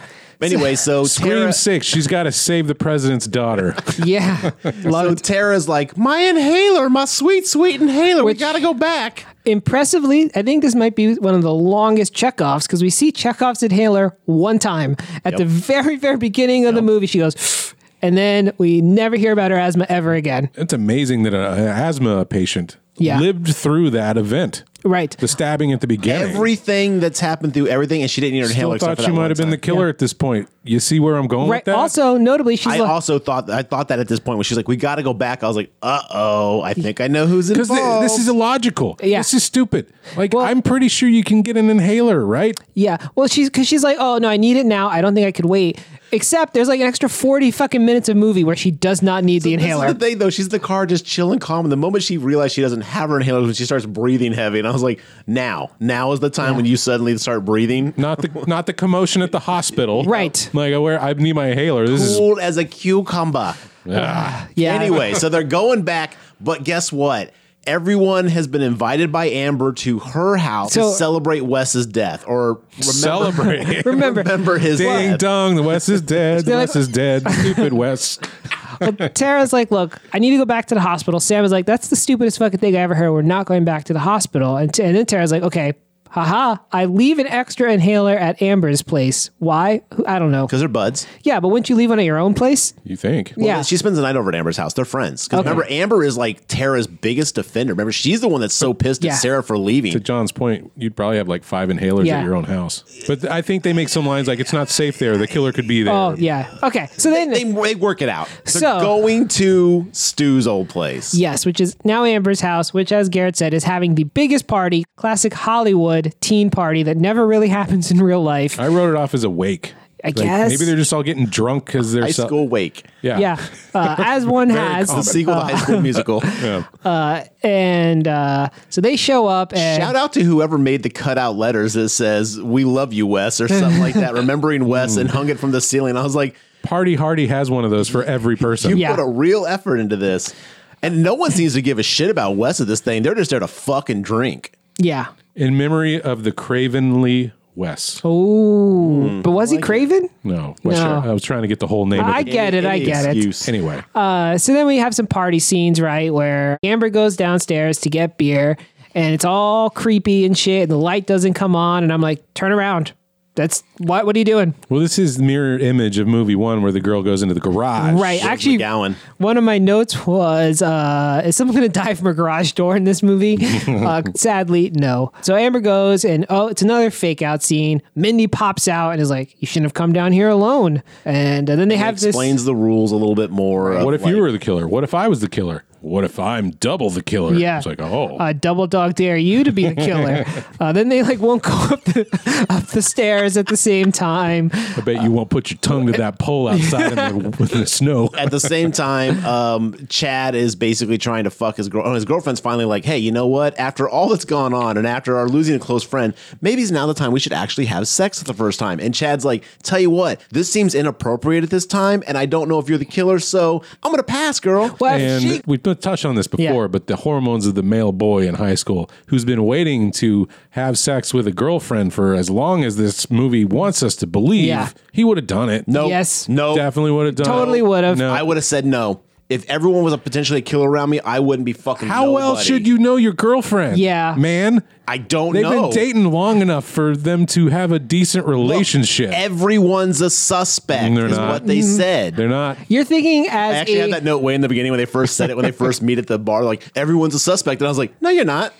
Anyway, so
Scream
Tara,
six. She's got to save the president's daughter.
yeah.
so Tara's like, my inhaler, my sweet, sweet inhaler.
Which-
we gotta go back.
impressively, I think this might be one of the longest checkoffs because we see Chekhov's inhaler one time at the very, very beginning of the movie. She goes, and then we never hear about her asthma ever again.
It's amazing that a- an asthma patient
Yeah.
lived through that event.
Right.
The stabbing at the beginning.
Everything that's happened through everything, and she didn't need her inhaler.
Still
except
thought
for
she
that
might
one
have been the
time.
killer at this point. You see where I'm going
Right.
with that?
Also, notably, she's
I
like,
also thought I thought that at this point when she's like, "We got to go back," I was like, "Uh oh, I think I know who's
because
involved."
this is illogical.
Yeah.
This is stupid. Like
Well-
I'm pretty sure you can get an inhaler, right?
yeah. Well, she's because she's like, oh no, I need it now. I don't think I could wait. Except there's like an extra forty fucking minutes of movie where she does not need the
This is
inhaler.
the thing though. She's in the car just chilling, calm. And the moment she realized she doesn't have her inhaler, is when she starts breathing heavy, and I was like, "Now, now is the time when you suddenly start breathing."
Not the not the commotion at the hospital.
Right.
Like I wear I need my inhaler. This is
Cool as a cucumber.
yeah.
Anyway, so they're going back, but guess what? Everyone has been invited by Amber to her house
So-
to celebrate Wes's death or remember,
celebrating.
Remember,
remember his
Ding
death.
dong, the West is dead. The
They're like-
West is dead. Stupid West.
Well, Tara's like, look, I need to go back to the hospital. Sam is like, that's the stupidest fucking thing I ever heard. We're not going back to the hospital. And, and then Tara's like, okay, haha, I leave an extra inhaler at Amber's place. Why? Who- I don't know.
Because they're buds.
Yeah, but wouldn't you leave one at your own place?
You think?
yeah.
She spends the night over at Amber's house. They're friends. 'Cause remember, Amber is like Tara's biggest defender. Remember, she's the one that's so pissed
Yeah.
at Sarah for
To
leaving.
John's point, you'd probably have like five inhalers
Yeah.
at your own house. But I think they make some lines like it's not safe there. The killer could be there.
Oh, yeah. Okay. So then,
They, they work it out. They're
So-
going to Stu's old place.
yes, which is now Amber's house, which, as Garrett said, is having the biggest party, classic Hollywood teen party that never really happens in real life.
I wrote it off as a wake.
I guess.
maybe they're just all getting drunk because they're
High
so-
school wake.
Yeah.
yeah. Uh, as one
Very
has.
The sequel to High School Musical.
And uh, so they show up and.
Shout out to whoever made the cutout letters that says "We love you, Wes" or something like that. Remembering Wes
Hmm.
and hung it from the ceiling. I was like,
Party Hardy has one of those for every person.
"You
Yeah.
put a real effort into this," and no one seems to give a shit about Wes at this thing. They're just there to fucking drink.
Yeah.
In memory of the Cravenly Wes.
Oh,
Mm.
but was he Craven?
No, Wes
No.
I was trying to get the whole name
I
of it.
get it. I get
excuse.
Anyway,
it. Uh, so then we have some party scenes, right? Where Amber goes downstairs to get beer and it's all creepy and shit. And the light doesn't come on. And I'm like, turn around. That's what? What are you doing?
well, this is mirror image of movie one where the girl goes into the garage.
Right.
Judge
Actually,
McGowan.
one of my notes was uh, Is someone going to die from a garage door in this movie? uh, sadly, no. So Amber goes, and oh, it's another fake out scene. Mindy pops out and is like, You shouldn't have come down here alone. And uh, then they have this.
Explains the rules a little bit more. of,
What if
like-
you were the killer? What if I was the killer? What if I'm double the killer?
Yeah.
It's like, oh,
Uh, double dog dare you to be the killer. uh, then they like won't go up the, up the stairs at the same time.
I bet you won't put your tongue to
uh,
that pole outside in, the, in the snow.
At the same time, um, Chad is basically trying to fuck his girl. Oh, his girlfriend's finally like, "Hey, you know what? After all that's gone on, and after our losing a close friend, maybe it's now the time we should actually have sex for the first time." And Chad's like, "Tell you what, this seems inappropriate at this time, and I don't know if you're the killer, so I'm gonna pass, girl."
Well,
and
she-
we've been- touched on this before,
Yeah.
but the hormones of the male boy in high school who's been waiting to have sex with a girlfriend for as long as this movie wants us to believe,
Yeah.
he would have done it.
No,
Yes.
no,
definitely would have done.
Totally
it.
would've.
No.
I would have said no. If everyone was a potentially a killer around me, I wouldn't be fucking.
How else
nobody.
should you know your girlfriend?
Yeah.
man.
I don't
They've
know.
been dating long enough for them to have a decent relationship.
Everyone's a suspect.
They're
is
not.
what they
Mm-hmm.
said.
They're not.
you're thinking as
I actually
a,
had that note way in the beginning when they first said it, when they first meet at the bar, like, everyone's a suspect. And I was like, no, you're not.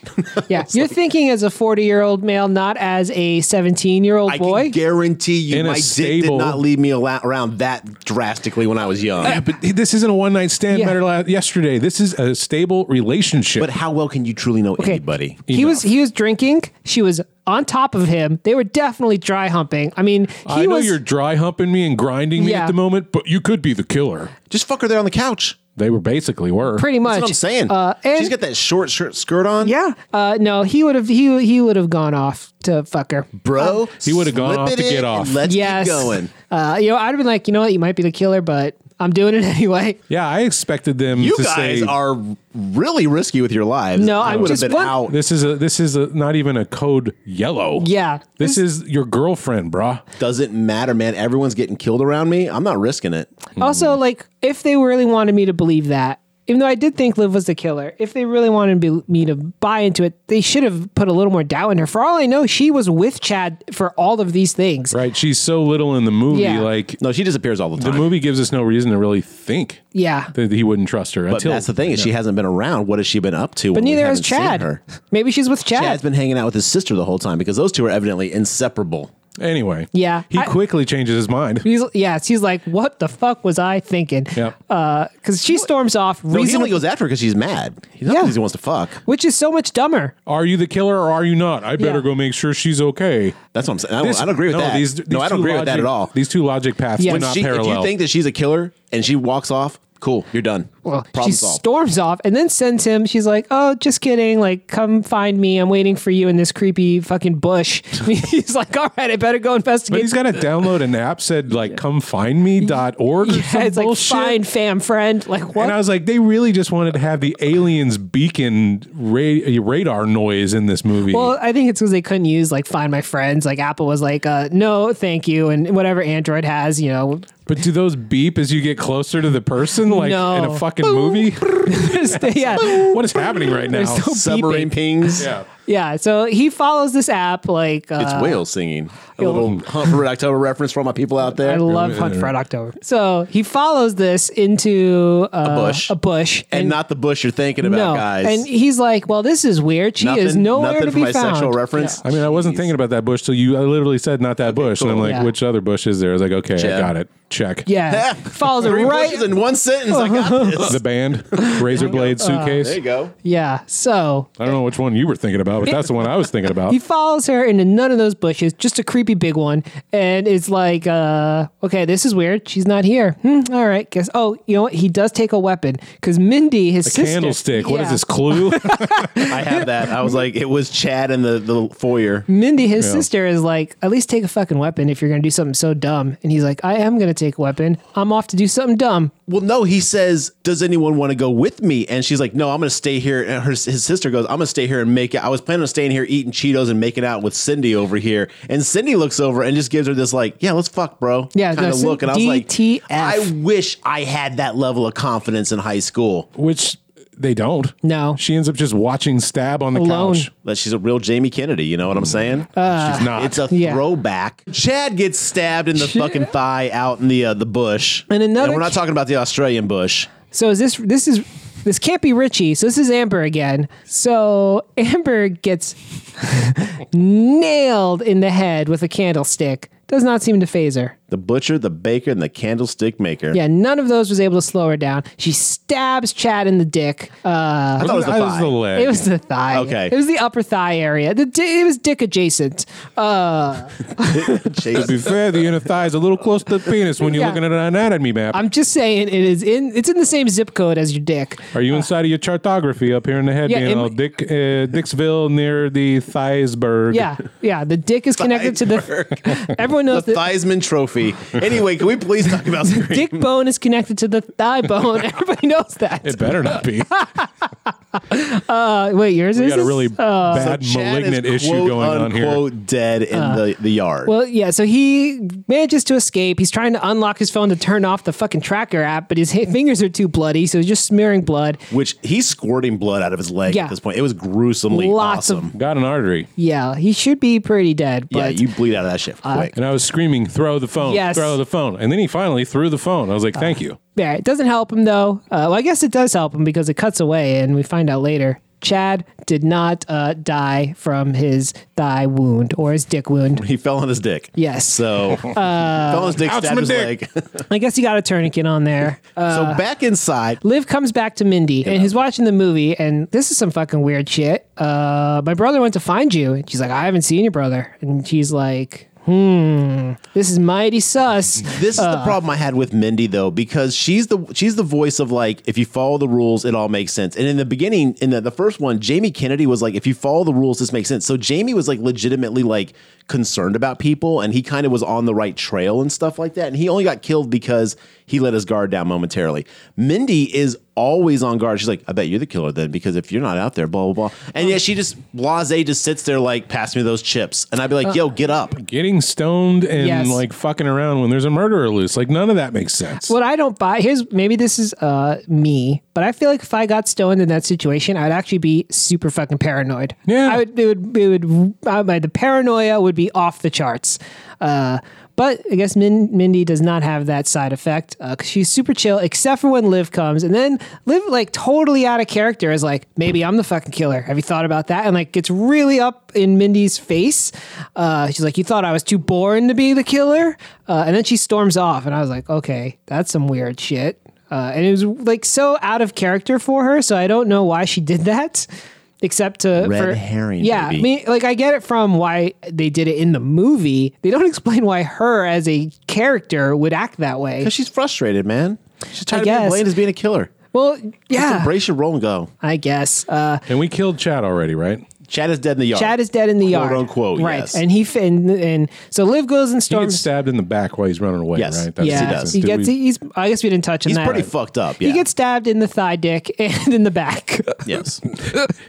yeah, you're thinking as a 40 year old male, not as a 17 year old
I
boy.
can guarantee you
In a
my dick did
stable-
not leave me ala- around that drastically when I was young.
Yeah, but this isn't a one night stand
Yeah.
matter la- yesterday. This is a stable relationship.
but how well can you truly know anybody?
He was he was drinking. She was on top of him. They were definitely dry humping. I mean, he
I know
was
you're dry humping me and grinding me
Yeah.
at the moment, but you could be the killer.
Just fuck her there on the couch.
They were basically were.
pretty much.
That's what I'm saying.
Uh, and,
She's got that short shirt skirt on.
yeah. Uh, no, he would have he he would have gone off to fuck her.
Bro,
He would've gone
slip
off
it
to
in
get
and
off.
Let's
Um, Yes.
keep going.
Uh, you know, I'd have been like, you know what, you might be the killer, but I'm doing it anyway.
Yeah, I expected them
You
to
guys
say
are really risky with your lives.
No,
I
I'm
would have
just-
been
what-
out.
this is a this is a not even a code yellow.
Yeah.
This is your girlfriend, brah.
Doesn't matter, man. Everyone's getting killed around me. I'm not risking it.
Also, like, if they really wanted me to believe that, even though I did think Liv was the killer, if they really wanted to be, me to buy into it, they should have put a little more doubt in her. For all I know, she was with Chad for all of these things.
right? She's so little in the movie.
Yeah.
Like
No, she disappears all the
the
time.
movie gives us no reason to really think
Yeah.
that he wouldn't trust her.
but
until,
that's the thing is she hasn't been around. What has she been up to?
But
when we
neither has
haven't seen
Chad.
her?
Maybe she's with Chad.
Chad's been hanging out with his sister the whole time because those two are evidently inseparable.
Anyway,
Yeah.
he
I-
quickly changes his mind.
He's, yeah, she's like, what the fuck was I thinking?
Yeah.
Because she storms off,
No, he
reason-
only goes after her because she's mad. He's not
Yeah.
because he wants to fuck.
which is so much dumber.
Are you the killer or are you not? I better
Yeah.
go make sure she's okay.
That's what I'm saying. I don't,
This-
I don't agree with
no,
that.
These,
no,
these
I don't
two
agree with that
logic-
at all.
These two logic paths
Yeah.
do
When
not
She- if
parallel.
you think that she's a killer and she walks off, cool, you're done.
Well,
Oh, Problem
she
solved.
storms off and then sends him. She's like, "Oh, just kidding. Like, come find me. I'm waiting for you in this creepy fucking bush." he's like, "All right, I better go investigate."
but he's got to download an app said like come find me.org or
yeah,
some
it's like
bullshit.
find fam friend. Like what?
And I was like, they really just wanted to have the aliens beacon ra- radar noise in this movie.
well, I think it's because they couldn't use like find my friends. Like Apple was like, uh, "No, thank you," and whatever Android has, you know,
but do those beep as you get closer to the person, like in
No.
a fucking movie?
yeah,
what is happening right now?
There's no
Submarine
beeping.
pings.
yeah.
yeah. So he follows this app. Like uh,
It's whales singing. A little Hunt for Red October reference for all my people out there.
I love Hunt for Red October. So he follows this into uh, a
bush.
a bush,
and, not the bush you're thinking about, guys.
And he's like, "Well, this is weird. She
nothing,
is nowhere
nothing
to
for
be
my
found."
sexual reference.
I mean, I wasn't thinking about that bush till you. I literally said not that bush, and I'm like,
Yeah.
which other bush is there? I was like, okay, I
Chad.
got it. Check.
Yeah, follows it
Three bushes
right.
in one sentence. I got this.
The band, Razor
Uh,
Blade Suitcase.
there you go.
Yeah, so
I don't know which one you were thinking about, but that's the one I was thinking about.
he follows her into none of those bushes, just a creepy big one, and it's like, uh, okay, this is weird. She's not here. Hmm, all right, guess. Oh, you know what? He does take a weapon because Mindy, his sister,
Candlestick. What is
Yeah.
this clue?
I have that. I was like, it was Chad in the, the foyer.
Mindy, his
Yeah.
sister, is like, at least take a fucking weapon if you're gonna do something so dumb. And he's like, I am gonna take a weapon. I'm off to do something dumb.
Well, no, he says, "Does anyone want to go with me?" And she's like, "No, I'm going to stay here." And her his sister goes, "I'm going to stay here and make it." I was planning on staying here eating Cheetos and making out with Cindy over here. And Cindy looks over and just gives her this like, "Yeah, let's fuck, bro."
Yeah,
kind
no,
of
Cin-
look. And I was like,
DTF.
"I wish I had that level of confidence in high school."
Which they don't.
No.
She ends up just watching Stab on the
Alone. Ah.
couch.
That she's a real Jamie Kennedy. You know what I'm saying?
Uh,
She's not.
it's a
yeah.
throwback. Chad gets stabbed in the fucking thigh out in the uh, the bush.
And another
we're not
ch-
talking about the Australian bush.
So is this this is this can't be Richie. So this is Amber again. So Amber gets nailed in the head with a candlestick. Does not seem to phase her.
The butcher, the baker, and the candlestick maker.
Yeah, none of those was able to slow her down. She stabs Chad in the dick. Uh,
I thought it was the
I was
thigh.
the leg.
it was the thigh.
Okay.
It was the upper thigh area. The di- it was dick adjacent. Uh,
to be fair, the inner thigh is a little close to the penis when you're
Yeah.
looking at an anatomy map.
I'm just saying it is in. It's in the same zip code as your dick.
Are you inside of your chartography up here in the head,
Uh, Yeah,
being
in-
all Dick, uh, Dixville near the Thiesburg?
Yeah, yeah. The dick is connected to the. Everyone knows
the
that
Theismann Trophy. Anyway, can we please talk about Scream?
dick bone is connected to the thigh bone. Everybody knows that.
It better not be.
Uh, wait, yours
We
is
got a really
So
bad
Chad
malignant
is
issue
quote,
going on here.
unquote dead in the, the yard.
Uh, Well, yeah. So he manages to escape. He's trying to unlock his phone to turn off the fucking tracker app, but his ha- fingers are too bloody, so he's just smearing blood.
which he's squirting blood out of his leg
Yeah.
at this point. It was gruesomely
Lots of-
awesome.
Got an artery.
Yeah, he should be pretty dead. But
yeah, you bleed out of that shit
Uh,
quick.
And I was screaming, throw the phone,
Yes. Uh.
throw the phone. And then he finally threw the phone. I was like, thank you.
Yeah, it doesn't help him though. Uh, well, I guess it does help him because it cuts away, and we find out later Chad did not uh, die from his thigh wound or his dick wound.
he fell on his dick.
Yes. Uh,
So fell on his dick,
ouch,
stabbed
my
his
dick.
leg.
I guess he got a tourniquet on there. Uh,
so back inside,
Liv comes back to Mindy and he's watching the movie, and this is some fucking weird shit. Uh, my brother went to find you, and she's like, I haven't seen your brother. And she's like, hmm, this is mighty sus.
This is the problem I had with Mindy though, because she's the she's the voice of like if you follow the rules, it all makes sense. And in the beginning, in the, the first one, Jamie Kennedy was like, if you follow the rules, this makes sense. So Jamie was like legitimately like concerned about people, and he kind of was on the right trail and stuff like that. And he only got killed because he let his guard down momentarily. Mindy is always on guard. She's like, I bet you're the killer then, because if you're not out there, blah blah blah. And yet she just blase just sits there like, pass me those chips, and I'd be like, Yo, get up.
Getting stoned and
Yes.
like fucking around when there's a murderer loose. Like none of that makes sense.
What I don't buy here's maybe this is uh me, but I feel like if I got stoned in that situation, I'd actually be super fucking paranoid.
Yeah.
I would. It would. It would. I, my, the paranoia would be off the charts. Uh, but I guess Min, Mindy does not have that side effect because she's super chill, except for when Liv comes, and then Liv like totally out of character is like, maybe I'm the fucking killer. Have you thought about that? And like gets really up in Mindy's face. Uh, she's like, you thought I was too born to be the killer, uh, and then she storms off, and I was like, okay, that's some weird shit. Uh, and it was like so out of character for her, so I don't know why she did that, except to
Red
for-
herring,
Yeah,
baby.
I mean, like I get it from why they did it in the movie. They don't explain why her as a character would act that way.
Because she's frustrated, man. She's
I
tired of being
guess.
blamed as being a killer.
Well,
Just
yeah,
embrace your role and go.
I guess. Uh,
and we killed Chad already, right?
Chad is dead in the yard.
Chad is dead in the yard,
unquote,
Right,
yes.
and he f- and, and so Liv goes
He
and
gets
storms.
stabbed in the back while he's running away,
Yes.
right?
Yes,
yeah,
he does.
he
Did
gets.
we-
he's. I guess we didn't touch on
He's
that.
pretty fucked up. Yeah.
He gets stabbed in the thigh, dick, and in the back.
yes.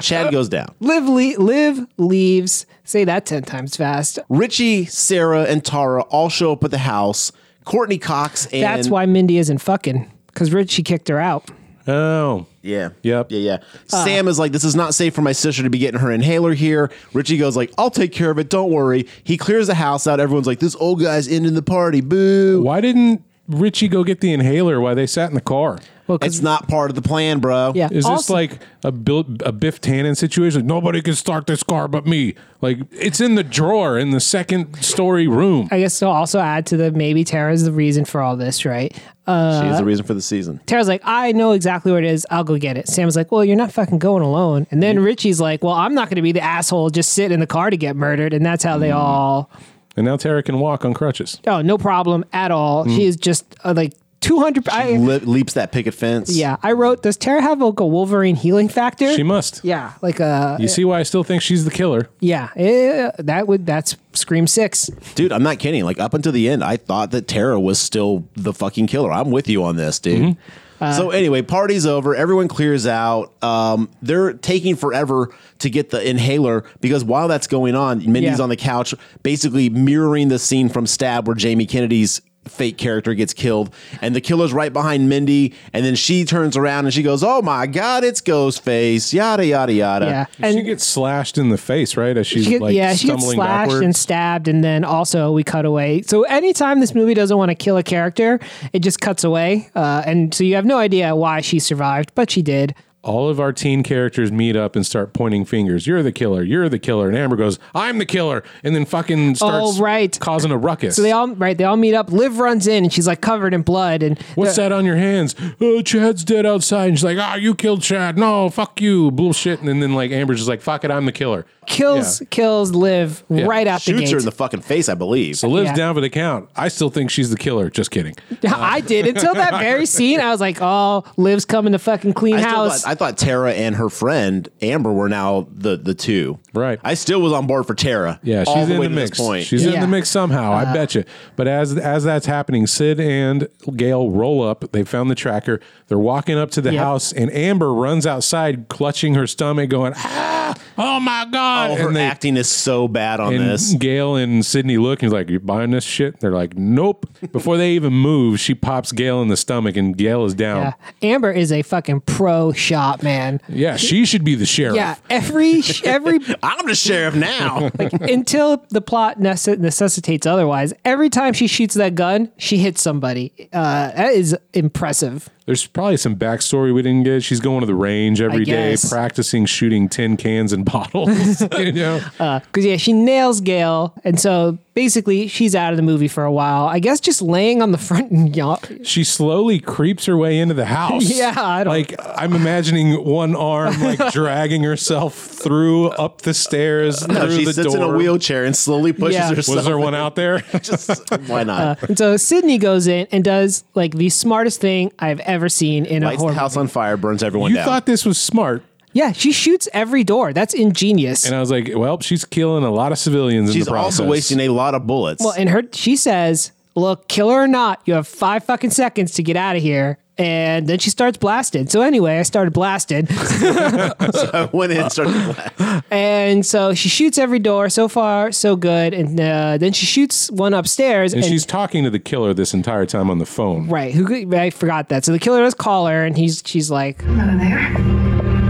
Chad goes down.
Liv, le- Liv leaves. Say that ten times fast.
Richie, Sarah, and Tara all show up at the house. Courtney Cox and
That's why Mindy isn't fucking because Richie kicked her out.
Oh,
Yeah.
Yep.
Yeah, yeah.
Uh.
Sam is like, this is not safe for my sister to be getting her inhaler here. Richie goes like, I'll take care of it. Don't worry. He clears the house out. Everyone's like, this old guy's ending the party. Boo.
why didn't Richie go get the inhaler while they sat in the car?
Well, 'cause-
It's not part of the plan, bro.
yeah.
Is this
also-
like a Bill, a Biff Tannen situation? Like, Nobody can start this car but me. Like it's in the drawer in the second story room.
I guess I'll also add to the maybe Tara's the reason for all this, right?
She
Uh.
is the reason for the season.
Tara's like, I know exactly where it is. I'll go get it. Sam's like, Well, you're not fucking going alone. And then Richie's like, Well, I'm not going to be the asshole just sit in the car to get murdered. And that's how they all,
And now Tara can walk on crutches.
oh, no problem at all. She is just uh, like 200. I,
Le- leaps that picket fence.
yeah, I wrote, Does Tara have like a Wolverine healing factor?
She must.
yeah, like a
You see why I still think she's the killer.
yeah, eh, that would that's Scream Six.
Dude, I'm not kidding. Like up until the end, I thought that Tara was still the fucking killer. I'm with you on this, dude.
Mm-hmm. Uh,
so anyway, party's over. Everyone clears out. Um, they're taking forever to get the inhaler because while that's going on, Mindy's
Yeah.
on the couch, basically mirroring the scene from Stab where Jamie Kennedy's fake character gets killed, and the killer's right behind Mindy, and then she turns around and she goes, "Oh my god, it's Ghostface!" Yada yada yada.
Yeah,
she gets slashed in the face, right? As she's
She get-
like
yeah, she gets
stumbling
slashed
backwards.
and stabbed, and then also we cut away. So anytime this movie doesn't want to kill a character, it just cuts away, uh, and so you have no idea why she survived, but she did.
All of our teen characters meet up and start pointing fingers. You're the killer. You're the killer. And Amber goes, "I'm the killer," and then fucking starts
right.
causing a ruckus.
So they all right, they all meet up. Liv runs in, and she's like covered in blood, and
What's that on your hands? Oh, Chad's dead outside. And she's like, ah, you killed Chad. No, fuck you. Bullshit. And then, then like Amber's just like, fuck it, I'm the killer.
kills kills Liv right out the
shoots
gate.
her in the fucking face, I believe.
So Liv's
Yeah.
down for the count. I still think she's the killer. Just kidding.
I did until that very scene. I was like, "Oh, Liv's coming to fucking clean
I, still
house."
thought, I thought Tara and her friend Amber were now the the two.
Right.
I still was on board for Tara.
Yeah,
all
she's in
way
the
to this
mix.
point.
She's in
Yeah. Uh-huh.
the mix somehow. I bet you. But as as that's happening, Sid and Gail roll up. They found the tracker. They're walking up to the
Yep.
house, and Amber runs outside, clutching her stomach, going, "Ah, oh my god!"
oh, her
and they-
acting is so bad on
and
this.
Gail and Sydney look and he's like, You're buying this shit? They're like, Nope. Before they even move, she pops Gail in the stomach and Gail is down.
yeah.
Yeah,
Amber is a fucking pro shot, man.
she should be the sheriff.
Yeah, every every
I'm the sheriff now.
until the plot necess- necessitates otherwise. Every time she shoots that gun, she hits somebody. Uh, that is impressive.
There's probably some backstory we didn't get. She's going to the range every day,
guess.
practicing shooting tin cans and bottles. you know?
Because Uh, yeah, she nails Gail, and so basically she's out of the movie for a while. I guess just laying on the front and yawn.
She slowly creeps her way into the house.
Yeah, I don't-
like I'm imagining one arm like dragging herself through up the stairs.
No,
through
she
the
sits
door.
in a wheelchair and slowly pushes
Yeah. Was
herself.
Was there one out there?
Just- why not?
And so Sydney goes in and does like the smartest thing I've ever seen in a
Lights
horror.
the house on fire, burns everyone
you
down.
thought this was smart.
Yeah, she shoots every door. That's ingenious.
And I was like, well, she's killing a lot of civilians in
she's
the process.
also wasting a lot of bullets.
Well, and her she says, "Look, killer or not, you have five fucking seconds to get out of here." and then she starts blasted. So anyway, I started blasted,
I went in and started to laugh.
and so she shoots every door. So far, so good. And uh, then she shoots one upstairs,
And she's talking to the killer this entire time on the phone.
right. Who I forgot that. So the killer does call her, and he's she's like,
Hello there.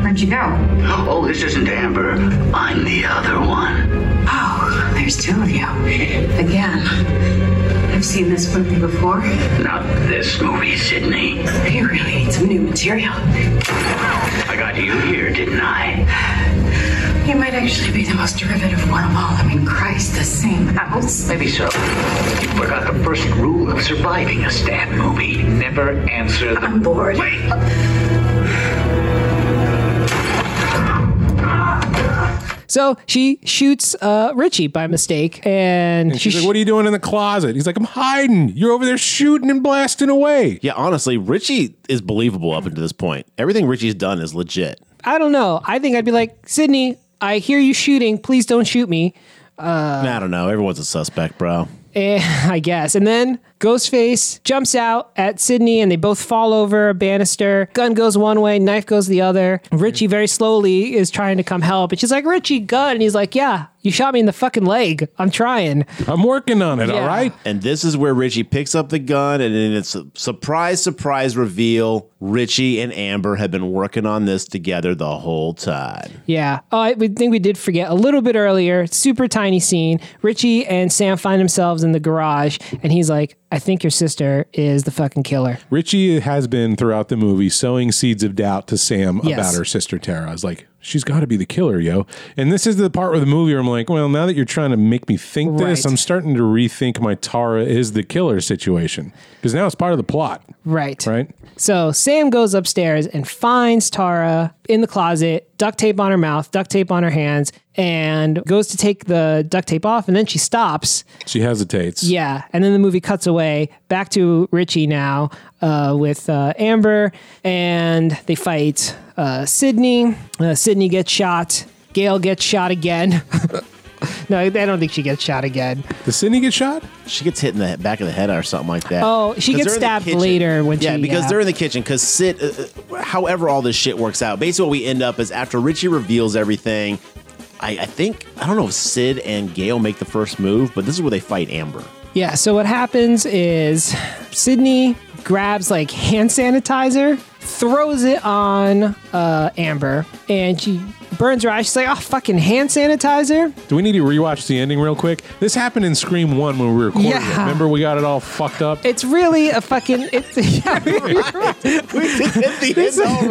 Where'd you go?
Oh, this isn't Amber. I'm the other one.
Oh, there's two of you. Again. I've seen this movie before.
Not this movie, Sydney.
You really need some new material.
I got you here, didn't I?
You might actually be the most derivative one of all. I mean, Christ, the same house.
Maybe so. You forgot the first rule of surviving a stab movie. Never answer the
I'm bored.
Wait!
so she shoots uh, Richie by mistake, and,
And
she
she's like, What are you doing in the closet? He's like, I'm hiding. You're over there shooting and blasting away.
Yeah, honestly, Richie is believable up until this point. Everything Richie's done is legit.
I don't know. I think I'd be like, Sydney, I hear you shooting. Please don't shoot me.
I don't know. Everyone's a suspect, bro.
Eh, I guess. And then Ghostface jumps out at Sydney and they both fall over a banister. Gun goes one way, knife goes the other. Richie very slowly is trying to come help. And she's like, Richie, gun. And he's like, Yeah, you shot me in the fucking leg. I'm trying.
I'm working on it, all
Yeah.
right?
And this is where Richie picks up the gun, and then it's a surprise, surprise reveal. Richie and Amber have been working on this together the whole time.
Yeah. Oh, I we think we did forget a little bit earlier. Super tiny scene. Richie and Sam find themselves in the garage and he's like, I think your sister is the fucking killer.
Richie has been throughout the movie sowing seeds of doubt to Sam
Yes.
about her sister Tara. I was like, she's got to be the killer, yo. And this is the part of the movie where I'm like, well, now that you're trying to make me think this,
Right.
I'm starting to rethink my Tara is the killer situation because now it's part of the plot,
Right.
right?
So Sam goes upstairs and finds Tara in the closet, duct tape on her mouth, duct tape on her hands, and goes to take the duct tape off. And then she stops.
She hesitates.
Yeah. And then the movie cuts away back to Richie now uh, with uh, Amber, and they fight uh, Sydney. Uh, Sydney gets shot. Gail gets shot again. no, I don't think she gets shot again.
Does Sydney get shot?
She gets hit in the he- back of the head or something like that.
Oh, she gets
'Cause they're in the
stabbed
kitchen.
later when
yeah,
she-
because
yeah.
they're in the kitchen. Because Sid, uh, uh, however, all this shit works out. Basically, what we end up is after Richie reveals everything. I, I think I don't know if Sid and Gail make the first move, but this is where they fight Amber.
Yeah, so what happens is Sydney grabs like hand sanitizer, throws it on uh, Amber, and she burns her eyes. She's like, oh, fucking hand sanitizer?
Do we need to rewatch the ending real quick? This happened in Scream 1 when we recorded it.
Yeah.
Remember, we got it all fucked up?
It's really a fucking. It's,
we did hit the end all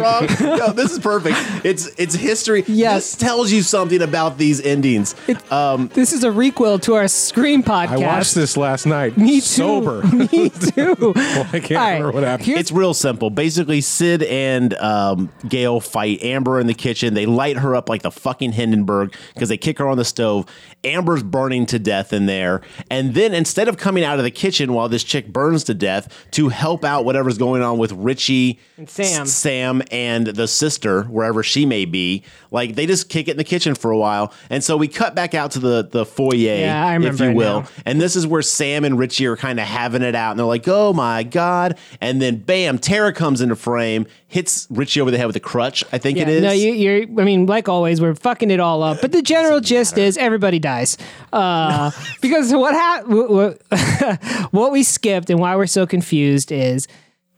wrong. No, this is perfect. It's it's history.
Yes.
This tells you something about these endings.
this is a requel to our Scream podcast.
I watched this last night.
Me too.
Sober.
Me too.
I can't
All right,
remember what happened.
here's-
it's real simple. Basically, Sid and um, Gail fight Amber in the kitchen. They light her up like the fucking Hindenburg because they kick her on the stove. Amber's burning to death in there. And then instead of coming out of the kitchen while this chick burns to death to help out whatever's going on with Richie, and
Sam.
Sam, and the sister, wherever she may be, like they just kick it in the kitchen for a while. And so we cut back out to the, the foyer,
Yeah, I
if
remember
you
now.
will. And this is where Sam and Richie are kind of having it out. And they're like, oh my God. And then bam, Tara comes into frame, hits Richie over the head with a crutch, I think it
Yeah,
is.
No, you, you're. I mean, like always, we're fucking it all up. But the general gist is everybody dies. Uh, because what hap- w- w- what we skipped and why we're so confused is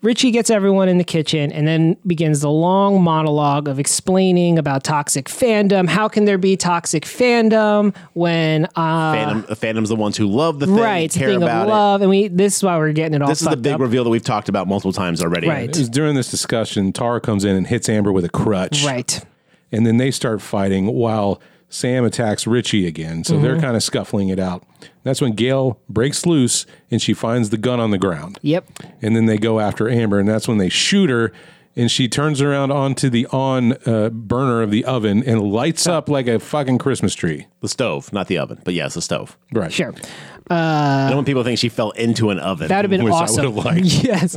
Richie gets everyone in the kitchen and then begins the long monologue of explaining about toxic fandom. How can there be toxic fandom when uh,
Phantom, Phantom's the ones who love the thing,
right it's a
care
thing
about
of love? And we this is why we're getting it all.
it. This is the
fucked
big
up.
reveal that we've talked about multiple times already.
Right.
It was during this discussion, Tara comes in and hits Amber with a crutch.
Right.
And then they start fighting while Sam attacks Richie again. So
Mm-hmm.
they're kind of scuffling it out. That's when Gail breaks loose and she finds the gun on the ground.
Yep.
And then they go after Amber. And that's when they shoot her. And she turns around onto the on uh, burner of the oven and lights up like a fucking Christmas tree.
The stove, not the oven, but yes, the stove.
Right.
Sure.
I don't want people to think she fell into an oven.
Uh. That would have been
Which I
awesome.
would've liked.
Yes.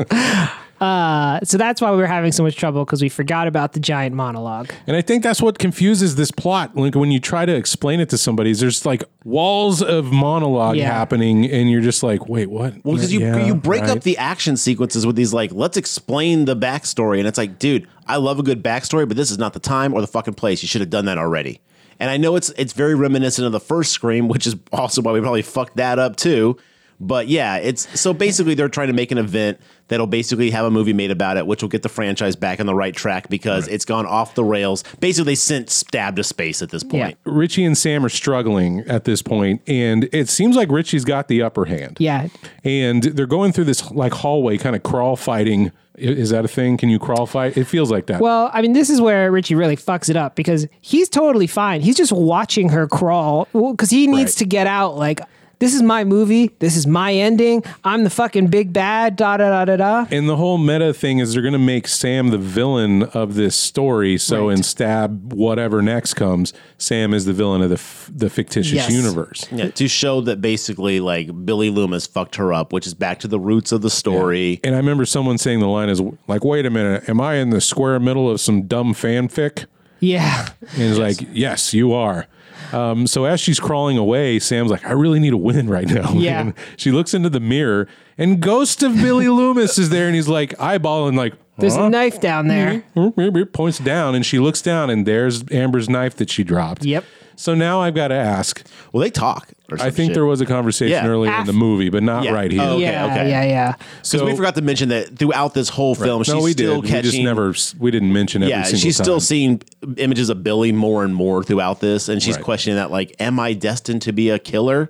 Uh, so that's why we were having so much trouble because we forgot about the giant monologue.
And I think that's what confuses this plot. Like when you try to explain it to somebody, is there's like walls of monologue
Yeah.
happening, and you're just like, wait, what?
Well, because you
Yeah,
you break
right.
up the action sequences with these like let's explain the backstory, and it's like, dude, I love a good backstory, but this is not the time or the fucking place. You should have done that already. And I know it's it's very reminiscent of the first Scream, which is also why we probably fucked that up too. But yeah, it's so basically they're trying to make an event that'll basically have a movie made about it, which will get the franchise back on the right track because it's gone off the rails. Basically, they sent Stab to space at this
Yeah.
point.
Richie and Sam are struggling at this point, and it seems like Richie's got the upper hand.
Yeah.
and they're going through this like hallway, kind of crawl fighting. I- Is that a thing? Can you crawl fight? It feels like that.
Well, I mean, this is where Richie really fucks it up because he's totally fine. He's just watching her crawl because he needs
Right.
to get out. Like, this is my movie. This is my ending. I'm the fucking big bad. Da da da da da.
and the whole meta thing is they're going to make Sam the villain of this story. So in stab whatever next comes, Sam is the villain of the f- the fictitious
Yes.
universe.
Yeah, to show that basically like Billy Loomis fucked her up, which is back to the roots of the story.
And I remember someone saying the line is like, "Wait a minute, am I in the square middle of some dumb fanfic?"
Yeah.
And he's like, "Yes, you are." Um, so as she's crawling away, Sam's like, "I really need a win right now."
Yeah.
man." she looks into the mirror, and ghost of Billy Loomis is there, and he's like eyeballing, like,
There's
huh?
a knife down there.
Mm-hmm. Points down, and she looks down, and there's Amber's knife that she dropped.
Yep.
So now I've got to ask.
Well, they talk. Or
I think there was a conversation
Yeah.
earlier in
Af-
the movie, but not
Yeah.
right here.
Oh, okay,
yeah.
okay.
Yeah. Yeah.
because we forgot to mention that throughout this whole film, she's
no, we
still
did.
catching.
we just never. We didn't mention every
yeah,
single
she's
time.
still seeing images of Billy more and more throughout this, and she's
Right.
questioning that, like, am I destined to be a killer?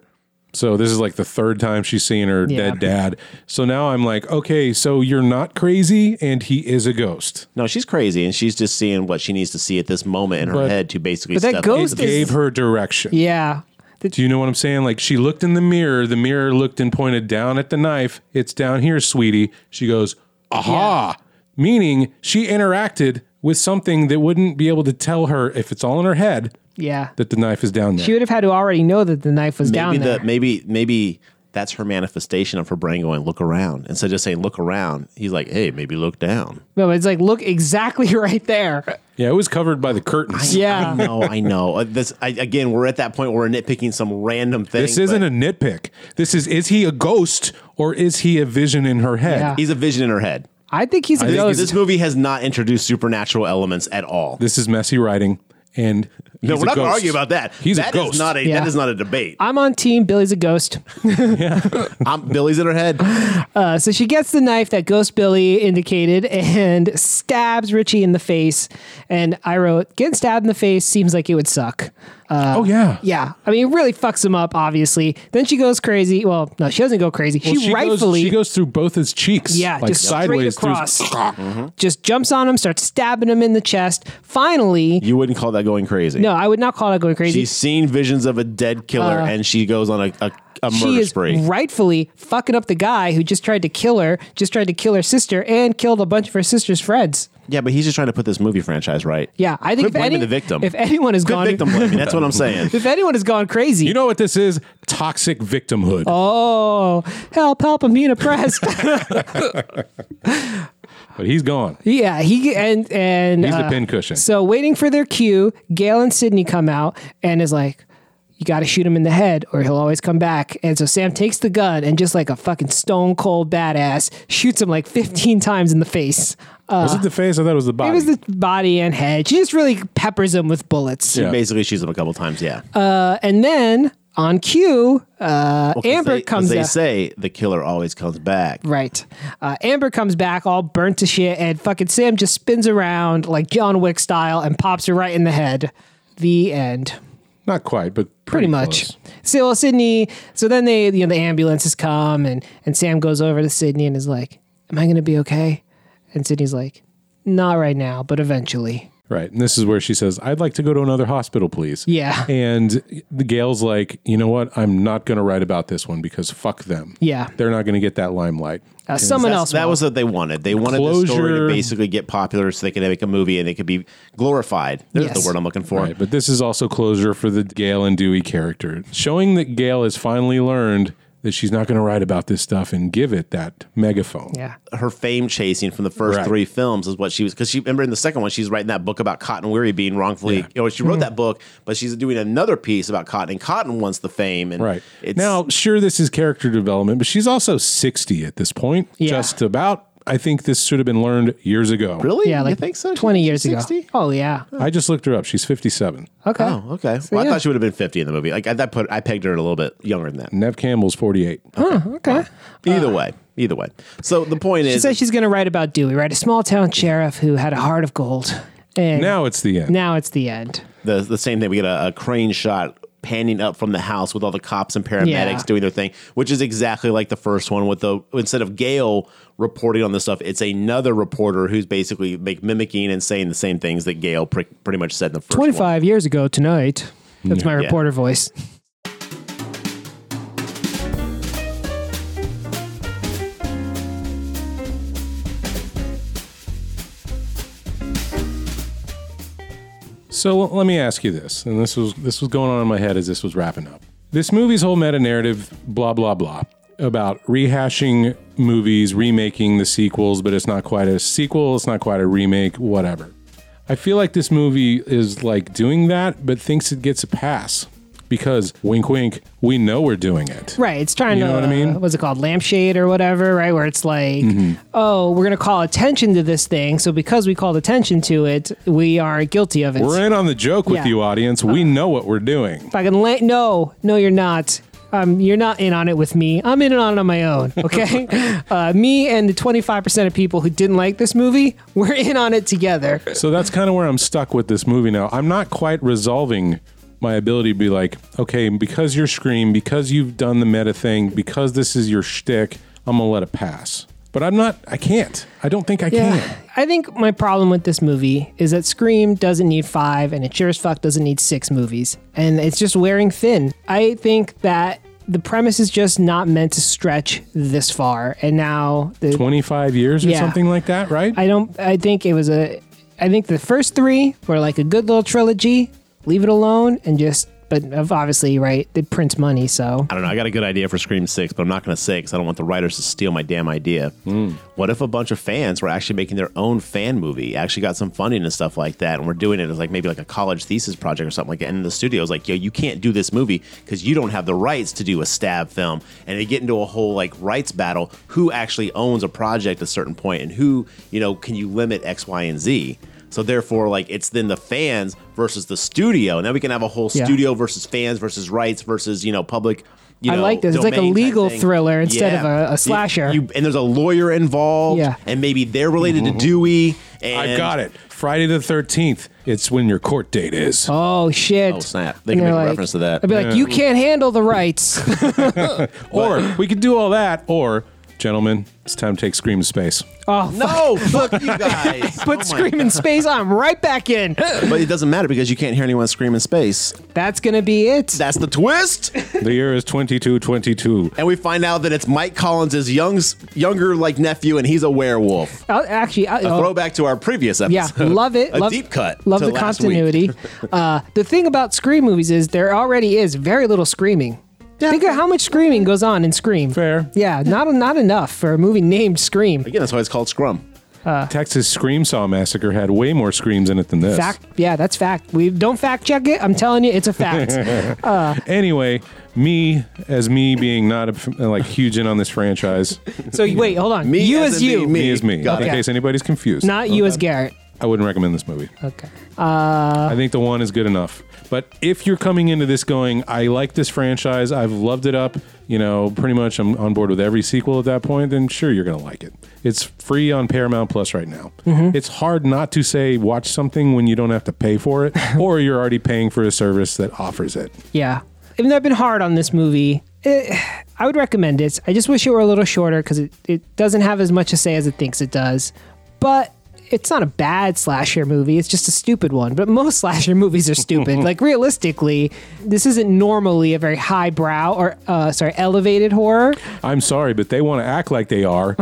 So this is like the third time she's seen her
Yeah.
dead dad. So now I'm like, okay, so you're not crazy, and he is a ghost.
No, she's crazy, and she's just seeing what she needs to see at this moment in her
But-
head to basically.
But that
step
ghost
into
is-
Gave her direction.
Yeah. The-
Do you know what I'm saying? Like she looked in the mirror. The mirror looked and pointed down at the knife. It's down here, sweetie. She goes, aha, meaning she interacted with something that wouldn't be able to tell her if it's all in her head
yeah.
that the knife is down there.
She would have had to already know that the knife was down
maybe
there.
the maybe maybe that's her manifestation of her brain going look around instead of just saying look around. He's like, hey, maybe look down.
no, it's like look exactly right there.
yeah, it was covered by the curtains.
Yeah.
I know, I know. Uh, This I, again, we're at that point where we're nitpicking some random thing.
This isn't
but
a nitpick. This is is he a ghost or is he a vision in her head?
Yeah.
He's a vision in her head.
I think he's a
think
ghost.
This movie has not introduced supernatural elements at all.
This is messy writing, and
No,
he's
we're
a
not going to
ghost.
argue about that.
He's
That
a
is
ghost.
not a
Yeah.
that is not a debate.
I'm on team. Billy's a ghost.
I'm, Billy's in her head.
Uh, so she gets the knife that Ghost Billy indicated and stabs Richie in the face. And I wrote, getting stabbed in the face seems like it would suck.
oh yeah,
Uh, Yeah. I mean, it really fucks him up, obviously. Then she goes crazy. Well, no, she doesn't go crazy.
Well,
she, rightfully.
goes, she goes through both his cheeks.
Yeah,
like
just
sideways
straight across.
Through,
Just jumps on him, starts stabbing him in the chest. Finally,
You wouldn't call that going crazy.
no, I would not call that going crazy.
She's seen visions of a dead killer and she goes on a, a, a murder
she is
spree.
rightfully fucking up the guy who just tried to kill her, just tried to kill her sister, and killed a bunch of her sister's friends.
Yeah, but he's just trying to put this movie franchise right.
Yeah, I think if
Quit
any
blaming the victim.
if anyone has
Good
gone
victim blaming. That's what I'm saying.
if anyone has gone crazy,
you know what this is? Toxic victimhood.
oh help, help, I'm being oppressed.
But he's gone.
yeah, he and and
He's
uh,
the pincushion.
So waiting for their cue, Gail and Sydney come out and is like, "You got to shoot him in the head, or he'll always come back." And so Sam takes the gun and just like a fucking stone cold badass, shoots him like 15 times in the face.
was it the face? I thought it was the body.
It was the body and head. She just really peppers him with bullets.
Yeah.
Basically, she's him a couple times. Yeah.
Uh, and then on cue, uh,
'Cause
Amber
they, 'cause
comes
They
out.
say the killer always comes back.
Right. Uh, Amber comes back all burnt to shit, and fucking Sam just spins around like John Wick style and pops her right in the head. The end.
not quite, but pretty,
Pretty much.
close.
So well, Sydney. So then they, you know, the ambulances come, and and Sam goes over to Sydney and is like, "Am I going to be okay?" And Sydney's like, "Not right now, but eventually."
Right. And this is where she says, I'd like to go to another hospital, please.
Yeah.
And the Gail's like, you know what? I'm not going to write about this one because fuck them.
Yeah.
They're not going to get that limelight.
Uh, someone
That's-
else.
That
will.
was what they wanted. They wanted the story
Closure.
to basically get popular so they could make a movie and it could be glorified. There's
Yes.
the word I'm looking for.
Right. But this is also closure for the Gail and Dewey character, showing that Gail has finally learned that she's not going to write about this stuff and give it that megaphone.
Yeah.
her fame chasing from the first
Right.
three films is what she was because she remember in the second one she's writing that book about Cotton Weary being wrongfully
Yeah.
you know she
Hmm.
wrote that book but she's doing another piece about Cotton and Cotton wants the fame and
Right.
it's
now, sure, this is character development, but she's also 60 at this point.
Yeah.
Just about. I think this should have been learned years ago.
really
Yeah,
you
like
think so
20 years
60?
ago. Oh, yeah.
I just looked her up. She's 57.
Okay.
oh okay well I
yeah.
thought she would have been fifty in the movie like I that put I pegged her a little bit younger than that
Nev Campbell's 48.
Okay.
either way either way so the point
Uh, She
is
says she's going to write about Dewey, right? A small town sheriff who had a heart of gold. And
Now it's the end.
now it's the end.
the the same thing. We get a, a crane shot panning up from the house with all the cops and paramedics
Yeah.
doing their thing, which is exactly like the first one. With the instead of Gail reporting on this stuff, it's another reporter who's basically like mimicking and saying the same things that Gail pre- pretty much said in the first one.
25 years ago tonight. That's my
Yeah.
reporter voice.
So l- let me ask you this, and this was this was going on in my head as this was wrapping up. This movie's whole meta narrative, blah blah blah, about rehashing movies, remaking the sequels, but it's not quite a sequel, it's not quite a remake, whatever. I feel like this movie is like doing that, but thinks it gets a pass because wink wink, we know we're doing it.
Right. It's trying
You
to,
know what I mean? Mm-hmm.
uh, what's it called? Lampshade or whatever, right? Where it's like, oh, we're going to call attention to this thing. So because we called attention to it, we are guilty of it.
We're in on the joke with
Yeah. Uh-huh.
you, audience. We know what we're doing.
Fucking la- no, no, you're not. Um, you're not in on it with me. I'm in on it on my own. Okay, uh, me and the 25 percent of people who didn't like this movie, we're in on it together.
So that's kind of where I'm stuck with this movie now. I'm not quite resolving my ability to be like, okay, because you're Scream, because you've done the meta thing, because this is your shtick, I'm gonna let it pass. But I'm not. I can't. I don't think I can.
I think my problem with this movie is that Scream doesn't need five, and it sure as fuck doesn't need six movies. And it's just wearing thin. I think that the premise is just not meant to stretch this far. And now the,
25 years or
Yeah.
something like that, right?
I don't. I think it was a. I think the first three were like a good little trilogy. Leave it alone and just. But obviously, right? It prints money, so
I don't know. I got a good idea for Scream Six, but I'm not going to say because I don't want the writers to steal my damn idea. What if a bunch of fans were actually making their own fan movie, actually got some funding and stuff like that, and we're doing it as like maybe like a college thesis project or something like that? And the studio's like, yo, you can't do this movie because you don't have the rights to do a stab film, and they get into a whole like rights battle. Who actually owns a project at a certain point, and who you know can you limit X, Y, and Z? So therefore, like it's then the fans versus the studio, and then we can have a whole
Yeah.
studio versus fans versus rights versus you know public. You
I
know,
like this. It's like a
domain type
legal
thing.
thriller instead of a- a
You-
slasher.
You, and there's a lawyer involved.
Yeah.
And maybe they're related to Dewey. And
I've got it. Friday the 13th. It's when your court date is.
oh shit!
Oh, snap. They can
And
make a
they're
reference to that.
I'd be like, you can't handle the rights.
or we could do all that. Or, gentlemen, it's time to take Scream to space.
oh,
No, fuck you guys.
put
Oh my
Scream
God.
in space. I'm right back in.
But it doesn't matter because you can't hear anyone scream in space.
That's gonna be it.
That's the twist.
the year is 2222.
and we find out that it's Mike Collins' young, younger like nephew, and he's a werewolf.
I'll- actually, I,
A
oh,
throwback to our previous episode.
Yeah, love it.
A
love,
deep cut.
Love
to
the
last week.
continuity. uh, the thing about Scream movies is there already is very little screaming. Think of how much screaming goes on in Scream.
Fair.
Yeah, not not enough for a movie named Scream.
Again, that's why it's called Scrum.
Texas Scream Saw Massacre had way more screams in it than this.
Fact. Yeah, that's fact. We don't fact check it. I'm telling you, it's a fact.
Anyway, me as me being not a, like huge in on this franchise,
so wait, hold on.
Me
you
as
as,
in
you,
being me.
me as me.
Got
in
it.
case anybody's confused,
not Uh-huh. you as Garrett.
I wouldn't recommend this movie.
Okay.
I think the one is good enough. But if you're coming into this going, I like this franchise, I've loved it up, you know, pretty much I'm on board with every sequel at that point, then sure you're gonna like it. It's free on Paramount Plus right now. It's hard not to say watch something when you don't have to pay for it, or you're already paying for a service that offers it.
Yeah. Even though I've been hard on this movie, eh, I would recommend it. I just wish it were a little shorter because it, it doesn't have as much to say as it thinks it does. But it's not a bad slasher movie. It's just a stupid one. But most slasher movies are stupid. like realistically, this isn't normally a very highbrow or uh, sorry elevated horror.
I'm sorry, but they want to act like they are.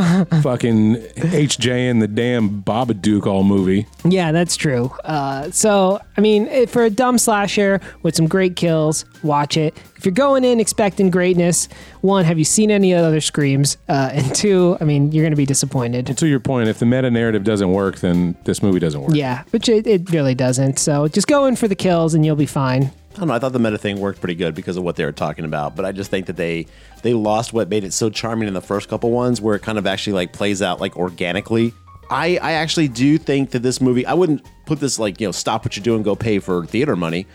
Fucking HJ and the damn Babadook all movie.
Yeah, that's true. Uh, so, I mean, eh, for a dumb slasher with some great kills, watch it. If you're going in expecting greatness, one, have you seen any other screams? Uh, and two, I mean, you're going to be disappointed.
To your point, if the meta narrative doesn't work, then this movie doesn't work.
Yeah, which it, it really doesn't. So just go in for the kills and you'll be fine.
I don't know. I thought the meta thing worked pretty good because of what they were talking about, but I just think that they they lost what made it so charming in the first couple ones, where it kind of actually like plays out like organically. I I actually do think that this movie. I wouldn't put this like you know stop what you're doing, go pay for theater money,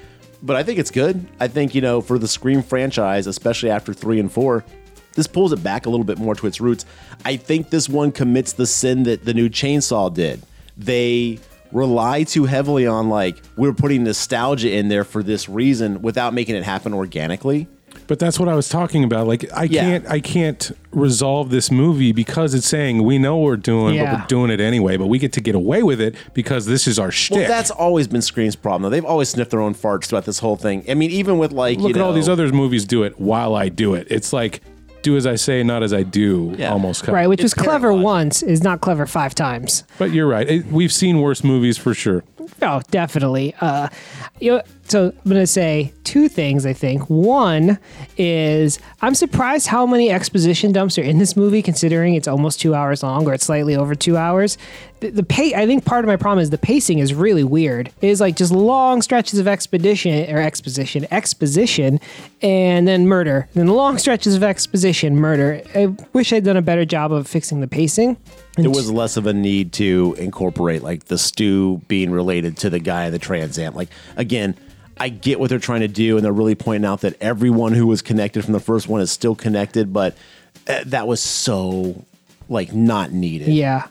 but I think it's good. I think you know for the Scream franchise, especially after three and four. This pulls it back a little bit more to its roots. I think this one commits the sin that the new Chainsaw did. They rely too heavily on like we're putting nostalgia in there for this reason without making it happen organically.
But that's what I was talking about. Like I
Yeah.
can't I can't resolve this movie because it's saying we know we're doing but
Yeah.
we're doing it anyway, but we get to get away with it because this is our shtick.
Well, that's always been Scream's problem. Though. They've always sniffed their own farts throughout this whole thing. I mean, even with like
Look
you
at all
know-
these other movies do it while I do it. It's like do as I say, not as I do.
Yeah.
Almost kind of-
Right, which was
It's
clever
paralyzing.
once, is not clever five times.
But you're right. It, we've seen worse movies for sure.
Oh, definitely. Uh, you know, so I'm going to say two things, I think. One is I'm surprised how many exposition dumps are in this movie, considering it's almost two hours long or it's slightly over two hours. The, the pay, I think part of my problem is the pacing is really weird. It is like just long stretches of expedition or exposition, exposition, and then murder. And then long stretches of exposition, murder. I wish I'd done a better job of fixing the pacing. And
There was less of a need to incorporate like the stew being related to the guy in the Trans Am. Like again, I get what they're trying to do, and they're really pointing out that everyone who was connected from the first one is still connected, but uh, that was so like not needed.
Yeah.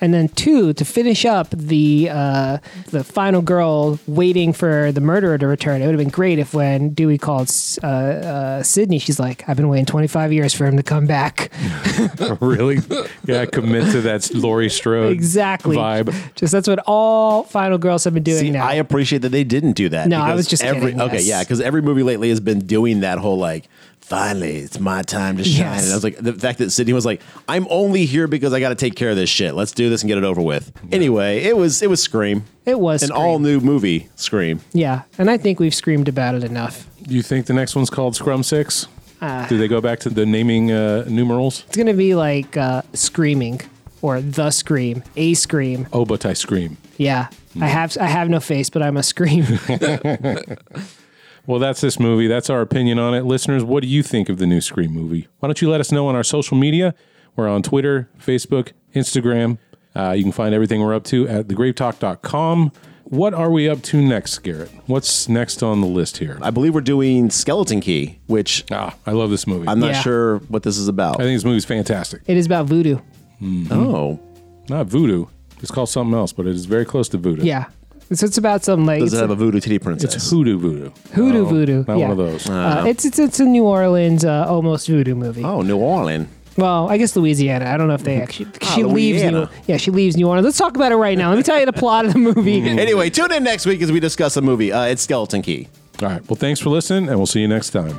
And then two to finish up the uh, the final girl waiting for the murderer to return. It would have been great if when Dewey called uh, uh, Sydney, she's like, "I've been waiting 25 years for him to come back."
really? Yeah, commit to that Laurie Strode
exactly.
vibe.
Just that's what all final girls have been doing
See,
now.
I appreciate that they didn't do that.
No, I
because
was just
every
kidding,
okay,
yes.
yeah, because every movie lately has been doing that whole like. Finally, it's my time to shine.
Yes.
And I was like, the fact that Sydney was like, "I'm only here because I got to take care of this shit. Let's do this and get it over with." Anyway, it was it was Scream.
It was
an
Scream.
all new movie, Scream.
yeah, and I think we've screamed about it enough.
Do you think the next one's called Scrum Six? Do they go back to the naming uh, numerals?
It's gonna be like uh, screaming or the scream, a scream.
Oh, but I scream.
Yeah, I have I have no face, but I'm a scream.
Well, that's this movie. That's our opinion on it. Listeners, what do you think of the new Scream movie? Why don't you let us know on our social media? We're on Twitter, Facebook, Instagram. Uh, you can find everything we're up to at thegravetalk.com. What are we up to next, Garrett? What's next on the list here?
I believe we're doing Skeleton Key, which
Ah, I love this movie.
I'm not
Yeah.
sure what this is about.
I think this movie's fantastic.
it is about voodoo.
oh,
Not voodoo. It's called something else, but it is very close to voodoo.
Yeah, so it's about some like
does it
it's
have a voodoo titty
It's
princess?
hoodoo voodoo. Uh,
Hoodoo voodoo.
Not
yeah.
one of those.
Uh, it's it's it's a New Orleans uh, almost voodoo movie.
oh, New Orleans.
Well, I guess Louisiana. I don't know if they actually she leaves
Ah, Louisiana.
New yeah she leaves New Orleans. Let's talk about it right now. Let me tell you the plot of the movie.
Anyway, tune in next week as we discuss a movie. Uh, it's Skeleton Key.
All right. Well, thanks for listening, and we'll see you next time.